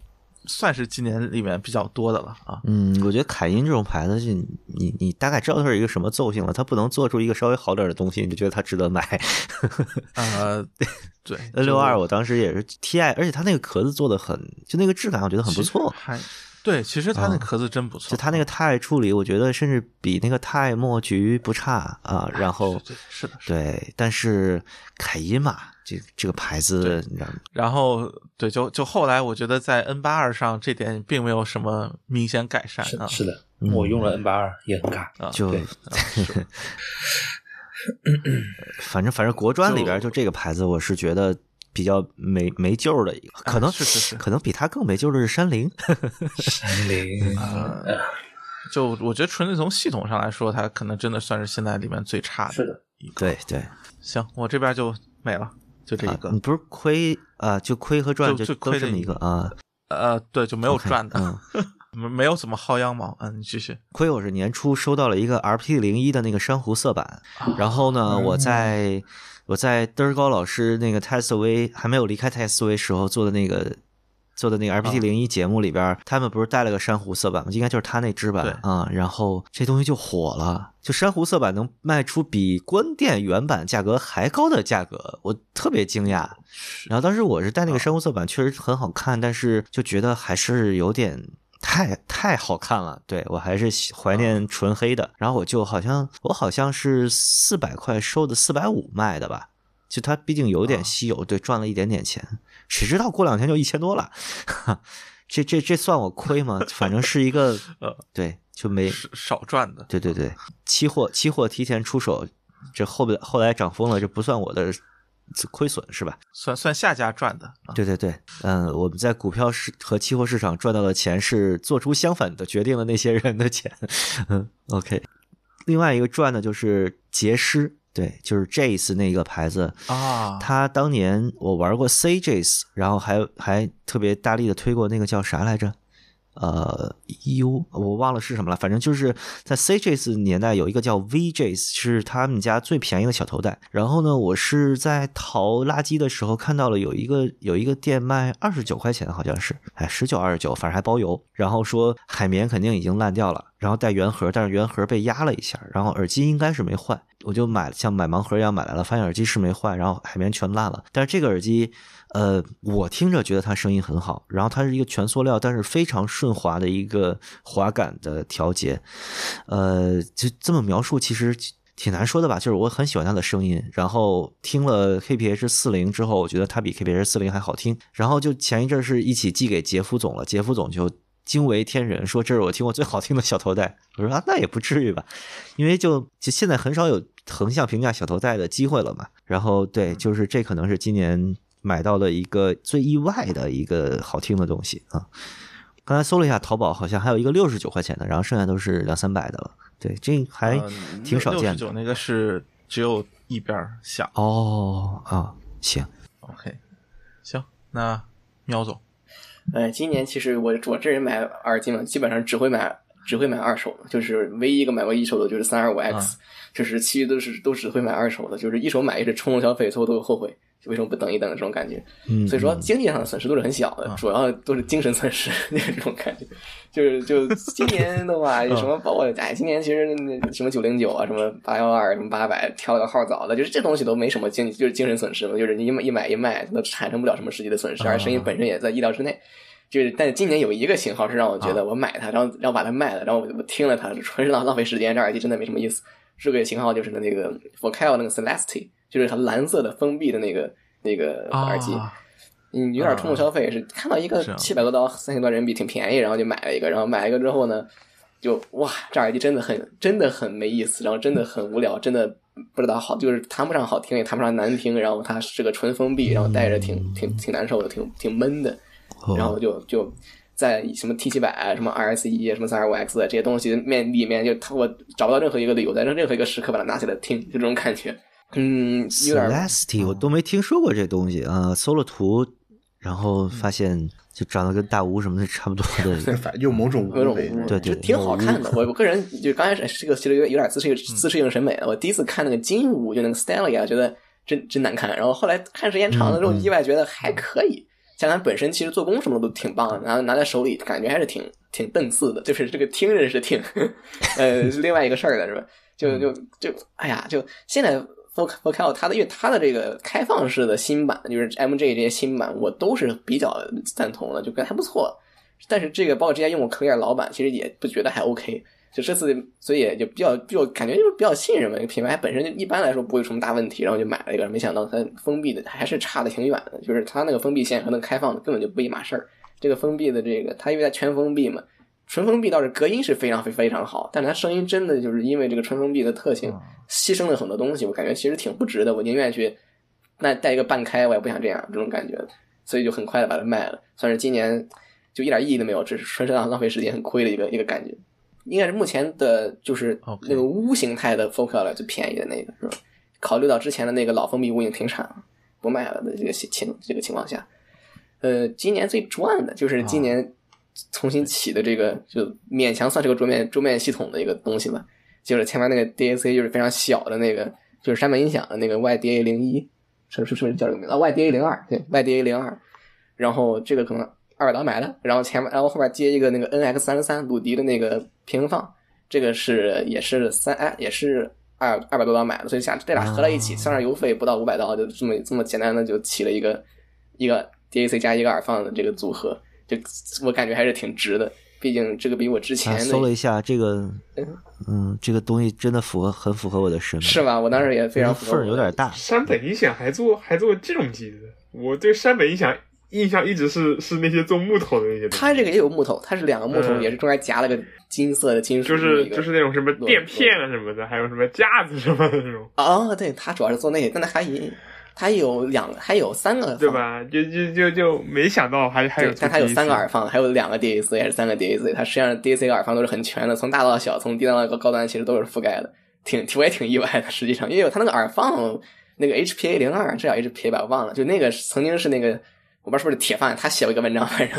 算是今年里面比较多的了啊。
嗯，我觉得凯因这种牌子，就你你大概知道它是一个什么奏性了，它不能做出一个稍微好点的东西，你就觉得它值得买。
呃，对
N 六
就
二我当时也是 TI，而且它那个壳子做的很，就那个质感我觉得很不错。
还对，其实它那
啊
壳子真不错，
就它那个钛处理，我觉得甚至比那个钛墨菊不差啊。然后
是是的，
对，但是凯因嘛，这这个牌子，你知道吗？
然后对，就就后来我觉得在 N 八二上这点并没有什么明显改善
是
啊。
是的，
嗯
我用了 N 八二也很卡，
啊，
就
对啊是
反正反正国专里边
就
就这个牌子，我是觉得比较没没救儿的一个，可能、
啊是是是
可能比它更没救儿的是山林。
三零
啊就我觉得纯粹从系统上来说，它可能真的算是现在里面最差的。
是的，
对对，
行，我这边就没了，就这一个
啊、你。不是亏啊、就亏和赚
就最
都
亏
这
的
么
一
一个啊，
呃，对，就没有
OK，
赚的，
嗯
没没有怎么薅羊毛。嗯，你继续。
亏我是年初收到了一个 RP 零一的那个珊瑚色板，然后呢，我在我在嘚儿高老师那个 Testway 还没有离开 Testway 时候做的那个。做的那个 RPT 零一节目里边儿，他们不是带了个珊瑚色板吗？应该就是他那只版
对
啊、然后这东西就火了，就珊瑚色板能卖出比官店原版价格还高的价格，我特别惊讶。然后当时我是戴那个珊瑚色板，确实很好看，但是就觉得还是有点太太好看了。对我还是喜怀念纯黑的。然后我就好像我好像是四百块收的，四百五卖的吧。就它毕竟有点稀有，对，赚了一点点钱。谁知道过两天 就一千多了，这这这算我亏吗？反正是一个
呃，
对，就没
少少赚的。
对对对，期货期货提前出手，这后边后来涨疯了，这不算我的亏损是吧？
算算下家赚的啊。
对对对，嗯，我们在股票市和期货市场赚到的钱是做出相反的决定的那些人的钱。嗯，OK。另外一个赚的就是杰师，对，就是 Jace 那个牌子
啊
他当年我玩过 C Jace，然后还还特别大力的推过那个叫啥来着？呃，U 我忘了是什么了，反正就是在 C Jace 年代有一个叫 V Jace，是他们家最便宜的小头戴。然后呢，我是在淘垃圾的时候看到了有一个有一个店卖二十九块钱，好像是，哎，十九二十九，反正还包邮。然后说海绵肯定已经烂掉了，然后带圆盒，但是圆盒被压了一下，然后耳机应该是没换，我就买像买盲盒一样买来了，发现耳机是没换，然后海绵全烂了。但是这个耳机。呃，我听着觉得它声音很好，然后它是一个全塑料，但是非常顺滑的一个滑感的调节，呃，就这么描述其实挺难说的吧，就是我很喜欢它的声音，然后听了 KPH 四零之后，我觉得它比 KPH 四零还好听，然后就前一阵是一起寄给杰夫总了，杰夫总就。惊为天人，说这是我听过最好听的小头戴。我说啊，那也不至于吧，因为就就现在很少有横向评价小头戴的机会了嘛。然后对，
嗯
就是这可能是今年买到了一个最意外的一个好听的东西啊！刚才搜了一下淘宝，好像还有一个六十九块钱的，然后剩下都是两三百的了。对，这还
呃
挺少见的。
九那个是只有一边儿响。
哦啊，行，
OK，行，那喵总
呃，今年其实我我这人买耳机嘛，基本上只会买只会买二手的，就是唯一一个买过一手的，就是三
啊
二五 X，就是其余都是都只会买二手的，就是一手买一直冲动消费，最后都后悔，为什么不等一等这种感觉。
嗯，啊
所以说经济上的损失都是很小的，主要都是精神损失 就是这种感觉。就是就今年的
啊
话，有什么包括哎，今年其实那什么九零九啊，什么八幺二，什么八百，挑个号早的，就是这东西都没什么经济，就是精神损失嘛，就是你一买一买一卖，它都产生不了什么实际的损失，
啊
而生意本身也在意料之内。就是，但是今年有一个型号是让我觉
啊
得我买它，然后然后把它卖了，然后我我听了它，纯是浪浪费时间，这耳机真的没什么意思。这个型号就是那个 f o c a l 那个 Celeste，就是它蓝色的封闭的那个那个耳机。
啊
你有点冲动消费，是看到一个
是啊
七百多刀、三千多人民币挺便宜，然后就买了一个，然后买了一个之后呢，就哇，这耳机真的很真的很没意思，然后真的很无聊，真的不知道好，就是谈不上好听，也谈不上难听，然后它是个纯封闭，然后戴着
嗯
挺挺挺难受的，挺挺闷的，
哦
哦
然后就就。在什么 T 七百、啊什么 RS 一、什么三二五 X 这些东西面里面，就它我找不到任何一个理由，在任何一个时刻把它拿起来听，就这种感觉。嗯，有点嗯
Celeste 我都没听说过这东西啊，搜了图，然后
嗯
发现就长得跟大吴什么的差不多 的
反正有某种
有
无
种
为。
嗯
对
就
对
挺好看的。我我个人就刚开始这个其实有有点自适应自适应审美的。我第一次看那个金舞，就那个 Stanley 啊，觉得真真难看。然后后来看时间长了之后，意外觉得还可以。像它本身其实做工什么的都挺棒的，然后拿在手里感觉还是挺挺邓刺的，就是这个听着是挺，呃，是另外一个事儿了，是吧？就就就，哎呀，就现在 f o c f o c a l 它的，因为它的这个开放式的新版，就是 MJ 这些新版，我都是比较赞同的，就跟还不错。但是这个包括之前用过 Clear 老板，其实也不觉得还 OK。就这次，所以也就比较比较感觉就是比较信任吧，品牌本身就一般来说不会有什么大问题，然后就买了一个，没想到它封闭的还是差的挺远的，就是它那个封闭线和那个开放的根本就不一码事儿。这个封闭的这个，它因为它全封闭嘛，纯封闭倒是隔音是非常非非常好，但是它声音真的就是因为这个纯封闭的特性，牺牲了很多东西，我感觉其实挺不值的，我宁愿去那带一个半开，我也不想这样这种感觉，所以就很快的把它卖了，算是今年就一点意义都没有，只是纯是浪浪费时间、很亏的一个一个感觉。应该是目前的，就是那个屋形态的 Focal 了最便宜的那个，是吧？考虑到之前的那个老封闭屋已经停产了，不卖了的这个情情这个情况下，呃，今年最赚的就是今年重新起的这个，就勉强算是个桌面桌面系统的一个东西吧。就是前面那个 DAC 就是非常小的那个，就是山本音响的那个 YDA 零一，是是是不是叫这个名字啊？YDA 零二，对，YDA 零二。然后这个可能二百刀买的，然后前面然后后边接一个那个 NX 三十三鲁迪的那个平衡放，这个是也是三哎也是二二百多刀买的，所以下这俩合在一
啊
起，算上邮费不到五百刀，就这么这么简单的就起了一个一个 DAC 加一个耳放的这个组合，就我感觉还是挺值的，毕竟这个比我之前
啊，
的、
搜了一下这个，嗯，这个东西真的符合很符合我的审美，
是吧？我当时也非常
缝儿有点大，
山本音响还做还做这种机子，我对山本音响印象一直是是那些做木头的那些东西。
它这个也有木头，它是两个木头，
嗯
也是中间夹了个金色的金属
就
的一个，
是就是那种什么垫片啊什么的，还有什么架子什么的那种，
啊，对，它主要是做那个，但它还也它有两还有三个
对
放？
吧？就就就就没想到还还有
对，
做
但它有
DAC
三个耳放，还有两个 DAC，还是三个 DAC，它实际上 DAC 耳放都是很全的，从大到小，从低端到高端，其实都是覆盖的，挺我也挺意外的，实际上，因为它那个耳放那个 HPA 零二，啊这叫 HPA 吧，忘了，就那个曾经是那个。我不知道是不是铁饭，他写过一个文章，反正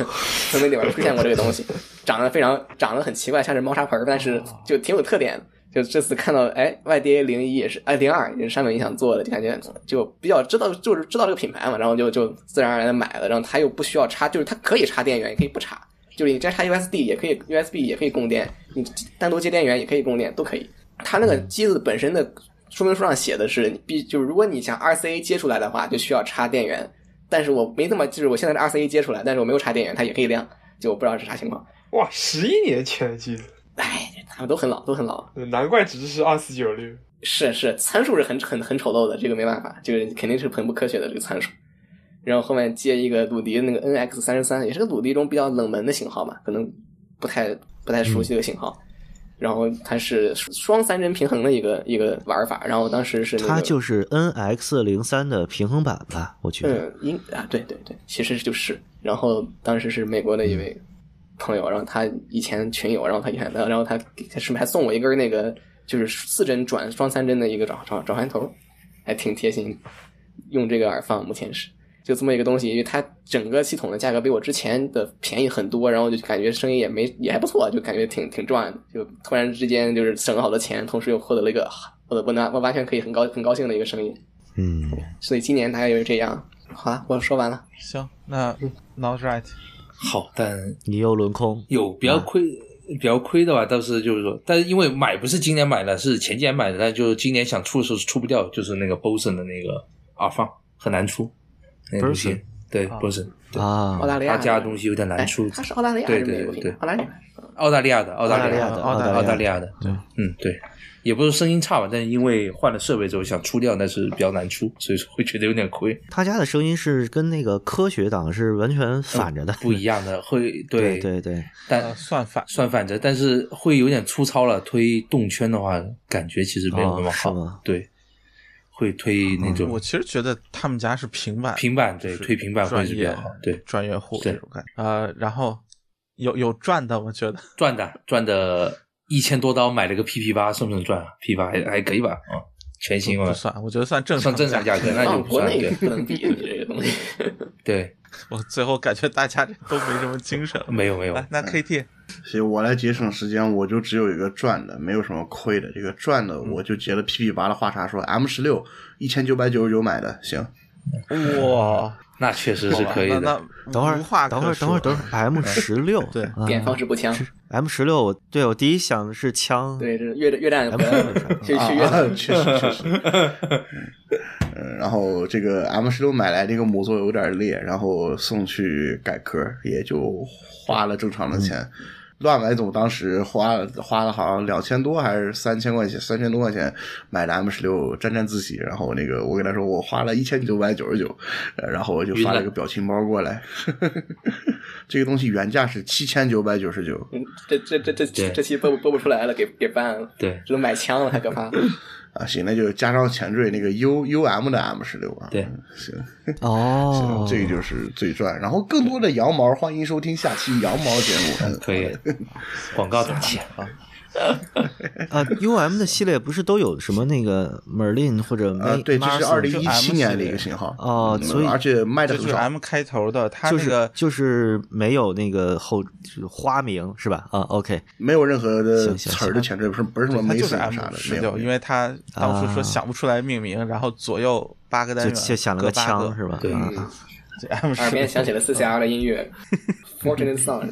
曾经里边出现过这个东西，长得非常长得很奇怪，像是猫砂盆儿，但是就挺有特点的。就这次看到，哎，YDA 零一也是，哎，零二也是山本音响做的，就感觉就比较知道，就是知道这个品牌嘛，然后就就自然而然的买了，然后它又不需要插，就是它可以插电源，也可以不插，就是你直接插 USB 也可以，USB 也可以供电，你单独接电源也可以供电，都可以。它那个机子本身的说明书上写的是，你必就是如果你想 RCA 接出来的话，就需要插电源，但是我没那么，就是我现在是 RCA 接出来，但是我没有插电源，它也可以亮，就我不知道是啥情况。
哇，十一年前的机子，
哎，他们都很老，都很老。
难怪只是二四九六。
是是，参数是很很很丑陋的，这个没办法，这个肯定是很不科学的这个参数。然后后面接一个鲁迪那个 NX 三十三，也是个鲁迪中比较冷门的型号嘛，可能不太不太熟悉这个型号。然后它是双三针平衡的一个一个玩法，然后当时是、那个、
它就是 NX 零三的平衡版吧？我觉得，
嗯，应啊，对对对，其实就是。然后当时是美国的一位朋友，然后他以前群友，然后他以前，然后他给他是不是还送我一根那个就是四针转双三针的一个转转转环头，还挺贴心。用这个耳放，目前是就这么一个东西，因为它整个系统的价格比我之前的便宜很多，然后就感觉声音也没也还不错，就感觉挺挺赚的，就突然之间就是省了好多钱，同时又获得了一个我的我拿我完全可以很高很高兴的一个声音。
嗯，
所以今年大概就是这样。好了，我说完了。
行，那 not right，
好，但
你又轮空，
有比较亏、比较亏的吧，倒是就是说，但是因为买不是今年买的，是前几年买的，但就是今年想出的时候是出不掉，就是那个 Boson 的那个耳放很难出，那个东西
Boson
对
啊
Boson，对
啊
澳，大利亚
他
人，
家的东西有点难
哎
出，
他是澳大利亚人
对对
美国品
对
牌澳大利亚人
澳大利亚
的
的，澳大利亚
澳
澳
大利亚
澳
大
大
利
利
亚，
亚的，嗯，对，也不是声音差吧，但是因为换了设备之后想出掉，但是比较难出，所以说会觉得有点亏，
他家的声音是跟那个科学党是完全反着的，
嗯不一样的，会
对
对，
对对，
但
呃，算反
算反着，但是会有点粗糙了。推动圈的话，感觉其实没有那么好。
哦是吗
对，会推
嗯
那
我
种
其实觉得他们家是平板，
平板，对，
就是
推平板会
专
是比较
业
好。对，
专业户
对
这种感觉。呃，然后有有赚的，我觉得
赚的赚的一千多刀买了个 PP 八，算不算赚啊？PP 八还还可以吧？啊、全新
哦不
吧，
算，我觉得算正常
算正常价格，那就
放
不
哦国
算。
内
对
不能比你这个 东西。
对，。
我最后感觉大家都没什么精神
没有没有嗯
来，那 KT
行，我来节省时间，我就只有一个赚的，没有什么亏的。这个赚的，我就截了 PP 八的话茬说，M 十六一千九百九十九买的，行，
哇，
那确实是可以
那
的。
那
等会儿
无话可
等会儿等会儿
说
等会
啊
儿，M
嗯
十六啊
对
啊
点放是步枪，
M 十六，我对我第一想的是枪，
对，这是越越战回来了，去去越
啊
战，
确实 确实。嗯，然后这个 M 十六买来这个母座有点裂，然后送去改壳，也就花了正常的
嗯
钱。乱买总当时花了花了好像两千多还是三千块钱，三千多块钱买的 M 十六，沾沾自喜。然后那个我跟他说我花了一千九百九十九，呃然后我就发了一个表情包过来。 这个东西原价是七千九百九十九，
嗯这这这这
对
这期播不播不出来了，给给办了，
对
只能买枪了，太可 怕了。
啊，行，那就加上前缀那个 U U M 的 M 十六啊。
对
嗯，行，
哦
行，，这个就是最赚。然后更多的羊毛，欢迎收听下期羊毛节目。
可以，广告打钱啊！
啊，U M 的系列不是都有什么那个 Merlin 或者
呃，
May-
对，这是
Marson
二零
就
一
M 系
七
列
年的一个型号
哦
嗯
所以
而且卖的
就
很
是
少。
M 开头的，它
就
那
是
个
就是没有那个后就是花名是吧？啊，OK，
没有任何的
行行
词儿的前缀，不是不是什么
它
梅
就
森
是
啥
M
的，
十
没有
六，。因为它当初说想不出来命名，然后左右八个单
啊就
元
就想了
各八个
枪是吧？
对
啊
嗯
这？M
耳边
十
响起了四下的音乐，Fortunate Song，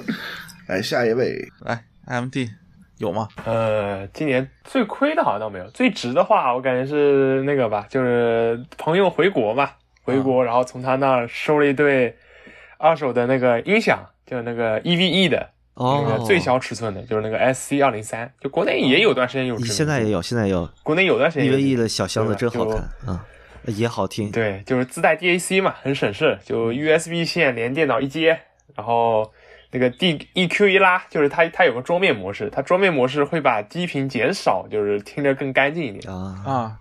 哎，下一位，
来 MD 有吗？
呃，今年最亏的好像倒没有，最值的话，我感觉是那个吧，就是朋友回国嘛，回
嗯
国、然后从他那儿收了一对二手的那个音响，就是那个 EVE 的、那
哦
个，最小尺寸的，就是那个 SC 二零三，就国内也有段时间有知名度，
现在也有，现在也有，E
国内有段时间有
EVE 的小箱子真好
对吧
看啊，也好听。
对，就是自带 DAC 嘛，很省事，就 USB 线连电脑一接，然后那个 D EQ 一拉，就是它它有个桌面模式，它桌面模式会把低频减少，就是听着更干净一点。
啊，
啊，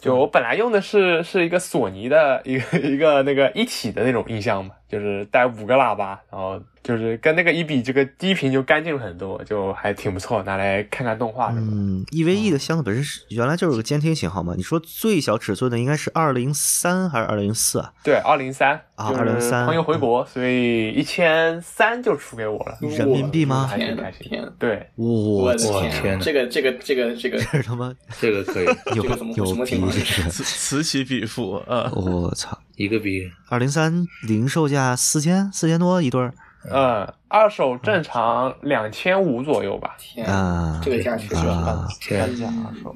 就我本来用的是是一个索尼的一个 一个那个一体的那种音箱嘛，就是带五个喇叭，然后就是跟那个一比，这个低频就干净了很多，就还挺不错，拿来看看动画什么的。
嗯，EVE 的箱子本身是原来就是个监听型号嘛，你说最小尺寸的应该是二零三还是二零四啊？
对，二零三
啊
就是
203
朋友回国，所以一千三就出给我了，
嗯人民币吗
还挺 开心
嗯
天哪。
对，
我
我的
我
天
天
啊，
哪
这个这个这个这个，
这他妈
这个可以，
有
这个怎么什
有
么
逼
情况，
这是！
此此起彼伏，呃，
我操，
一 个比
二零三零售价四千四千多一对儿
嗯，二手正常两千五左右吧。
天啊，
啊！
这个价确实
啊
很
天
哎
价二手，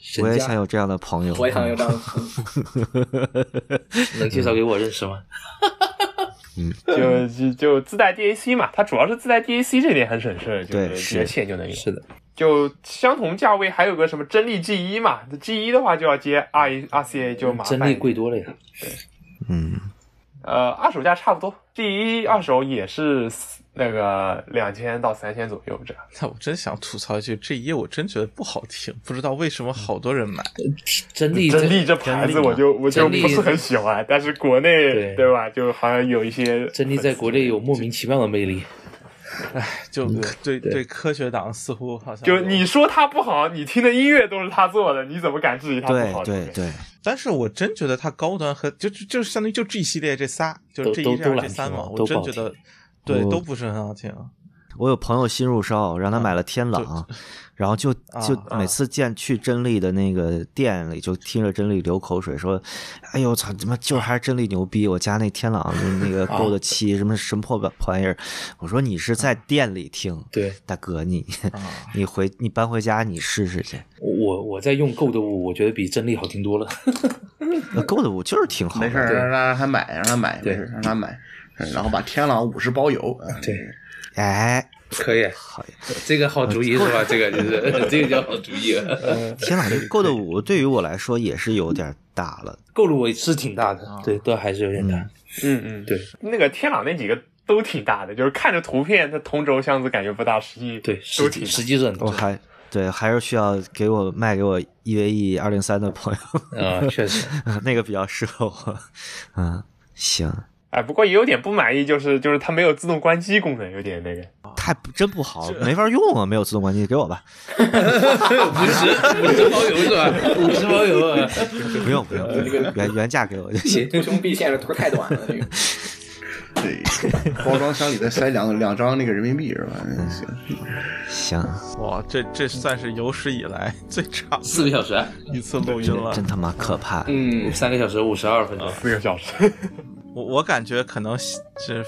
神
我也想
家，
有这样的朋友，
我也想有张，
能介绍给我认识吗？嗯
就就就自带 DAC 嘛，它主要是自带 DAC 这点很省事，就
对
是直
是
接线就能用。
是的，
就相同价位还有个什么真力 G 一嘛，G 一的话就要接 R 一 RCA 就麻烦
真
一点。
力贵多了呀。
嗯，
呃，二手价差不多，G 一二手也是那个两千到三千左右这样。
那我真想吐槽一句，这一页我真觉得不好听，不知道为什么好多人买。
真力
真力这牌子我就我就
真力
不是很喜欢，但是国内
对
对吧，就好像有一些
真力在国内有莫名其妙的魅力。
就对对科学党似乎好像
就你，说它不好，你听的音乐都是他做的，你怎么敢质疑它不
对
好？
对
不
对，
但是我真觉得它高端和就就就相当于就 G 系列这仨，就
都
G
都
一、G 二、
都
G
懒
三
听
嘛，
了
我
都
真
不好
觉得
听
对
我
都不是很好听。
我有朋友新入烧，让他买了天朗，然后就就
啊
每次见去真力的那个店里，就听着真力流口水，说：“哎呦操，他妈就是还是真力牛逼！我家那天朗就那个 Gold 七什么什么破玩意儿。”我说：“你是在店里听，
对
大哥你 你回你搬回家你试试去。
我我在用 Gold 五，我觉得比真力好听多了。
那 Gold 五就是挺好
没事
的，
儿，让他让他买，让他买，没
对
事儿，让他买，嗯然后把天朗五十包邮，嗯
对，
哎，
可以，
好呀，
这个好主意是 吧？这个就是这个叫好主意。啊
天朗这 Gold 五对于我来说也是有点大了，
Gold 我是挺大的，对，都还是有点大。
嗯嗯，
对，
那个天朗那几个都挺大的，就是看着图片，它同轴箱子感觉不大，实际
对，
都
实
挺
际
大
实际是很
我
大
还对，还是需要给我卖给我 EVE 二零三的朋友，
啊，确实。
那个比较适合我。嗯，行，
哎，不过也有点不满意，就是就是它没有自动关机功能，有点那个。
太不真不好，没法用啊，没有自动关机，给我吧。
五十 五十包邮是吧？五十包邮啊！
不用不用，不用原原价给我就行。
图穷匕见是图太短了，这个
对，包装箱里再塞两两张那个人民币是吧？嗯行，
行，
哇，这这算是有史以来 最长
四个小时，啊
一次录音了。
真他妈可怕。
嗯，
三个小时五十二分钟。
四个小时，
我我感觉可能是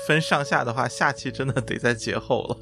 分上下的话，下期真的得在节后了。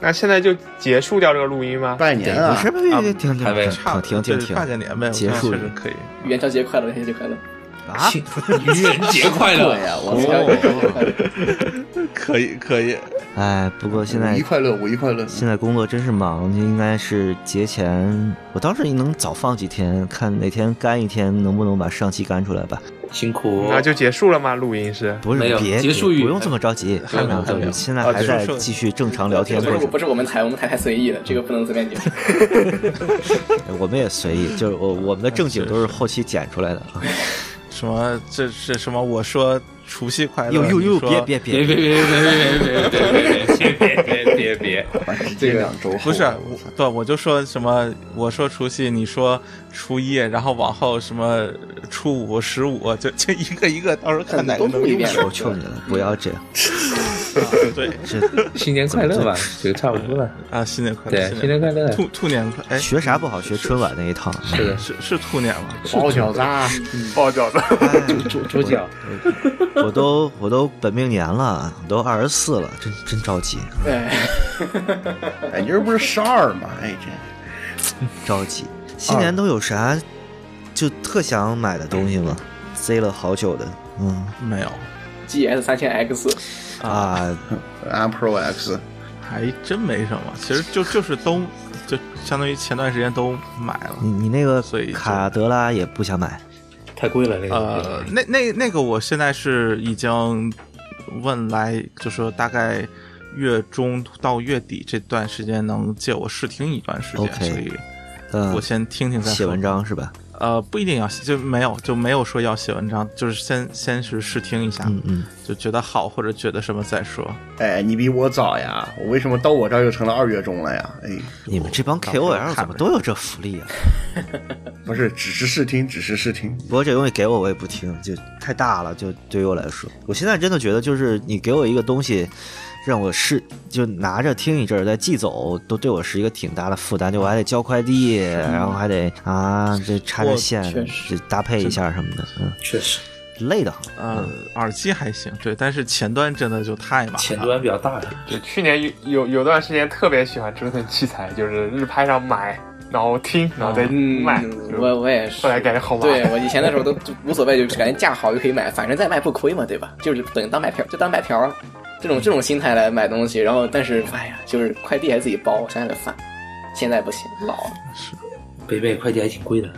那现在就结束掉这个录音吗？
拜年啊
不！是，别别停停
还没
停
差不
停
多
停
对
停，
半个年呗，我
结
觉得
束
确实可以。
元宵节快乐，元宵节快乐，
啊！
愚人节快乐！
对呀，我
元宵节快乐，
可以可以，
哎，不过现
五
在
一快乐，五一快乐。嗯
现在工作真是忙，应该是节前，我倒是能早放几天，看哪天干一天能不能把上期干出来吧。
辛苦，
那就结束了吗？录音是？
不是，
没有
别
结束
别
语
不用这么着急，
还没有
啊
还没有
现在
啊
还
结
在
束
继续正常聊哦天
不
过
是
程
不，是我们台，我们台太随意了，这个不能随便讲。
我们也随意，就是我我们的正经都是后期剪出来的。啊
什么这是什么？我说除夕快乐，
呦呦呦，
哎你说
别别
别
别
别别别别别别别别别别别！
这两周后
不是，我对，我就说什么，我说除夕，你说初一，然后往后什么初
嗯
嗯 五、十五，就就一个一个，到时候看哪个
都
能
录一遍
求求你了，不要这样。
对
这
新年快乐吧，就差不多了。
啊，新年快乐，
对，新年快乐。
兔兔年快，哎，
学啥不好学春晚那一套。
是的，
是是兔年吗？
包饺子啊，
包饺子，
猪猪脚，
哎我都我都本命年了，都二十四了，真真着急，
哎，你这不是十二吗？哎，这
着急。新年都有啥就特想买的东西吗？塞了好久的，嗯
没有，
GS 三千 X，
啊，
M Pro X
还真没什么。其实 就就是都就相当于前段时间都买了。
你你那个
所以就
卡德拉也不想买，
太贵了那
呃
个，。
那那那个，我现在是已经问来，就说大概月中到月底这段时间能借我试听一段时间
OK
所以
嗯
我，先听听再说。
写文章是吧？
呃，不一定要写，就没有就没有说要写文章，就是先先是试听一下，
嗯嗯，
就觉得好或者觉得什么再说。
哎，你比我早呀，我为什么到我这儿就成了二月中了呀？哎，
你们这帮 KOL 怎么都有这福利啊？
不是，只是试听，只是试听。
不过这东西给我我也不听，就太大了，就对于我来说，我现在真的觉得就是你给我一个东西，让我试就拿着听一阵儿再寄走，都对我是一个挺大的负担，就我还得交快递，然后还得啊这插
我
插线
确实
这搭配一下什么的，嗯，
确实，
累得很。
呃，
嗯
耳机还行，对，但是前端真的就太麻
前
烦了。
端比较大的，
就去年有有有段时间特别喜欢折腾器材，就是日拍上买，然后听，然后再
嗯
卖。，
我我也是
后。来感觉好麻
对
烦。
我以前的时候都就无所谓，就是感觉价好就可以买，反正再卖不亏嘛，对吧？就是等于当白嫖，就当白嫖啊，这种这种心态来买东西。然后，但是哎呀，就是快递还自己包，我想想烦。现在不行，老了
北美快递还挺贵的。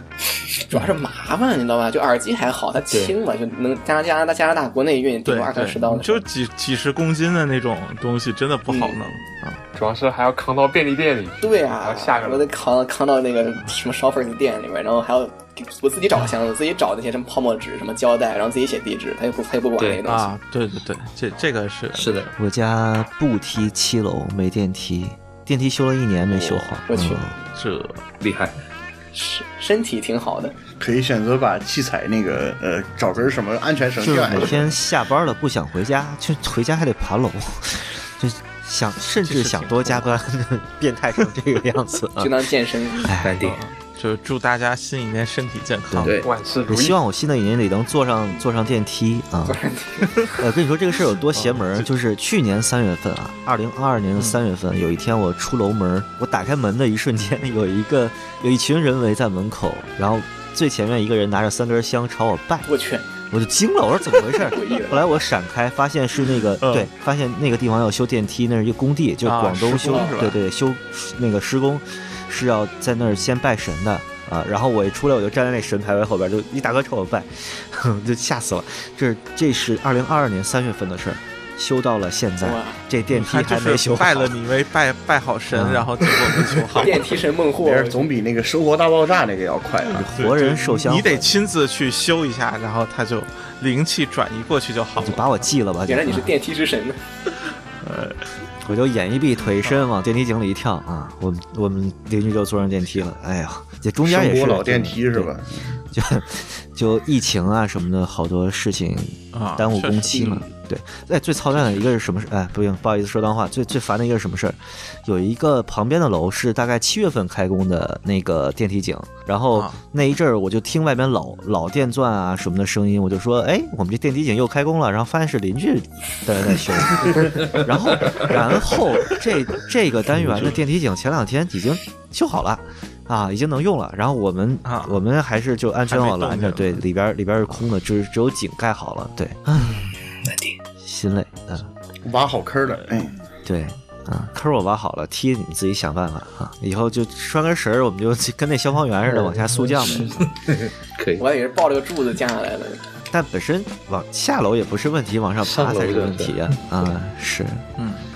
主要是麻烦，你知道吧？就耳机还好，它轻嘛，就能加拿加拿大加拿大国内运顶
对
多二三十刀
对，
的。
就几几十公斤的那种东西，真的不好弄啊。
主要是还要扛到便利店里。
对
然
啊
后下个，
我得扛扛到那个什么烧粉的店里面，然后还要给我自己找箱子，自己找那些什么泡沫纸、什么胶带，然后自己写地址，他又不他又不管那
对
些东西。
啊，对对对，这这个是
是的，
我家步梯七楼没电梯，电梯修了一年没修好，
我去
嗯
这
厉害。
身身体挺好的，
可以选择把器材那个呃找根什么安全绳
就
系
是
上
每
就行。
天下班了不想回家，就回家还得爬楼， 就想甚至想多加班，变态成这个样子 啊
就！当健身。
淡定，
就是祝大家新一年身体健康。
对
万事如
我
意
希。望我新的一年里能坐上坐上电梯啊！呃，跟你说这个事儿有多邪门 儿，就是去年三月份啊，二零二二年的三月份，有一天我出楼门儿，我打开门的一瞬间，有一个有一群人围在门口，然后最前面一个人拿着三根香朝我拜，
我去，
我就惊了，我说怎么 回事儿
诡异了？
后来我闪开，发现是那个、
嗯
对，发现那个地方要修电梯，那是一个工地，就是
啊
广东
施
修，
工是吧
对对修那个施工是要在那儿先拜神的啊。然后我一出来，我就站在那神牌位后边，就一大哥朝我拜， 就吓死了。这是这是二零二二年三月份的事儿，修到了现在
哇，
这电梯
他
还没
就
修好
是拜了你为拜拜好神，
嗯
然后结果没修好。
电梯神孟获
别，人总比那个《生活大爆炸》那个要快啊！
活人受香
你得
火
亲自去修一下，然后他就灵气转移过去就好了。
就把我记了吧。
显然你是
啊
电梯之神呢。
我就眼一闭，腿一伸，往电梯井里一跳啊！我们我们邻居就坐上电梯了。哎呀，这中间也
生
是
活老电梯是吧？？
就就疫情啊什么的，好多事情
啊
耽误
确实
工期嘛。对，哎，最操蛋的一个是什么事？哎，不用，不好意思说脏话。最最烦的一个是什么事儿？有一个旁边的楼是大概七月份开工的那个电梯井，然后
啊
那一阵儿我就听外边老老电钻啊什么的声音，我就说，哎，我们这电梯井又开工了，然后发现是邻居在那修， 然后然后这这个单元的电梯井前两天已经修好了。啊，已经能用了。然后我们、
啊
我们还是就安全网拦
还
着，
没动
对，里边里边是空的，只只有井盖好了，对，
嗯
淡定。
心累，嗯、
挖好坑了，哎，
对，啊，坑我挖好了，梯你们自己想办法啊，以后就拴根绳儿，我们就跟那消防员似的往下速降呗。
可以。
我还以为抱着个柱子降下来的。
但本身往下楼也不是问题，往上爬才是问题呀、啊，是，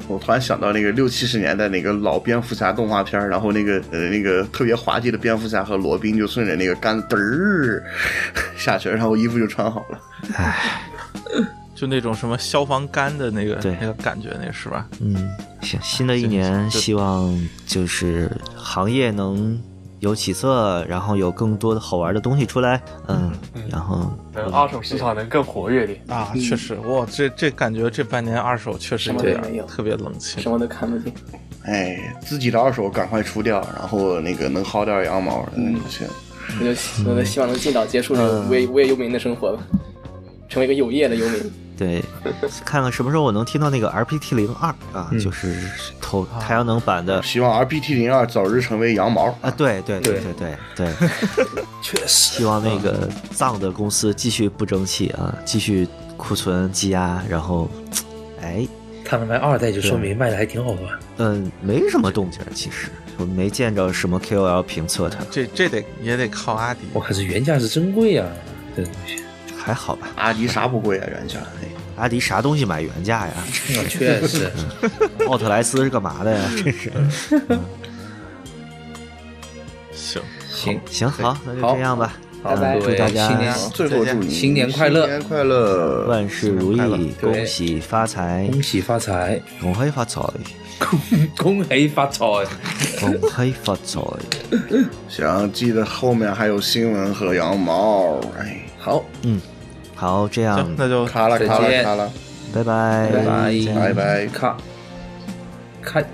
我突然想到那个六七十年代那个老蝙蝠侠动画片儿，然后那个呃那个特别滑稽的蝙蝠侠和罗宾就顺着那个杆子嘚儿 下去，然后衣服就穿好了。
就那种什么消防杆的那个
对
那个感觉，那是
哎
吧？
嗯，行，新的一年
行
希望就是行业能。有起色，然后有更多的好玩的东西出来，嗯，然后
能二手市场能更活跃点。
啊，确实，我这这感觉这半年二手确实有点
什么都没有
特别冷清
什。么都看不见。
哎，自己的二手赶快出掉，然后那个能薅点羊毛的就行。
我就我就希望能尽早结束这个无业无业游民的生活吧，成为一个有业的游民。
对，看看什么时候我能听到那个 RPT 零二啊，就是投
啊
太阳能版的
希望 RPT 零二早日成为羊毛
啊，对对对对对对，
确实，
希望
嗯
那个藏的公司继续不争气啊，继续库存积压，然后，哎，
他们卖二代就说明卖的还挺好啊吧？
嗯，没什么动静儿，其实我没见着什么 KOL 评测它，
这这得也得靠阿迪。
我可是原价是真贵啊，这东西。
还好吧？
阿迪啥不贵啊？原价，哎，
阿迪啥东西买原价呀？
那 确实，
奥特莱斯是干嘛的呀？真是。
行，
行，
行，好，那就这样吧，嗯
好，
拜拜
各位
祝大家
新年
最后祝你
新年快乐
新年快乐！
万事如意，
对
恭喜发财，
恭喜发财，
恭喜发财，
恭喜发财，
恭喜发财。
行，记得后面还有新闻和羊毛。哎，
好，
好，这样
行，，那就
卡了
再
卡了
见
卡了，
拜拜，
拜
再见
拜拜。
咔，开。